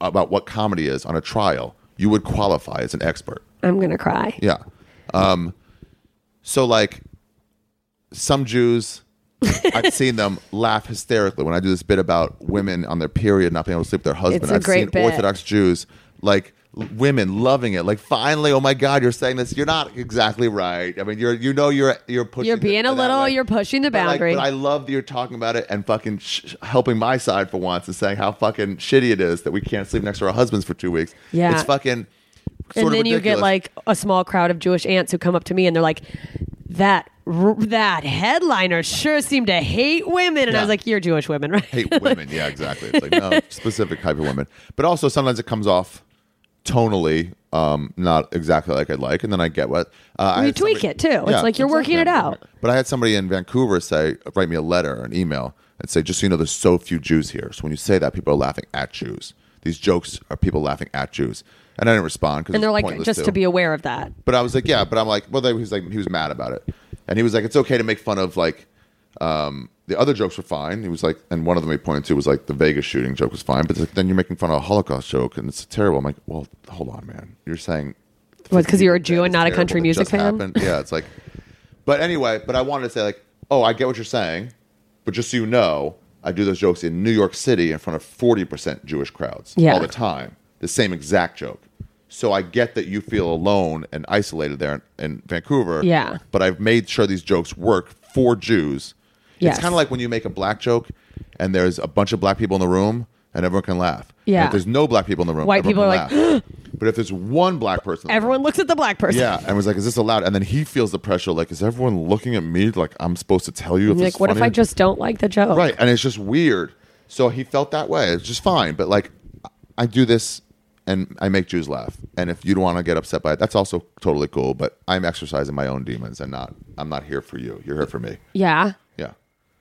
about what comedy is on a trial, you would qualify as an expert. I'm gonna cry. Yeah. Um. So like, some Jews, [laughs] I've seen them laugh hysterically when I do this bit about women on their period not being able to sleep with their husband. It's a I've great seen bit. Orthodox Jews like l- women loving it. Like finally, oh my God, you're saying this. You're not exactly right. I mean, you're you know you're you're pushing. You're being it a that little- way. you're pushing the But, like, boundary. But, I love that you're talking about it and fucking sh- helping my side for once and saying how fucking shitty it is that we can't sleep next to our husbands for two weeks. Yeah. it's fucking. and sort of then you get ridiculous. like a small crowd of Jewish aunts who come up to me and they're like, "That r- that headliner sure seemed to hate women," and I was Yeah. like, [laughs] "You're Jewish women, right?" [laughs] hate women. Yeah, exactly. It's like no specific type of women, but also sometimes it comes off tonally um, not exactly like I'd like, and then I get what uh, I You had tweak it, too. It's like you're working it out. But I had somebody in Vancouver say, write me a letter, an email, and say, just so you know, there's so few Jews here. So when you say that, people are laughing at Jews. These jokes are people laughing at Jews, and I didn't respond because and they're like, "Just to be aware of that." but I was like, yeah, but I'm like, well, they- he was like, he was mad about it, and he was like, it's okay to make fun of like, um, the other jokes were fine. He was like, and one of them he pointed to was like the Vegas shooting joke was fine, but then you're making fun of a Holocaust joke and it's terrible. I'm like, well, hold on, man, you're saying What? Because you're a Jew that and is not a terrible country that music just fan. happened. Yeah, it's like, but anyway, but I wanted to say like, oh, I get what you're saying, but just so you know, I do those jokes in New York City in front of 40% Jewish crowds Yeah. all the time, the same exact joke. So I get that you feel alone and isolated there in, in Vancouver. Yeah. But I've made sure these jokes work for Jews. Yes. It's kind of like when you make a black joke and there's a bunch of black people in the room and everyone can laugh. And Yeah. if there's no black people in the room, White everyone people [gasps] can laugh. but if there's one black person, in the room, Everyone looks at the black person. yeah, and was like, "Is this allowed?" And then he feels the pressure, like, "Is everyone looking at me? Like I'm supposed to tell you?" If Like, it's what if funny?" I just don't like the joke? right? And it's just weird. So he felt that way. It's just fine. But like, I do this, and I make Jews laugh. And if you don't want to get upset by it, that's also totally cool. But I'm exercising my own demons, and not I'm not here for you. You're here for me. Yeah. Yeah.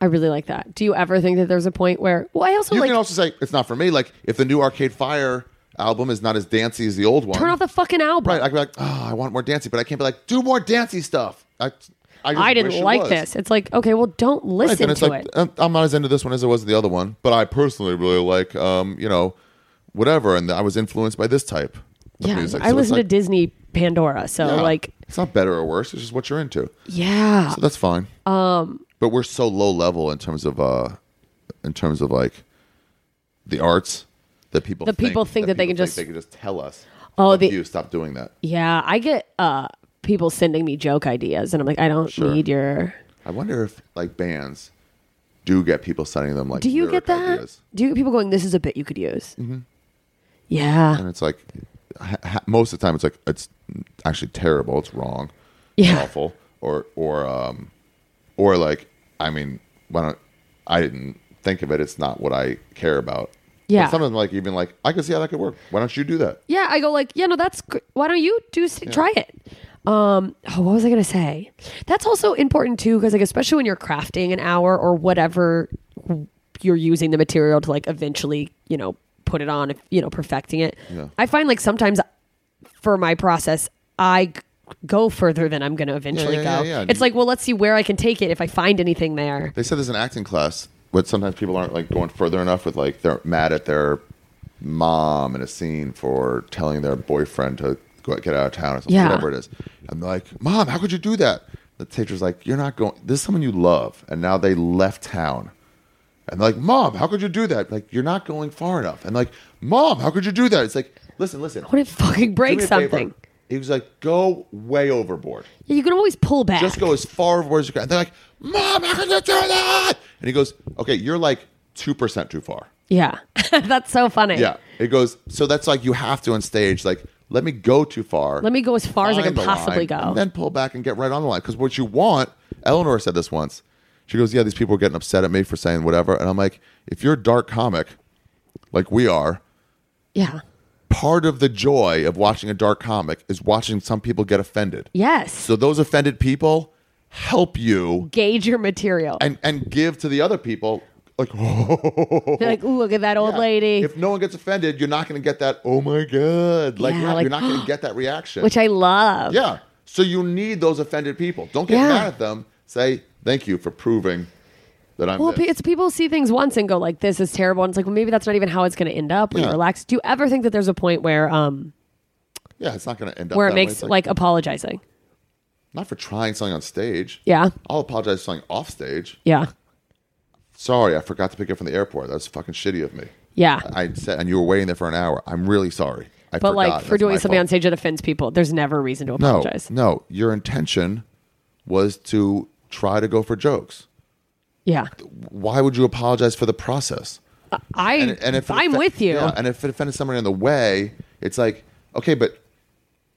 I really like that. Do you ever think that there's a point where? Well, I also You like can also say it's not for me. Like if the new Arcade Fire album is not as dancey as the old one, turn off the fucking album. Right. I could be like, oh, I want more dancey, but I can't be like, do more dancey stuff. I, I, just I didn't wish it like was. this. It's like, okay, well, don't Right, listen then it's to like it. uh, I'm not as into this one as I was the other one, but I personally really like, um, you know, whatever, and I was influenced by this type. Of Yeah, music. I So it's listen like, to Disney Pandora, so yeah, like, it's not better or worse. It's just what you're into. yeah, So that's fine. Um, but we're so low level in terms of, uh, in terms of like, the arts that people The people think that they people can think just- they can just tell us. Oh, "Fuck the- you stop doing that. yeah. I get uh people sending me joke ideas, and I'm like, I don't need your. I wonder if like bands do get people sending them like. Do you get lyric that? Ideas. Do you get people going, "This is a bit you could use"? Mm-hmm. Yeah. And it's like, ha- ha- most of the time, it's like it's actually terrible. It's wrong. Yeah. It's awful. Or or um, or like I mean, why don't I didn't think of it. It's not what I care about. Yeah. But some of them like even like I could see how that could work. Why don't you do that? Yeah, I go like, yeah, no, that's gr- why don't you do s try it? Um, oh, what was I gonna say? That's also important too, because like especially when you're crafting an hour or whatever you're using the material to like eventually, you know, put it on, if you know, perfecting it. I find like sometimes for my process, I g- go further than I'm gonna eventually yeah, yeah, go. yeah. It's like, well, let's see where I can take it if I find anything there. They said there's an acting class, but sometimes people aren't like going further enough with like they're mad at their mom in a scene for telling their boyfriend to go get out of town or something, Yeah. whatever it is. And they're like, Mom, how could you do that? The teacher's like, You're not going this is someone you love and now they left town. And they're like, Mom, how could you do that? Like, you're not going far enough. And like, Mom, how could you do that? It's like, listen, listen. What if fucking do break me a favor." something? He was like, Go way overboard. You can always pull back. Just go as far over as you can. And they're like, Mom, how can you do that? And he goes, Okay, you're like 2% too far. yeah, [laughs] that's so funny. Yeah. It goes, So that's like you have to on stage, like, Let me go too far. Let me go as far as I can find the line, possibly go. And then pull back and get right on the line. Because what you want, Eleanor said this once. She goes, Yeah, these people are getting upset at me for saying whatever. And I'm like, If you're a dark comic, like we are, yeah. part of the joy of watching a dark comic is watching some people get offended. Yes. So those offended people help you Gauge your material. and, and give to the other people, like, [laughs] They're like, ooh, look at that old lady. If no one gets offended, you're not going to get that. Oh my god! Like, Yeah, you're, not- like, you're not [gasps] going to get that reaction. which I love. yeah. So you need those offended people. Don't get Yeah. mad at them. Say thank you for proving that I'm. Well, this." pe- it's people see things once and go like, "This is terrible," and it's like, well, maybe that's not even how it's going to end up when Yeah. you relax. Do you ever think that there's a point where, um, yeah, it's not going to end up where it that way. makes It's like, apologizing? not for trying something on stage. Yeah, I'll apologize for something off stage. yeah, Sorry, I forgot to pick you up from the airport. That was fucking shitty of me. yeah. I said, and you were waiting there for an hour. I'm really sorry. I but forgot. like for That's my doing something fault. on stage that offends people, there's never a reason to No, apologize. no. Your intention was to try to go for jokes. Yeah, Why would you apologize for the process? I And, and if it I'm offe- with you. yeah, and if it offended someone in the way, it's like, okay, but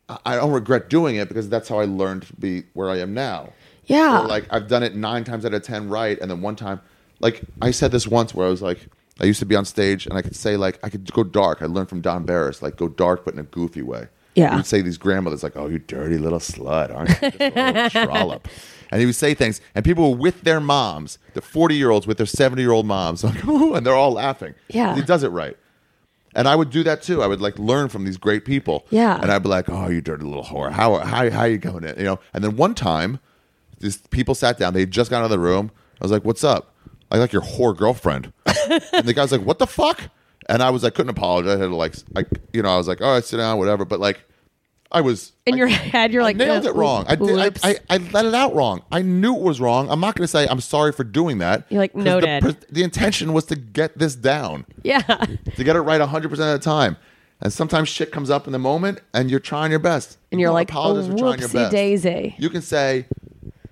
I- I don't regret doing it because that's how I learned to be where I am now. Yeah. Or, like I've done it nine times out of ten right, and then one time, like I said this once where I was like, I used to be on stage and I could say like I could go dark. I learned from Don Barris, like go dark but in a goofy way. Yeah. He would say these grandmothers like, "Oh, you dirty little slut, aren't you?" Just [laughs] a little trollop. And he would say things, and people were with their moms, the forty-year-olds with their seventy-year-old moms, [laughs] like, "Ooh," and they're all laughing. Yeah. he does it right. And I would do that too. I would like learn from these great people. Yeah. And I'd be like, "Oh, you dirty little whore! How how how you going to you know?" And then one time, these people sat down. They had just got out of the room. I was like, "What's up?" I like your whore girlfriend. and the guy's like, "What the fuck?" And I was like, couldn't apologize. I had to like, I you know, I was like, "All right, sit down, whatever." But like, I was in I- your head, you're I like, nailed "Uh, it wrong. I did. oops." I, I, I let it out wrong. I knew it was wrong. I'm not going to say I'm sorry for doing that. You're like, 'Cause noted. The, the intention was to get this down, yeah, to get it right 100 percent of the time. And sometimes shit comes up in the moment, and you're trying your best. and you're Don't like, oh, apologize for trying your whoopsie best. daisy. You can say,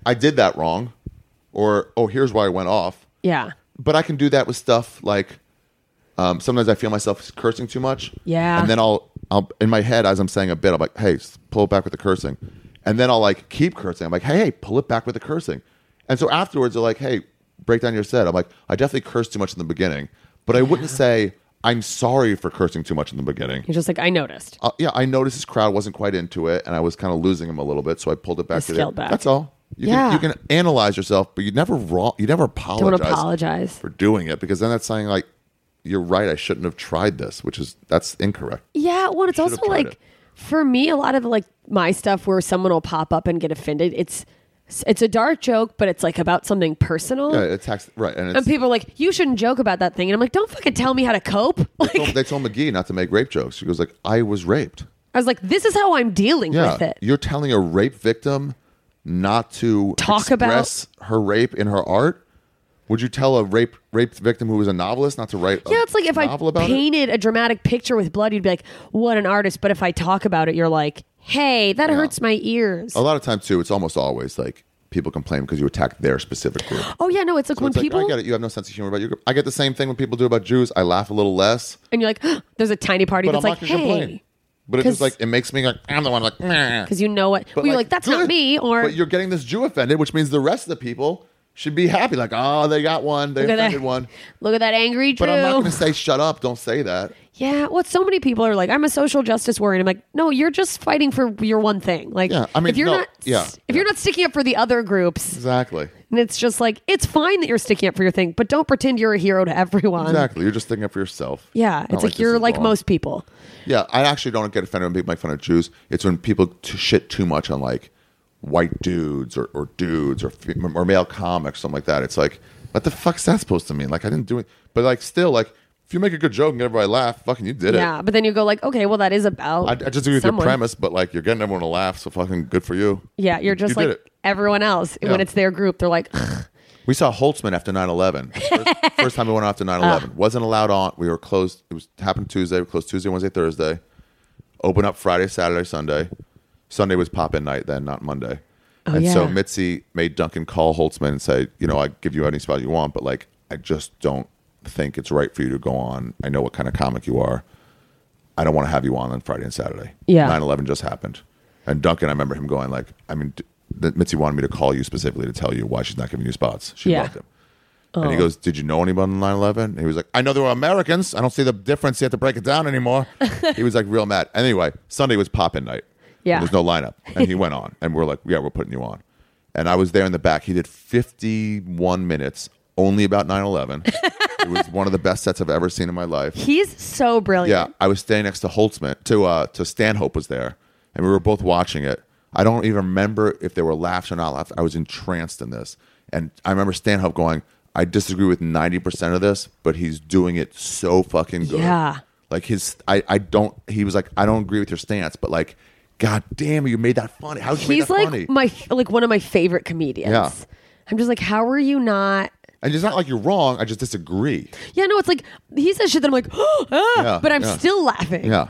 I did that wrong, or oh, here's why I went off. Yeah, But I can do that with stuff like um, sometimes I feel myself cursing too much. Yeah. And then I'll I'll in my head as I'm saying a bit, I'm like, hey, s- pull it back with the cursing. And then I'll like keep cursing. I'm like, hey, hey, pull it back with the cursing. And so afterwards they're like, hey, break down your set. I'm like, I definitely cursed too much in the beginning, but I wouldn't say I'm sorry for cursing too much in the beginning you're just like, I noticed. uh, yeah, I noticed his crowd wasn't quite into it, and I was kind of losing him a little bit, so I pulled it back. to there. scaled back. That's all. You Yeah. can you can analyze yourself, but you never wrong. You never Don't apologize, apologize. for doing it because then that's saying like, you're right. I shouldn't have tried this, which is that's incorrect. Yeah, well, it's Should've also tried like it. for me, a lot of the, like my stuff where someone will pop up and get offended. It's it's a dark joke, but it's like about something personal. Yeah, it tax right, and And it's, people are like, you shouldn't joke about that thing. And I'm like, don't fucking tell me how to cope. [laughs] Like, told- they told McGee not to make rape jokes. She goes like, I was raped. I was like, this is how I'm dealing Yeah, with it. you're telling a rape victim not to Talk about- express her rape in her art. Would you tell a rape raped victim who was a novelist not to write? Yeah, a it's like if I novel about it? painted a dramatic picture with blood, you'd be like, what an artist. But if I talk about it, you're like, hey, that hurts my ears. A lot of times too, it's almost always like people complain because you attack their specific group. Oh, yeah, no, it's like So when it's like, people. I get it. You have no sense of humor about your group. I get the same thing when people do about Jews. I laugh a little less, And you're like, there's a tiny party but that's I'm like, not gonna complain. hey. But it's 'Cause- just like it makes me like I'm the one like because Because you know what? Well, you're like, that's not [laughs] me. Or but you're getting this Jew offended, which means the rest of the people should be happy. Like oh, they got one, they Look at that. offended one. look at that angry Jew. But I'm not going to say shut up. Don't say that. Yeah, well, so many people are like, I'm a social justice warrior. And I'm like, no, you're just fighting for your one thing. Like, Yeah, I mean, if you're no, not, yeah, if you're not sticking up for the other groups, Exactly. and it's just like, it's fine that you're sticking up for your thing, but don't pretend you're a hero to everyone. Exactly. You're just thinking up for yourself. Yeah, Not it's like this you're is like wrong. most people. Yeah, I actually don't get offended when people make fun of Jews. It's when people t- shit too much on like white dudes or, or dudes or fe- or male comics, something like that. It's like, what the fuck's that supposed to mean? Like, I didn't do it. But like, still, like, if you make a good joke and get everybody to laugh, fucking, you did Yeah, it. but then you go like, okay, well, that is about. I, I just agree with someone. your premise, but like, you're getting everyone to laugh, so fucking good for you. Yeah, you're just You did like it. everyone else. When Yeah. it's their group, they're like, "Ugh, We saw Holtzman after [laughs] 9 11. First, first time we went after 9 11. Wasn't allowed on. We were closed. It was happened Tuesday. We closed Tuesday, Wednesday, Thursday. Open up Friday, Saturday, Sunday. Sunday was pop in night then, not Monday. and so Oh, yeah. Mitzi made Duncan call Holtzman and say, you know, I give you any spot you want, but like, I just don't think it's right for you to go on. I know what kind of comic you are. I don't want to have you on on Friday and Saturday. Yeah. 9-11 just happened. And Duncan, I remember him going like, I mean, d- that Mitzi wanted me to call you specifically to tell you why she's not giving you spots. She Yeah. Oh. loved him. And he goes, Did you know anybody on 9 11? And he was like, I know they were Americans. I don't see the difference. You have to break it [laughs] down anymore. he was like, real mad. Anyway, Sunday was pop in night. Yeah. There's no lineup. And he went on. And we're like, Yeah, we're putting you on. And I was there in the back. He did 51 minutes only about [laughs] 9 11. it was one of the best sets I've ever seen in my life. He's so Yeah, brilliant. I was staying next to Holtzman to uh to Stanhope was there, and we were both watching it. I don't even remember if there were laughs or not laughs. I was entranced in this, and I remember Stanhope going, "I disagree with ninety percent of this, but he's doing it so fucking good." Yeah. like his I I don't. He was like, "I don't agree with your stance," but like, god damn, you made that funny. How you make He's that like funny? my like one of my favorite comedians. Yeah. I'm just like, how are you not? and it's not like you're wrong. I just disagree. Yeah, no, it's like he says shit that I'm like, [gasps] ah, Yeah, but I'm yeah. still laughing. Yeah,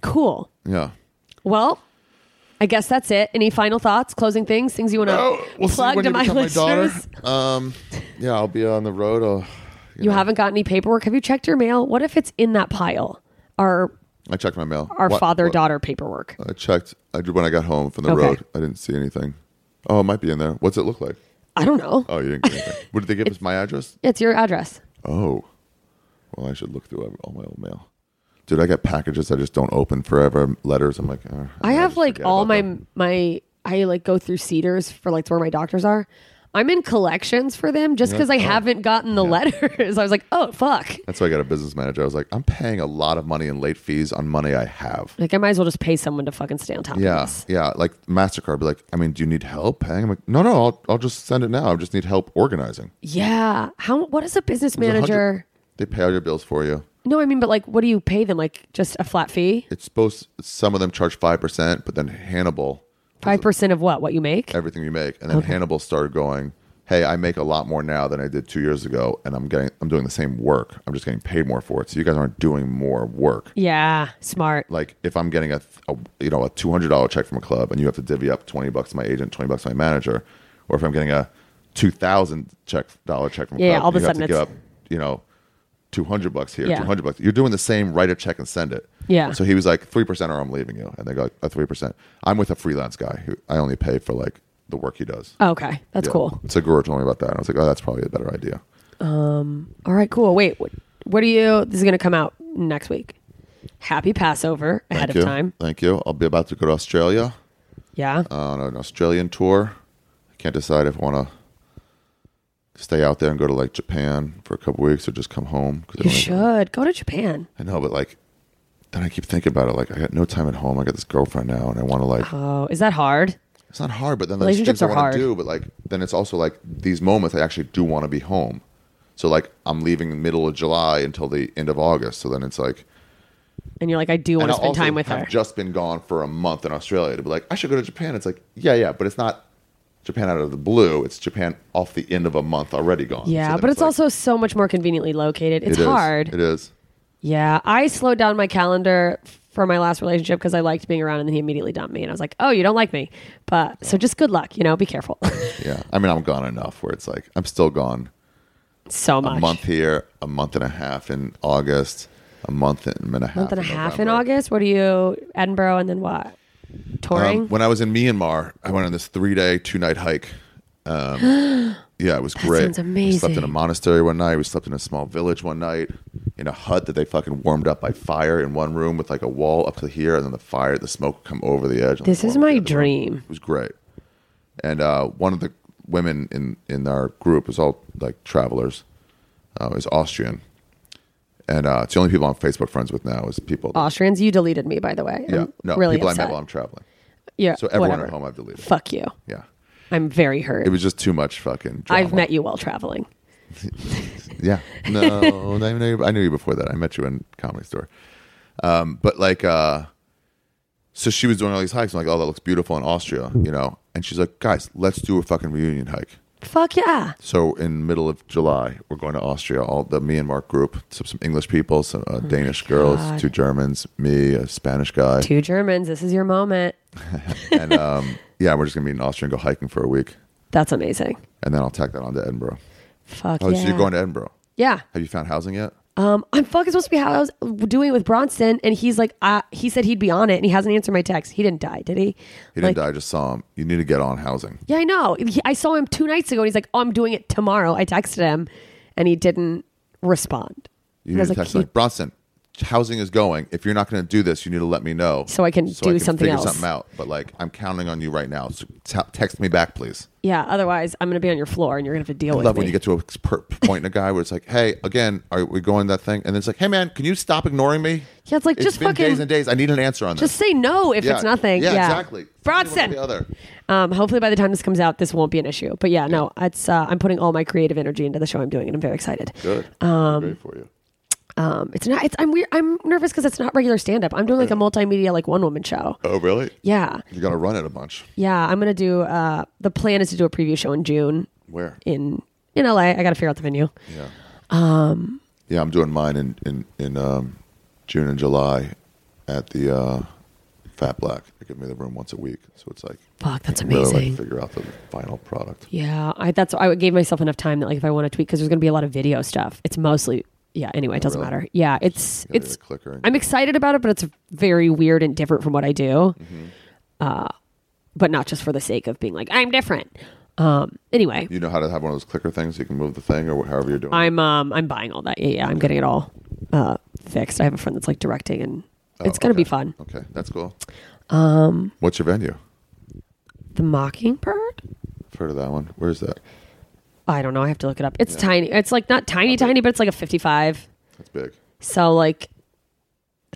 Cool. yeah. Well, I guess that's it. Any final thoughts, closing things, things you want to Oh, we'll see plug when to you my become my daughter. listeners? Um, yeah, I'll be on the road. uh, I'll, You haven't got any paperwork. Have you checked your mail? What if it's in that pile? Our I checked my mail. our What- father what- daughter paperwork. I checked. I did when I got home from the Okay. road. I didn't see anything. Oh, it might be in there. What's it look like? I don't know. Oh, you didn't get anything. [laughs] what did they give us? My address? It's your address. Oh, well, I should look through all my old mail. Dude, I got packages I just don't open forever. Letters. I'm like, uh, I have just like forget all about my them. my I like go through Cedars for like where my doctors are. I'm in collections for them just because I Oh. haven't gotten the letters. [laughs] I was like, oh fuck. That's why I got a business manager. I was like, I'm paying a lot of money in late fees on money I have. Like I might as well just pay someone to fucking stay on top of Yeah, this. yeah. Like Mastercard, be like, I mean, do you need help paying? I'm like, no, no. I'll, I'll just send it now. I just need help organizing. Yeah. How what is a business There's a hundred- manager? They pay all your bills for you. No, I mean, but like, what do you pay them? Like, just a flat fee? it's supposed some of them charge five percent, but then Hannibal Five percent of what? What you make? everything you make, and then Hannibal started going, "Hey, I make a lot more now than I did two years ago, and I'm getting I'm doing the same work. I'm just getting paid more for it. So you guys aren't doing more work. Yeah, smart. Like if I'm getting a, a you know a two hundred dollar check from a club, and you have to divvy up twenty bucks to my agent, twenty bucks to my manager, or if I'm getting a two thousand check dollar check from a Yeah, club, all of a you have sudden to give it's- up you know two hundred bucks here, Yeah. two hundred bucks. You're doing the same. Write a check and send it. Yeah. So he was like three percent, or I'm leaving you. And they go a three percent. I'm with a freelance guy who I only pay for like the work he does. oh, Okay, that's Yeah. cool. So Guru told me about that. And I was like, oh, that's probably a better idea. All right, cool. Wait, what, what do you? This is gonna come out next week. Happy Passover ahead Thank of you. time. Thank you. I'll be about to go to Australia Yeah. on an Australian tour. I can't decide if I want to stay out there and go to like Japan for a couple weeks or just come home. 'cause I you don't- should go to Japan. I know, but like, then I keep thinking about it. Like, I got no time at home. I got this girlfriend now, and I want to like. Oh, is that hard? It's not hard, but then Relationships relationships things are I want hard. to do. But like, then it's also like these moments. I actually do want to be home. So like, I'm leaving the middle of July until the end of August. So then it's like, And you're like, I do want and to I spend also time with have her. Just been gone for a month in Australia to be like, I should go to Japan. It's like, yeah, yeah, but it's not Japan out of the blue. It's Japan off the end of a month already gone. So yeah, then but it's like- also so much more conveniently located. It's it is. hard. It is. Yeah, I slowed down my calendar for my last relationship because I liked being around, and then he immediately dumped me, and I was like, "Oh, you don't like me," but so just good luck, you know, be careful. [laughs] Yeah. I mean, I'm gone enough where it's like I'm still gone. so much. a month here, a month and a half in August, a month and a half, month and a half in November. August. What do you Edinburgh and then what? Touring. Um, when I was in Myanmar, I went on this three day, two night hike. [gasps] Um, yeah, it was great. sounds We slept in a amazing. monastery one night. We slept in a small village one night in a hut that they fucking warmed up by fire in one room with like a wall up to here, and then the fire, the smoke would come over the edge. and this warm is up the my other room. dream. It was great. And uh, one of the women in in our group was all like travelers. Uh, is Austrian, and uh, it's the only people I'm Facebook friends with now is people. that- Austrians, you deleted me by the way. yeah, I'm no, really people upset. I met while I'm traveling. yeah, So everyone whatever. at home I've deleted. Fuck you. Yeah. I'm very hurt. It was just too much fucking. Drama. I've met you while traveling. Yeah. No, [laughs] I knew, you, I knew you before that. I met you in comedy store. Um, but like, uh, so she was doing all these hikes. I'm like, oh, that looks beautiful in Austria, you know. And she's like, guys, let's do a fucking reunion hike. Fuck yeah. So in middle of July, we're going to Austria. All the Myanmar group, some, some English people, some Oh uh, Danish girls, two Germans, me, a Spanish guy, Two Germans. This is your moment. and um, yeah, we're just gonna be in Austria and go hiking for a week, That's amazing. and then I'll tack that on to Edinburgh. Fuck Oh, yeah. so you're going to Edinburgh? yeah. Have you found housing yet? um, I'm fucking supposed to be how I was doing it with Bronson, and he's like, uh, he said he'd be on it, and he hasn't answered my text. He didn't die, did he? He didn't die. I just saw him. You need to get on housing. Yeah, I know. He- I saw him two nights ago, and he's like, "Oh, I'm doing it tomorrow." I texted him, and he didn't respond. And I You need was to like, text he- like Bronson. Housing is going. If you're not going to do this, you need to let me know So I can do something figure else. something out. But like, I'm counting on you right now. So t- text me back, please. Yeah, otherwise I'm gonna be on your floor, and you're gonna have to deal I with love me. when you get to a per- point in a guy where it's like, hey, again, are we going that thing? And it's like, hey, man, can you stop ignoring me? Yeah, it's like, It's just been fucking- days and days. I need an answer on Just this. say no if it's nothing. Yeah, Yeah, exactly. Bronson. One or The other. Um, hopefully by the time this comes out, this won't be an issue. But yeah, no, it's uh, I'm putting all my creative energy into the show I'm doing, and I'm very excited. Good. Um, great for you. Um, it's not. It's I'm weird. I'm nervous because it's not regular stand up. I'm doing like a multimedia like one woman show. Oh, really? Yeah, You're gonna run it a bunch. yeah. I'm gonna do. Uh, the plan is to do a preview show in June Where? in in LA. I got to figure out the venue. Yeah, I'm doing mine in in in um, June and July at the uh, Fat Black. They give me the room once a week, so it's like Fuck, that's really like amazing. figure out the final product. Yeah, I that's I gave myself enough time that like if I want to tweet because there's gonna be a lot of video stuff. It's mostly yeah. Anyway, it doesn't really? matter. Yeah, it's Yeah, it's. the clicker and- I'm excited about it, but it's very weird and different from what I do. Uh, but not just for the sake of being like I'm different. Um. Anyway, You know how to have one of those clicker things? You can move the thing or however you're doing. it. I'm um I'm buying all that. Yeah, yeah. I'm getting it all uh fixed. I have a friend that's like directing, and it's gonna be okay. fun. Okay, that's cool. Um, what's your venue? The Mockingbird. I've heard of that one. Where's that? I don't know. I have to look it up. It's tiny. It's like not tiny, tiny, but it's like a 55. That's big. So like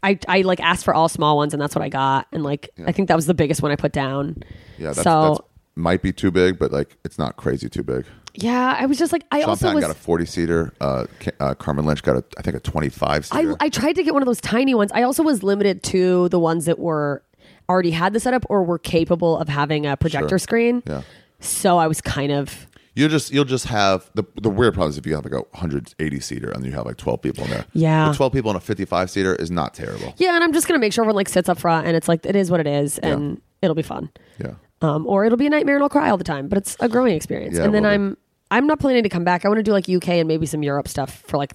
I I like asked for all small ones and that's what I got. And like I think that was the biggest one I put down. Yeah, that's, so that's might be too big, but like it's not crazy too big. yeah, I was just like I Sean also Patton was got a 40 seater. Uh, Ca- uh, Carmen Lynch got a I think a 25 I, seater. I tried to get one of those tiny ones. I also was limited to the ones that were already had the setup or were capable of having a projector Sure. screen. yeah. So I was kind of You'll just you'll just have the the weird problem is if you have like a 180 seater and you have like 12 people in there. Yeah. But 12 people in a 55 seater is not terrible. yeah, and I'm just gonna make sure everyone like sits up front and it's like it is what it is and it'll be fun. Yeah. um, or it'll be a nightmare and I'll cry all the time. But it's a growing experience. Yeah, and it then will be. I'm I'm not planning to come back. I want to do like UK and maybe some Europe stuff for like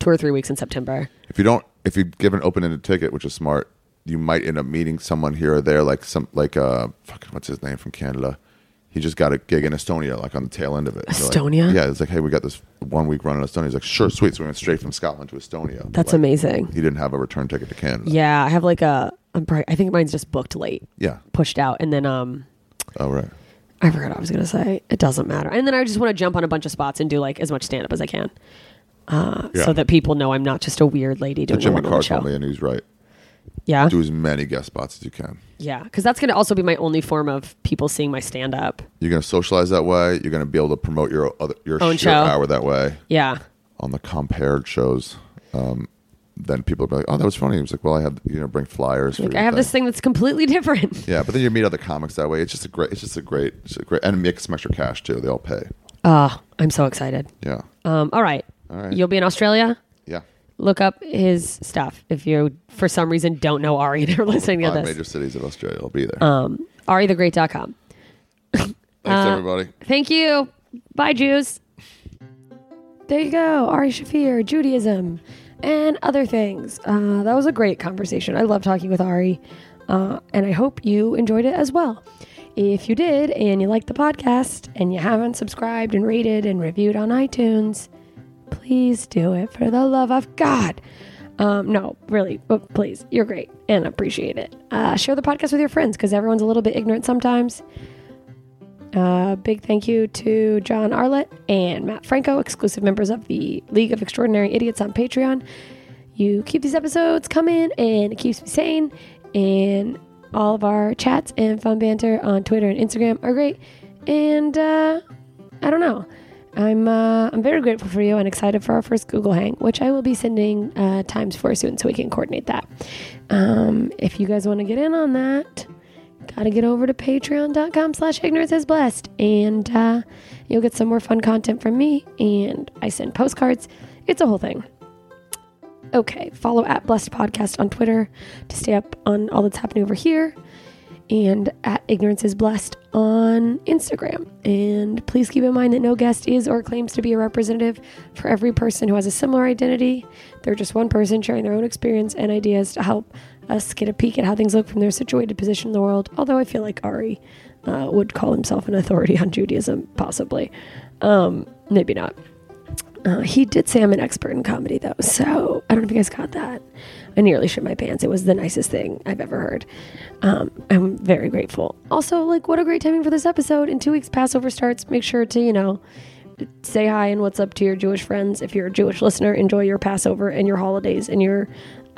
two or three weeks in September. If you don't if you give an open-ended ticket, which is smart, you might end up meeting someone here or there like some like uh fucking what's his name from Canada. He just got a gig in Estonia, like on the tail end of it. They're like- Estonia? yeah, it's like, hey, we got this one week run in Estonia. He's like, sure, sweet. So we went straight from Scotland to Estonia. That's Like, amazing. He didn't have a return ticket to Canada. Yeah, I have like a I'm probably, I think mine's just booked late, Yeah. pushed out, and then um Oh right. I forgot what I was gonna say. It doesn't matter. And then I just want to jump on a bunch of spots and do like as much stand up as I can, uh, Yeah. so that people know I'm not just a weird lady doing a Jimmy one-woman Carr show. told me, and he's right. Yeah, Do as many guest spots as you can. yeah, because that's gonna also be my only form of people seeing my stand up. You're going to socialize that way. You're going to be able to promote your other your Own shit show. hour that way Yeah, on the compared shows. Um, then people will be like, "Oh, that was funny." He was like, "Well, I have you know bring flyers." for like I your have this thing that's completely [laughs] different. Yeah, but then you meet other comics that way. It's just a great. It's just a great. It's a great, and make some extra cash too. They all pay. Oh, I'm so excited. Yeah, Um, all right. All right. You'll be in Australia. yeah. Look up his stuff if you, for some reason, don't know Ari [laughs] and are listening to Five this. Uh, Um, major cities of Australia. I'll be there. AriTheGreat.com. Thanks, everybody. Thank you. Bye, Jews. There you go, Ari Shafir, Judaism, and other things. Uh, that was a great conversation. I love talking with Ari, uh, and I hope you enjoyed it as well. If you did, and you like the podcast, and you haven't subscribed and rated and reviewed on iTunes, please do it for the love of God. Um, no, really, but please, you're great and I appreciate it. Uh, share the podcast with your friends because everyone's a little bit ignorant sometimes. A Uh, big thank you to John Arlett and Matt Franco, exclusive members of the League of Extraordinary Idiots on Patreon. You keep these episodes coming and it keeps me sane. And all of our chats and fun banter on Twitter and Instagram are great. And uh, I don't know. I'm uh, I'm very grateful for you and excited for our first Google Hang, which I will be sending uh, times for soon so we can coordinate that. Um, if you guys want to get in on that, gotta get over to patreon.com slash ignorance is blessed and uh, you'll get some more fun content from me and i send postcards it's a whole thing okay follow at blessed podcast on twitter to stay up on all that's happening over here and at Ignorance is Blessed on Instagram. And please keep in mind that no guest is or claims to be a representative for every person who has a similar identity. They're just one person sharing their own experience and ideas to help us get a peek at how things look from their situated position in the world. Although I feel like Ari uh, would call himself an authority on Judaism, possibly. Um, maybe not. Uh, he did say I'm an expert in comedy, though, so I don't know if you guys got that. I nearly shit my pants. It was the nicest thing I've ever heard. Um, I'm very grateful. Also, like, what a great timing for this episode. In two weeks, Passover starts. Make sure to, you know, say hi and what's up to your Jewish friends. If you're a Jewish listener, enjoy your Passover and your holidays and your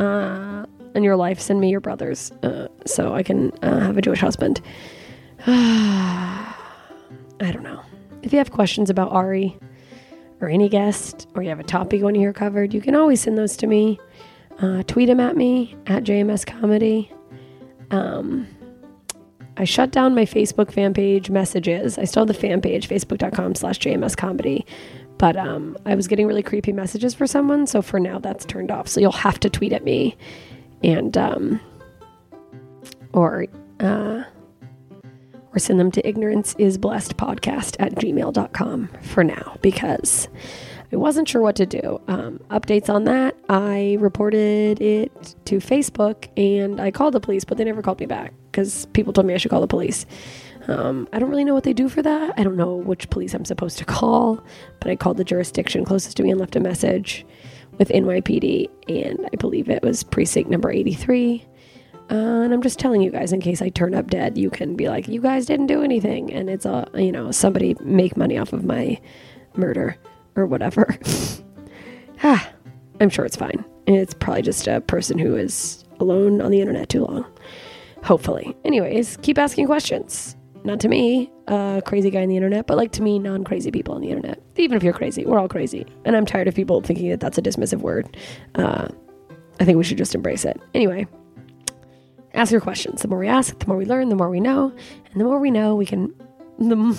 uh, and your life. Send me your brothers uh, so I can uh, have a Jewish husband. [sighs] I don't know. If you have questions about Ari or any guest, or you have a topic you want to hear covered, you can always send those to me. Uh, tweet them at me at JMS Comedy. Um, I shut down my Facebook fan page messages. I still have the fan page, facebook.com slash JMS Comedy. But um, I was getting really creepy messages for someone, so for now that's turned off. So you'll have to tweet at me and um, or uh, or send them to ignoranceisblessedpodcast at gmail.com for now because I wasn't sure what to do. Um, updates on that, I reported it to Facebook and I called the police, but they never called me back because people told me I should call the police. Um, I don't really know what they do for that. I don't know which police I'm supposed to call, but I called the jurisdiction closest to me and left a message with NYPD, and I believe it was precinct number 83. Uh, and I'm just telling you guys in case I turn up dead, you can be like, you guys didn't do anything. And it's a, you know, somebody make money off of my murder or whatever. [laughs] ah, I'm sure it's fine. It's probably just a person who is alone on the internet too long. Hopefully. Anyways, keep asking questions. Not to me, uh, crazy guy on the internet, but like to me, non crazy people on the internet. Even if you're crazy, we're all crazy. And I'm tired of people thinking that that's a dismissive word. Uh, I think we should just embrace it. Anyway, ask your questions. The more we ask, the more we learn, the more we know, and the more we know, we can the m-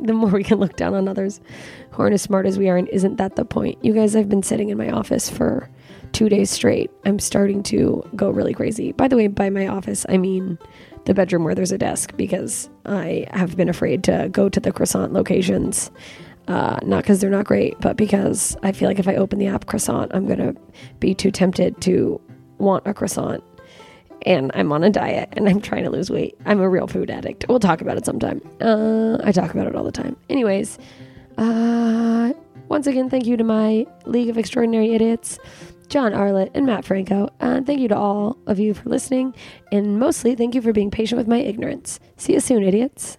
[laughs] the more we can look down on others who aren't as smart as we are. And isn't that the point, you guys? I've been sitting in my office for two days straight. I'm starting to go really crazy. By the way, by my office, I mean the bedroom where there's a desk because I have been afraid to go to the croissant locations. Uh, not because they're not great, but because I feel like if I open the app croissant, I'm gonna be too tempted to want a croissant and I'm on a diet and I'm trying to lose weight. I'm a real food addict. We'll talk about it sometime. Uh, I talk about it all the time. Anyways, uh, once again, thank you to my League of Extraordinary Idiots, John Arlett and Matt Franco. And thank you to all of you for listening. And mostly, thank you for being patient with my ignorance. See you soon, idiots.